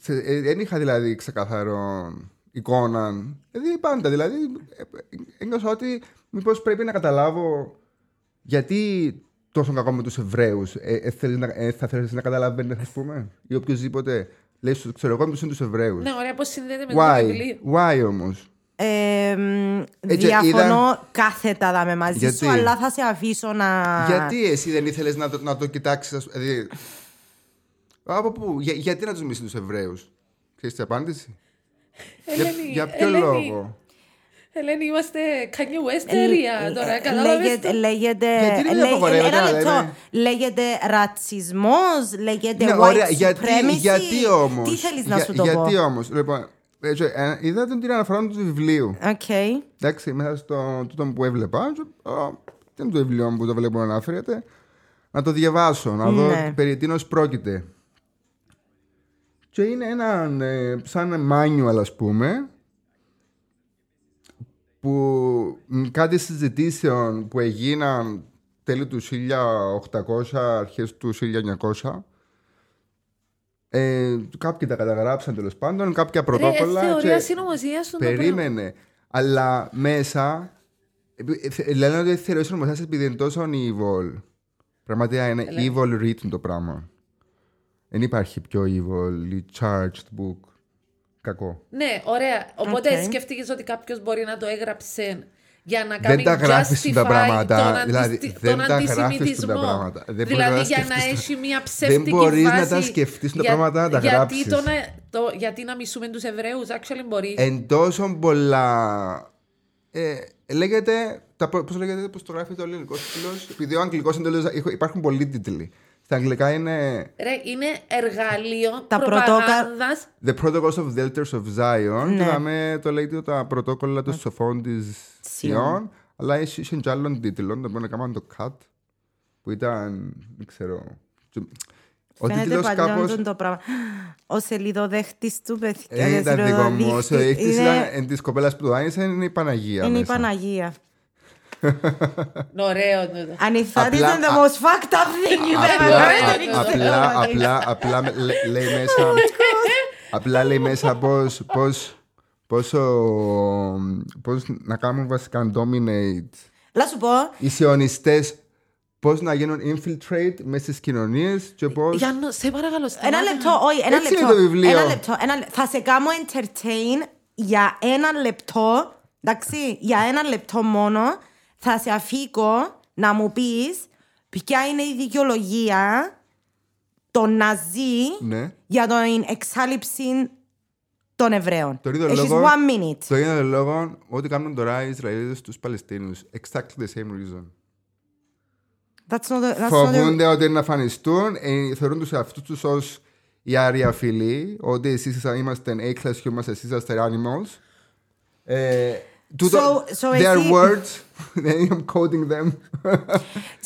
[SPEAKER 3] σε- ε, δεν είχα δηλαδή ξεκαθαρό εικόνα. Δηλαδή, πάντα. Δηλαδή, ε, ε, ένιωσα ότι μήπως πρέπει να καταλάβω γιατί τόσο κακό με τους Εβραίους. Ε, ε, θέλεις να- ε, θα θέλεις να καταλαβαίνεις, ας πούμε, ή οποιοδήποτε. Λέει, στους- ξέρω εγώ, του είναι τους Εβραίους.
[SPEAKER 2] Ναι, ωραία, πώς συνδέεται Ναι, με το
[SPEAKER 3] Why,
[SPEAKER 2] βιβλίο.
[SPEAKER 3] why όμω.
[SPEAKER 1] Ε, μ,
[SPEAKER 3] Έτσι,
[SPEAKER 1] διαφωνώ
[SPEAKER 3] είδα-
[SPEAKER 1] κάθετα δάμε μαζί
[SPEAKER 3] Γιατί?
[SPEAKER 1] σου, αλλά θα σε αφήσω να.
[SPEAKER 3] Γιατί εσύ δεν ήθελες να, το- να το κοιτάξεις. Δηλαδή, από πού, για- γιατί να τους μισείς τους Εβραίους, Ξέρεις την απάντηση. για,
[SPEAKER 4] Ελένη,
[SPEAKER 3] για ποιο
[SPEAKER 4] Ελένη,
[SPEAKER 3] λόγο.
[SPEAKER 4] Ελένη, είμαστε Kanye West
[SPEAKER 1] Ε,
[SPEAKER 4] area
[SPEAKER 1] ε,
[SPEAKER 4] τώρα.
[SPEAKER 1] ε,
[SPEAKER 4] Κατάλαβες
[SPEAKER 1] λέγεται-
[SPEAKER 4] το.
[SPEAKER 1] Λέγεται.
[SPEAKER 3] Γιατί δεν
[SPEAKER 1] λέ-
[SPEAKER 3] απαγορεύεται,
[SPEAKER 1] Ένα
[SPEAKER 3] αλλά
[SPEAKER 1] λεπτό.
[SPEAKER 3] είναι-
[SPEAKER 1] Λέγεται ρατσισμός, λέγεται
[SPEAKER 3] Ναι, ωραία,
[SPEAKER 1] white
[SPEAKER 3] γιατί,
[SPEAKER 1] supremacy.
[SPEAKER 3] γιατί όμως.
[SPEAKER 1] Τι θέλεις να σου το πω.
[SPEAKER 3] Γιατί όμως. Λοιπόν, έτσι, ε, είδα την αναφορά του βιβλίου.
[SPEAKER 1] Οκ.
[SPEAKER 3] Εντάξει, μέσα στο τούτο που έβλεπα, και, «Α, τι είναι το βιβλίο μου που το βλέπω να αναφέρεται, να το διαβάσω, να δω
[SPEAKER 1] Ναι.
[SPEAKER 3] περί τίνος πρόκειται. Και είναι ένα ε, σαν manual ας πούμε, που μ, κάτι συζητήσεων που έγιναν τέλη του 1800, αρχές του 1900, ε, κάποιοι τα καταγράψαν τέλος πάντων, κάποια
[SPEAKER 4] Ρε,
[SPEAKER 3] πρωτόκολλα.
[SPEAKER 4] θεωρία
[SPEAKER 3] και-
[SPEAKER 4] συνωμοσία του.
[SPEAKER 3] Περίμενε. Αλλά μέσα. επει- θε- Λένε ότι θεωρεί ονομασία επειδή είναι τόσο evil. Πραγματικά είναι evil written το πράγμα. Δεν υπάρχει πιο evil ή charged book. Κακό.
[SPEAKER 4] Ναι, ωραία. Οπότε
[SPEAKER 1] Οκ.
[SPEAKER 4] σκέφτηκε ότι κάποιος μπορεί να το έγραψε για να κάνει
[SPEAKER 3] Δεν τα γράφεις
[SPEAKER 4] justify
[SPEAKER 3] τα πράγματα.
[SPEAKER 4] Τον,
[SPEAKER 3] δηλαδή,
[SPEAKER 4] αντι...
[SPEAKER 3] δεν
[SPEAKER 4] τον
[SPEAKER 3] τα γράφεις τα
[SPEAKER 4] αντισημιτισμό.
[SPEAKER 3] πράγματα. Δεν μπορείς
[SPEAKER 4] δηλαδή
[SPEAKER 3] τα
[SPEAKER 4] για να
[SPEAKER 3] σκεφτείς τα-
[SPEAKER 4] έχει μια ψεύτικη
[SPEAKER 3] Δεν μπορείς να
[SPEAKER 4] βάση.
[SPEAKER 3] τα σκεφτείς τα
[SPEAKER 4] για-
[SPEAKER 3] πράγματα, να τα
[SPEAKER 4] γιατί
[SPEAKER 3] γράψεις. Ε-
[SPEAKER 4] Το να... Το... Γιατί να μισούμε τους Εβραίους, actually μπορεί.
[SPEAKER 3] Εν τόσο πολλά. Ε, λέγεται. Τα, προ- πώς λέγεται, πώς το γράφει το ελληνικό τίτλος Επειδή ο αγγλικός είναι τελείως- έχω- Υπάρχουν πολλοί τίτλοι. Στα αγγλικά είναι
[SPEAKER 4] Ρε, είναι εργαλείο
[SPEAKER 1] Τα
[SPEAKER 4] προπαγάνδας
[SPEAKER 3] The Protocols of Delters of Zion.
[SPEAKER 1] Ναι.
[SPEAKER 3] Είδαμε το λέει τα πρωτόκολλα των σοφών της Σιών. Αλλά εσύ είσαι και άλλων τίτλων. Το πρώτο έκαναν το Cut. Που ήταν. Δεν ξέρω. Ο
[SPEAKER 1] Φαίνεται
[SPEAKER 3] τίτλος
[SPEAKER 1] παλιόν
[SPEAKER 3] κάπως.
[SPEAKER 1] τον το πράγμα. Ο σελίδοδέχτης του παιδιά.
[SPEAKER 3] Δεν Ε, ήταν δικό μου. Ο
[SPEAKER 1] σελίδοδείχτης
[SPEAKER 3] ηχτη
[SPEAKER 1] είναι-
[SPEAKER 3] ήταν ε, της κοπέλας που το άνοιξε. Είναι η Παναγία.
[SPEAKER 1] Είναι η
[SPEAKER 3] μέσα.
[SPEAKER 1] Παναγία.
[SPEAKER 4] Ναι, Ωραίο. ναι, ναι.
[SPEAKER 1] And if that
[SPEAKER 3] Απλά-
[SPEAKER 1] isn't the most fucked up thing you've ever
[SPEAKER 3] Απλά,
[SPEAKER 1] heard,
[SPEAKER 3] α-
[SPEAKER 1] δεν ξέρω.
[SPEAKER 3] απλά, απλά, απλά με- λέ- λέει μέσα. Απλά λέει μέσα πώς, πώς, πόσο, πώς να κάνουν βασικά dominate
[SPEAKER 1] Να σου πω,
[SPEAKER 3] οι σιωνιστές πώς να γίνουν infiltrate μέσα στις κοινωνίες και
[SPEAKER 4] (laughs)
[SPEAKER 3] πώς...
[SPEAKER 2] Γιάννο, σε παρακαλώ. σταμάτα.
[SPEAKER 1] ένα λεπτό, όχι, ένα
[SPEAKER 3] Έτσι είναι
[SPEAKER 1] λεπτό.
[SPEAKER 3] το βιβλίο.
[SPEAKER 1] Ένα λεπτό, ένα λε- θα σε κάνω entertain για ένα λεπτό, εντάξει, για ένα λεπτό μόνο, θα σε αφήκω να μου πεις ποια είναι η δικαιολογία των Ναζί
[SPEAKER 3] Ναι.
[SPEAKER 1] για την εξάλληψη των Εβραίων.
[SPEAKER 3] Το ίδιο
[SPEAKER 1] Έχεις
[SPEAKER 3] λόγο-
[SPEAKER 1] one minute.
[SPEAKER 3] Το ίδιο λόγο ότι κάνουν τώρα οι Ισραηλίδες στους Παλαιστίνιους. Exactly the same reason.
[SPEAKER 1] That's not a- that's not a-
[SPEAKER 3] Φοβούνται ότι είναι να φανιστούν, ε, θεωρούν τους εαυτούς τους ως οι άρια φίλοι, ότι εσείς είσα- είμαστε A-class humans, εσείς είστε animals. Ε, τούτο-
[SPEAKER 1] So- so
[SPEAKER 3] their
[SPEAKER 1] εσύ-
[SPEAKER 3] words, (laughs) I'm quoting them.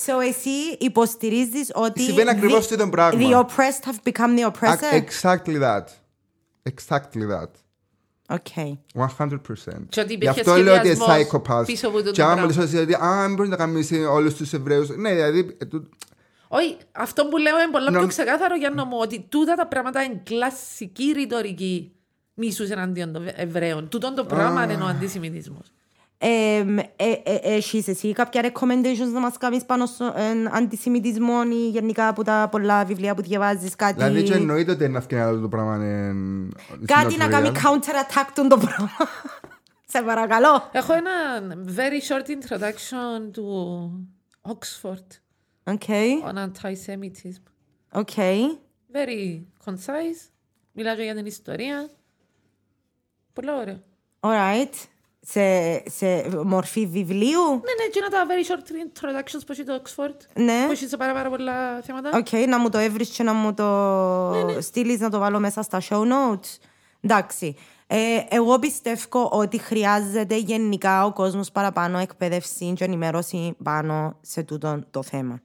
[SPEAKER 1] So εσύ υποστηρίζεις ότι...
[SPEAKER 3] Συμβαίνει
[SPEAKER 1] the-
[SPEAKER 3] ακριβώς το ίδιο πράγμα.
[SPEAKER 1] The oppressed have become the oppressor.
[SPEAKER 3] Exactly that. Exactly that.
[SPEAKER 1] Okay.
[SPEAKER 3] 100%.
[SPEAKER 2] Και ότι υπήρχε
[SPEAKER 3] Γι' αυτό λέω ότι είναι
[SPEAKER 2] σχεδιασμός
[SPEAKER 3] psychopath.
[SPEAKER 2] πίσω από τούτο
[SPEAKER 3] Και
[SPEAKER 2] το
[SPEAKER 3] άμα μου
[SPEAKER 2] πράγμα.
[SPEAKER 3] λες ότι δηλαδή, «Α, δεν μπορείς να κάνεις όλους τους Εβραίους». Ναι, δηλαδή... ε, του-
[SPEAKER 4] Όχι, αυτό που λέω είναι πολύ
[SPEAKER 3] Νο-
[SPEAKER 4] πιο ξεκάθαρο για να μου ότι τούτα τα πράγματα είναι κλασική ρητορική μίσου εναντίον των Εβραίων. Τούτον το πράγμα είναι ο αντισημιτισμός.
[SPEAKER 1] Εμ, ε, ε, ε, Έχεις εσύ κάποια recommendations να μας κάνεις πάνω στον αντισημιτισμό ή γενικά από τα πολλά βιβλία που διαβάζεις κάτι...
[SPEAKER 3] Δηλαδή και εννοείται ότι είναι να φτιάξει άλλο το πράγμα. ε,
[SPEAKER 1] Κάτι
[SPEAKER 3] στην
[SPEAKER 1] να κάνει
[SPEAKER 3] Αυστραλία.
[SPEAKER 1] counter-attack τον το πράγμα. (laughs) Σε παρακαλώ.
[SPEAKER 4] Έχω ένα very short introduction του Oxford
[SPEAKER 1] Okay.
[SPEAKER 4] on anti-Semitism.
[SPEAKER 1] Okay.
[SPEAKER 4] Very concise. Μιλάω για την ιστορία. Πολύ ωραίο.
[SPEAKER 1] All right. Σε, σε μορφή βιβλίου.
[SPEAKER 4] Ναι, ναι, και είναι τα very short introductions που έχει το Oxford.
[SPEAKER 1] Ναι.
[SPEAKER 4] Που έχει σε πάρα, πάρα πολλά θέματα.
[SPEAKER 1] Οκ, να μου το έβρεις και να μου το στείλεις να το βάλω μέσα στα show notes. Εντάξει. Ε, εγώ πιστεύω ότι χρειάζεται γενικά ο κόσμος παραπάνω εκπαίδευση και ενημέρωση πάνω σε τούτο το θέμα.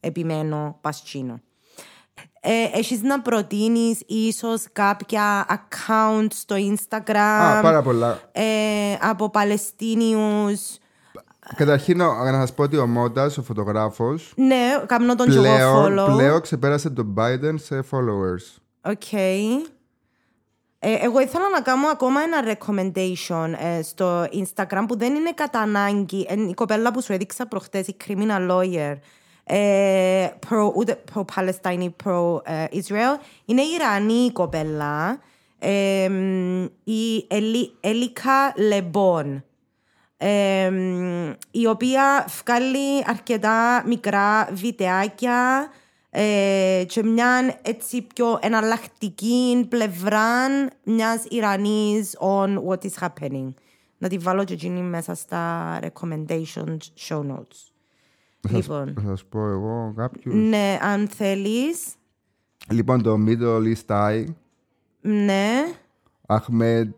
[SPEAKER 1] Επιμένω πασχίνο. Ε, έχεις να προτείνεις ίσως κάποια account στο Instagram
[SPEAKER 3] Α, πάρα πολλά.
[SPEAKER 1] ε, από Παλαιστίνιους.
[SPEAKER 3] Καταρχήν να να σας πω ότι ο Μόντας, ο φωτογράφος,
[SPEAKER 1] Ναι, κάνω τον και εγώ
[SPEAKER 3] πλέον,
[SPEAKER 1] follow.
[SPEAKER 3] πλέον ξεπέρασε τον Biden σε followers.
[SPEAKER 1] Οκ. Ε, εγώ ήθελα να κάνω ακόμα ένα recommendation ε, στο Instagram που δεν είναι κατά ανάγκη. Ε, η κοπέλα που σου έδειξα προχτές, η criminal lawyer, ε, προ, ούτε pro-Palestine, pro-Israel, είναι Ιρανή η κοπέλα. Ε, μ, η Ελί, Ελίκα Λεμπόν, ε, μ, η οποία βγάλει αρκετά μικρά βιτεάκια ε, και μια έτσι πιο εναλλακτική πλευρά μιας Ιρανής on what is happening. Να τη βάλω και εκείνη μέσα στα recommendations show notes. λοιπόν,
[SPEAKER 3] Θα σας πω εγώ κάποιους.
[SPEAKER 1] ναι, αν θέλεις,
[SPEAKER 3] Λοιπόν, το Middle East Eye,
[SPEAKER 1] ναι.
[SPEAKER 3] Ahmed,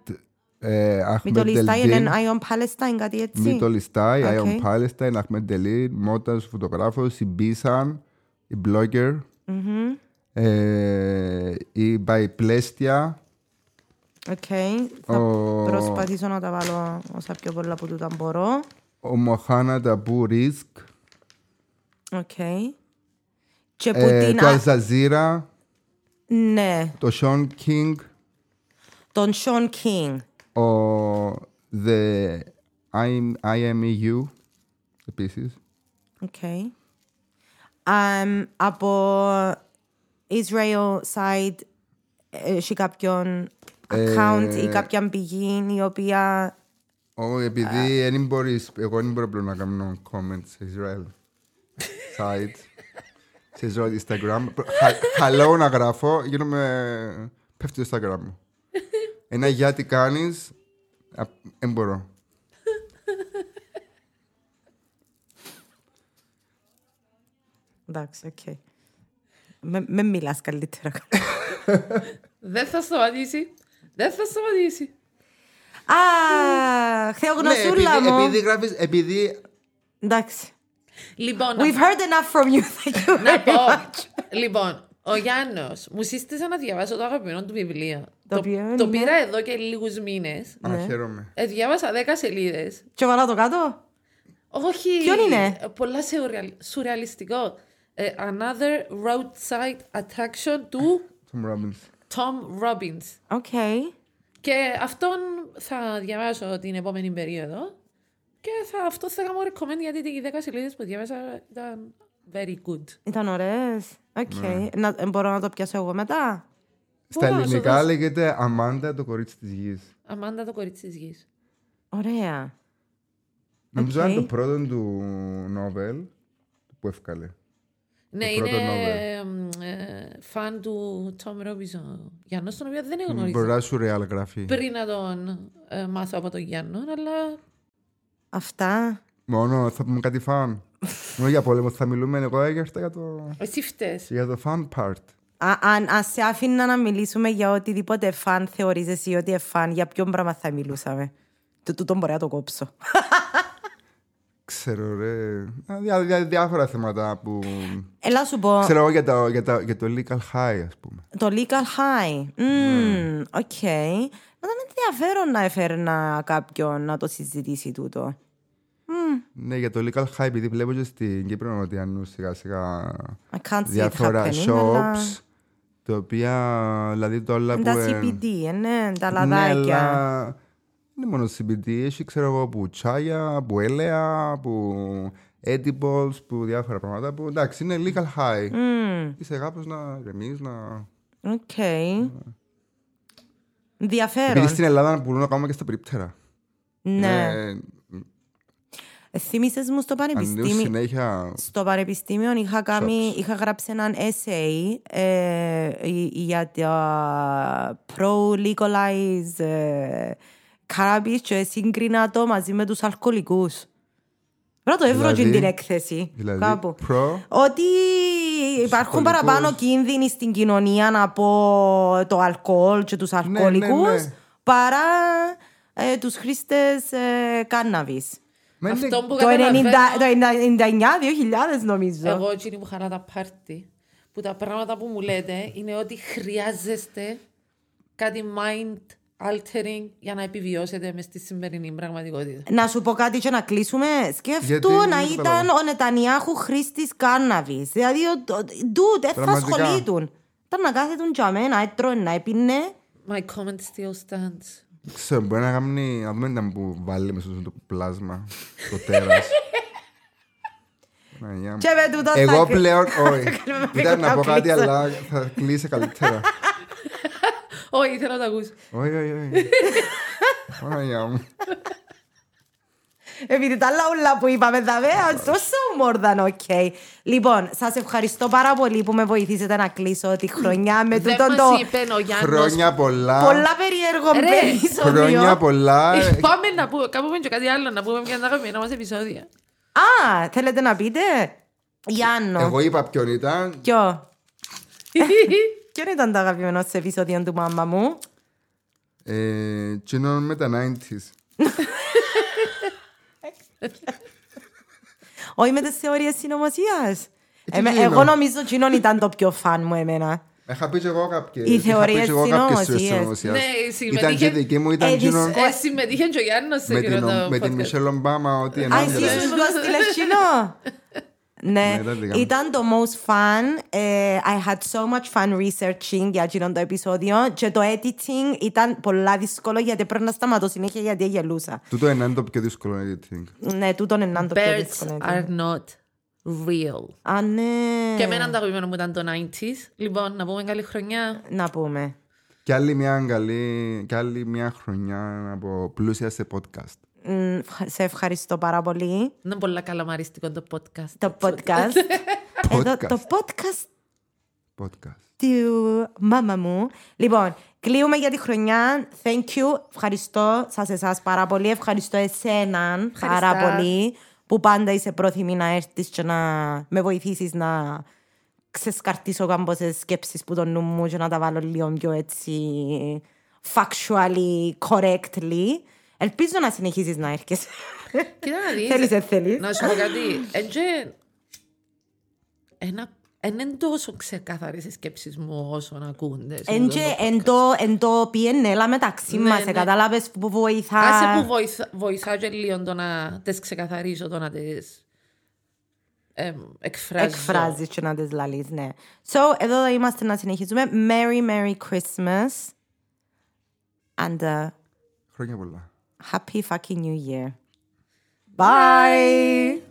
[SPEAKER 3] ε,
[SPEAKER 1] Μην
[SPEAKER 3] Ahmed
[SPEAKER 1] το λιστάει,
[SPEAKER 3] Deldin.
[SPEAKER 1] είναι Ion Palestine, κάτι έτσι.
[SPEAKER 3] Μην το λιστάει,
[SPEAKER 1] Οκ.
[SPEAKER 3] Ion Palestine, Ahmed Delin, Μότας, φωτογράφος, η Μπίσαν, η blogger, ε, η Μπαϊπλέστια,
[SPEAKER 1] Οκ. Θα
[SPEAKER 3] Ο-
[SPEAKER 1] προσπαθήσω να τα βάλω όσα πιο πολλά που τούτα μπορώ.
[SPEAKER 3] ο Μοχάνα Ταμπού Ρίσκ,
[SPEAKER 1] Οκ. Και που
[SPEAKER 3] ε,
[SPEAKER 1] την...
[SPEAKER 3] το
[SPEAKER 1] α-
[SPEAKER 3] Αλζαζίρα,
[SPEAKER 1] Ναι,
[SPEAKER 3] το Σον Κίνγκ,
[SPEAKER 1] τον Sean King.
[SPEAKER 3] ο The I'm, IMEU, E επίσης.
[SPEAKER 1] Οκ. Αμ, από Israel side ε, έχει
[SPEAKER 3] Ε,
[SPEAKER 1] κάποιον account ή κάποια πηγή η οποία...
[SPEAKER 3] Ω, επειδή δεν μπορείς, εγώ δεν μπορώ πλέον να κάνω comment σε Ισραήλ site, σε Ισραήλ Instagram. Χα- Hello να γράφω, γίνομαι, πέφτει το Instagram μου. Ένα για τι κάνεις, α, δεν μπορώ.
[SPEAKER 1] Εντάξει, οκ. Με, με μιλάς
[SPEAKER 3] (laughs)
[SPEAKER 1] καλύτερα.
[SPEAKER 2] Δεν θα σταματήσει. Δεν θα σταματήσει.
[SPEAKER 1] Αχ, θεογνωσούλα
[SPEAKER 3] Ναι, επειδή,
[SPEAKER 1] μου.
[SPEAKER 3] επειδή γράφεις, επειδή
[SPEAKER 1] Εντάξει.
[SPEAKER 2] Λοιπόν, να
[SPEAKER 1] We've heard enough from you. Thank you
[SPEAKER 2] Να
[SPEAKER 1] very
[SPEAKER 2] πω.
[SPEAKER 1] much.
[SPEAKER 2] Λοιπόν, ο Γιάννος μου σύστησε να διαβάσω το αγαπημένο του βιβλίο.
[SPEAKER 1] Το οποίο είναι?
[SPEAKER 2] πήρα εδώ και λίγους μήνες.
[SPEAKER 3] Α,
[SPEAKER 1] Ναι.
[SPEAKER 3] χαίρομαι.
[SPEAKER 2] Ε, διάβασα 10 σελίδες.
[SPEAKER 1] Και βάλα το κάτω.
[SPEAKER 2] Όχι.
[SPEAKER 1] Ποιον είναι?
[SPEAKER 2] ε, Πολλά σεουρεαλ- σουρεαλιστικό. Ε, Another roadside attraction του
[SPEAKER 3] Tom Robbins.
[SPEAKER 2] Tom Robbins.
[SPEAKER 1] Οκ.
[SPEAKER 2] Και αυτόν θα διαβάσω την επόμενη περίοδο. Και θα, αυτό θα κάνω recommend γιατί οι 10 σελίδες που διάβασα ήταν very good.
[SPEAKER 1] Ήταν ωραίες. Οκ.
[SPEAKER 3] Ναι.
[SPEAKER 1] Να- ε, Μπορώ να το πιάσω εγώ μετά.
[SPEAKER 3] Στα
[SPEAKER 2] να σου
[SPEAKER 3] ελληνικά
[SPEAKER 2] δώσω.
[SPEAKER 3] λέγεται Αμάντα το κορίτσι της γης.
[SPEAKER 2] Αμάντα το κορίτσι της γης.
[SPEAKER 1] Ωραία.
[SPEAKER 3] Νομίζω
[SPEAKER 1] Οκ.
[SPEAKER 3] ήταν το πρώτο του νόβελ που έφκαλε.
[SPEAKER 2] Ναι,
[SPEAKER 3] πρώτο
[SPEAKER 2] είναι
[SPEAKER 3] νόβελ.
[SPEAKER 2] εμ, ε, φαν του Τόμ Ρόμπιζον. Γιάννος, τον οποίο δεν
[SPEAKER 3] Μπορεί
[SPEAKER 2] εγνώριζα
[SPEAKER 3] να σου ρεάλ γράφει.
[SPEAKER 2] πριν να τον ε, μάθω από τον Γιάννο, αλλά
[SPEAKER 1] Αυτά.
[SPEAKER 3] Μόνο θα πούμε κάτι φαν. Μόνο για πόλεμο θα μιλούμε εγώ έγιωσα για το,
[SPEAKER 2] εσύ φταίς.
[SPEAKER 3] για το fun part.
[SPEAKER 1] Α, αν ας σε άφηνα να μιλήσουμε για οτιδήποτε φαν θεωρείς εσύ ότι είναι φαν, για ποιον πράγμα θα μιλούσαμε. Το τούτο μπορεί να το κόψω.
[SPEAKER 3] Ξέρω ρε. Α, διά- διά- διάφορα θέματα που...
[SPEAKER 1] Έλα σου πω,
[SPEAKER 3] Ξέρω εγώ για το, για, τα- για το legal high ας πούμε.
[SPEAKER 1] το legal high.
[SPEAKER 3] Ναι.
[SPEAKER 1] Μμμ, Οκ. Να ήταν ενδιαφέρον να έφερνα κάποιον να το συζητήσει τούτο.
[SPEAKER 3] Ναι, για το legal high επειδή βλέπω και στην Κύπρο ότι ανού σιγά σιγά
[SPEAKER 1] I can't see it
[SPEAKER 3] διάφορα
[SPEAKER 1] happening, αλλά...
[SPEAKER 3] shops τα οποία δηλαδή τα όλα
[SPEAKER 1] Είναι
[SPEAKER 3] που...
[SPEAKER 1] τα
[SPEAKER 3] εν-
[SPEAKER 1] CPD, ναι, τα
[SPEAKER 3] Ναι,
[SPEAKER 1] λαδάκια.
[SPEAKER 3] αλλά δεν είναι μόνο CBD, έχει ξέρω εγώ που τσάγια, που έλαια, που edibles, που διάφορα πράγματα που εντάξει είναι legal high. Είσαι κάπως να ηρεμείς, να...
[SPEAKER 1] Οκ.
[SPEAKER 3] Επειδή
[SPEAKER 1] Ενδιαφέρον.
[SPEAKER 3] στην Ελλάδα πουλούν ακόμα και στα περίπτερα.
[SPEAKER 1] Ναι.
[SPEAKER 3] Ε,
[SPEAKER 1] Θύμησες μου στο
[SPEAKER 3] Ανοίγουν
[SPEAKER 1] πανεπιστήμιο.
[SPEAKER 3] συνέχεια...
[SPEAKER 1] Στο πανεπιστήμιο είχα, κάνει, είχα γράψει έναν essay ε, για τα pro-legalize ε, cannabis και σύγκρινα το μαζί με τους αλκοολικούς. Πρέπει να το έβρω
[SPEAKER 3] Δηλαδή-
[SPEAKER 1] την έκθεση
[SPEAKER 3] Δηλαδή,
[SPEAKER 1] κάπου.
[SPEAKER 3] προ...
[SPEAKER 1] Ότι υπάρχουν
[SPEAKER 3] Τους
[SPEAKER 1] παραπάνω
[SPEAKER 3] αλκοολικούς.
[SPEAKER 1] κίνδυνοι στην κοινωνία από το αλκοόλ και τους αλκοολικούς
[SPEAKER 3] ναι.
[SPEAKER 1] παρά ε, τους χρήστες ε, κάναβης.
[SPEAKER 3] Μα είναι-
[SPEAKER 2] Αυτό που
[SPEAKER 1] Το 90
[SPEAKER 2] καταλαβαίνω,
[SPEAKER 1] το 99-2000 νομίζω.
[SPEAKER 2] εγώ εκείνη που χαρά τα πάρτι, που τα πράγματα που μου λέτε είναι ότι χρειάζεστε κάτι mind altering για να επιβιώσετε μες στη σημερινή πραγματικότητα.
[SPEAKER 1] Να σου πω κάτι και να κλείσουμε.
[SPEAKER 3] Γιατί
[SPEAKER 1] Σκέφτου
[SPEAKER 3] δεν
[SPEAKER 1] να
[SPEAKER 3] το
[SPEAKER 1] ήταν
[SPEAKER 3] καταλαβαίνω.
[SPEAKER 1] ο Νετανιάχου χρήστης κάναβη. Δηλαδή, ο- ο- ντου, δεν θα
[SPEAKER 3] Πραγματικά.
[SPEAKER 1] ασχολείτουν. Ήταν να κάθετουν για μένα, έτρωε να έπινε.
[SPEAKER 2] My comment still stands.
[SPEAKER 3] Ξέρω, μπορεί να κάνει... Να δούμε να μου βάλει μέσα στο πλάσμα το τέρας. Παναγιά μου.
[SPEAKER 1] (laughs) Και με τούτο θα
[SPEAKER 3] Εγώ
[SPEAKER 1] κλει-
[SPEAKER 3] πλέον, όχι.
[SPEAKER 1] Πρέπει να
[SPEAKER 3] Ήταν να πω κάτι,
[SPEAKER 1] κλείσω.
[SPEAKER 3] αλλά θα κλείσει καλύτερα.
[SPEAKER 4] Όχι, ήθελα να το ακούσω.
[SPEAKER 3] Όχι, όχι, όχι. Παναγιά μου.
[SPEAKER 1] Επειδή τα λαούλα που είπαμε τα βέα, τόσο μόρδαν, οκ. Λοιπόν, σας ευχαριστώ πάρα πολύ που με βοηθήσετε να κλείσω τη χρονιά με
[SPEAKER 2] Δεν
[SPEAKER 1] τούτον
[SPEAKER 2] μας
[SPEAKER 1] το.
[SPEAKER 2] είπε ο Γιάννος.
[SPEAKER 3] Χρόνια πολλά.
[SPEAKER 1] Πολλά περίεργο
[SPEAKER 2] Ρε,
[SPEAKER 1] επεισόδιο.
[SPEAKER 3] Χρόνια πολλά.
[SPEAKER 2] Ε, Πάμε να πούμε, κάπου πούμε και κάτι άλλο, να πούμε μια από τα αγαπημένα μας επεισόδια.
[SPEAKER 1] Α, θέλετε να πείτε. Γιάννο.
[SPEAKER 3] Εγώ είπα ποιον ήταν.
[SPEAKER 1] Ποιο. Ποιο ήταν το αγαπημένο σε επεισόδιο του μάμα μου.
[SPEAKER 3] Ε, Τσινόν με τα 90s.
[SPEAKER 1] Όχι με τις θεωρίες συνωμοσίας.
[SPEAKER 3] Ε, τι είναι.
[SPEAKER 1] Εγώ νομίζω ότι ήταν το πιο φαν μου εμένα.
[SPEAKER 3] Είχα πει και εγώ κάποιες.
[SPEAKER 1] Οι
[SPEAKER 3] είχα πει και
[SPEAKER 1] θεωρίες
[SPEAKER 3] εγώ κάποιες
[SPEAKER 1] συνωμοσίας.
[SPEAKER 3] θεωρίες συνωμοσίας.
[SPEAKER 2] Ναι, συμμετείχε-
[SPEAKER 3] Ήταν και δική μου, ήταν
[SPEAKER 1] Ε,
[SPEAKER 3] Τσινόν
[SPEAKER 1] δυσ-
[SPEAKER 2] Ε, συμμετείχε και ο Γιάννος σε
[SPEAKER 3] με την,
[SPEAKER 2] εκείνο το
[SPEAKER 3] με την
[SPEAKER 2] podcast.
[SPEAKER 3] Μισελ Ομπάμα ότι
[SPEAKER 1] Α, εσύ
[SPEAKER 3] ενάντια.
[SPEAKER 1] σου το έστειλες κοινό. Ναι,
[SPEAKER 3] ήταν δικά μου.
[SPEAKER 1] ήταν το most fun. Ε, I had so much fun researching για εκείνο το επεισόδιο και το editing ήταν πολλά δύσκολο γιατί πρέπει να σταματώ συνέχεια γιατί γελούσα.
[SPEAKER 3] Τούτο είναι το πιο δύσκολο editing.
[SPEAKER 1] Ναι, τούτον είναι το πιο δύσκολο.
[SPEAKER 2] Birds
[SPEAKER 1] editing.
[SPEAKER 2] are not real.
[SPEAKER 1] Α, ναι.
[SPEAKER 2] Και εμένα το αγαπημένο μου ήταν το 90s. Λοιπόν, να πούμε καλή χρονιά.
[SPEAKER 1] Να πούμε.
[SPEAKER 3] Κι άλλη μια καλή, κι άλλη μια χρονιά από πλούσια σε podcast.
[SPEAKER 1] Μ, Σε ευχαριστώ πάρα πολύ.
[SPEAKER 2] Ήταν πολύ καλαμαριστικό το podcast.
[SPEAKER 1] Το podcast. Εδώ, το podcast
[SPEAKER 3] Podcast.
[SPEAKER 1] του μάμα μου. Λοιπόν, κλείουμε για τη χρονιά. Thank you. Ευχαριστώ σας εσάς πάρα πολύ. Ευχαριστώ εσέναν πάρα
[SPEAKER 4] Ευχαριστά.
[SPEAKER 1] πολύ που πάντα είσαι πρόθυμη να έρθεις και να με βοηθήσεις να ξεσκαρτήσω κάμποσε σκέψεις που το νου μου και να τα βάλω λίγο πιο έτσι factually correctly. Ελπίζω να συνεχίσει να έρχεσαι.
[SPEAKER 2] Κοίτα να δεις.
[SPEAKER 1] Θέλεις, δεν θέλεις.
[SPEAKER 2] Να σου πω κάτι. Έντζε... Ένα... Εν είναι τόσο ξεκάθαρες οι σκέψεις μου όσο να ακούγονται. σε
[SPEAKER 1] Εν
[SPEAKER 2] τούτο
[SPEAKER 1] και
[SPEAKER 2] το
[SPEAKER 1] εν το- εν το πιενέλα μεταξύ
[SPEAKER 2] Ναι,
[SPEAKER 1] μας,
[SPEAKER 2] ναι.
[SPEAKER 1] κατάλαβες που βοηθάς.
[SPEAKER 2] Άσε που βοηθά, βοηθά και λίγο το να τις ξεκαθαρίζω, το να τις εμ, εκφράζω.
[SPEAKER 1] εκφράζεις και να τις λαλείς, ναι. So, εδώ είμαστε να συνεχίζουμε. Merry, Merry Christmas and a
[SPEAKER 3] Χρόνια πολλά.
[SPEAKER 1] happy fucking new year. Bye!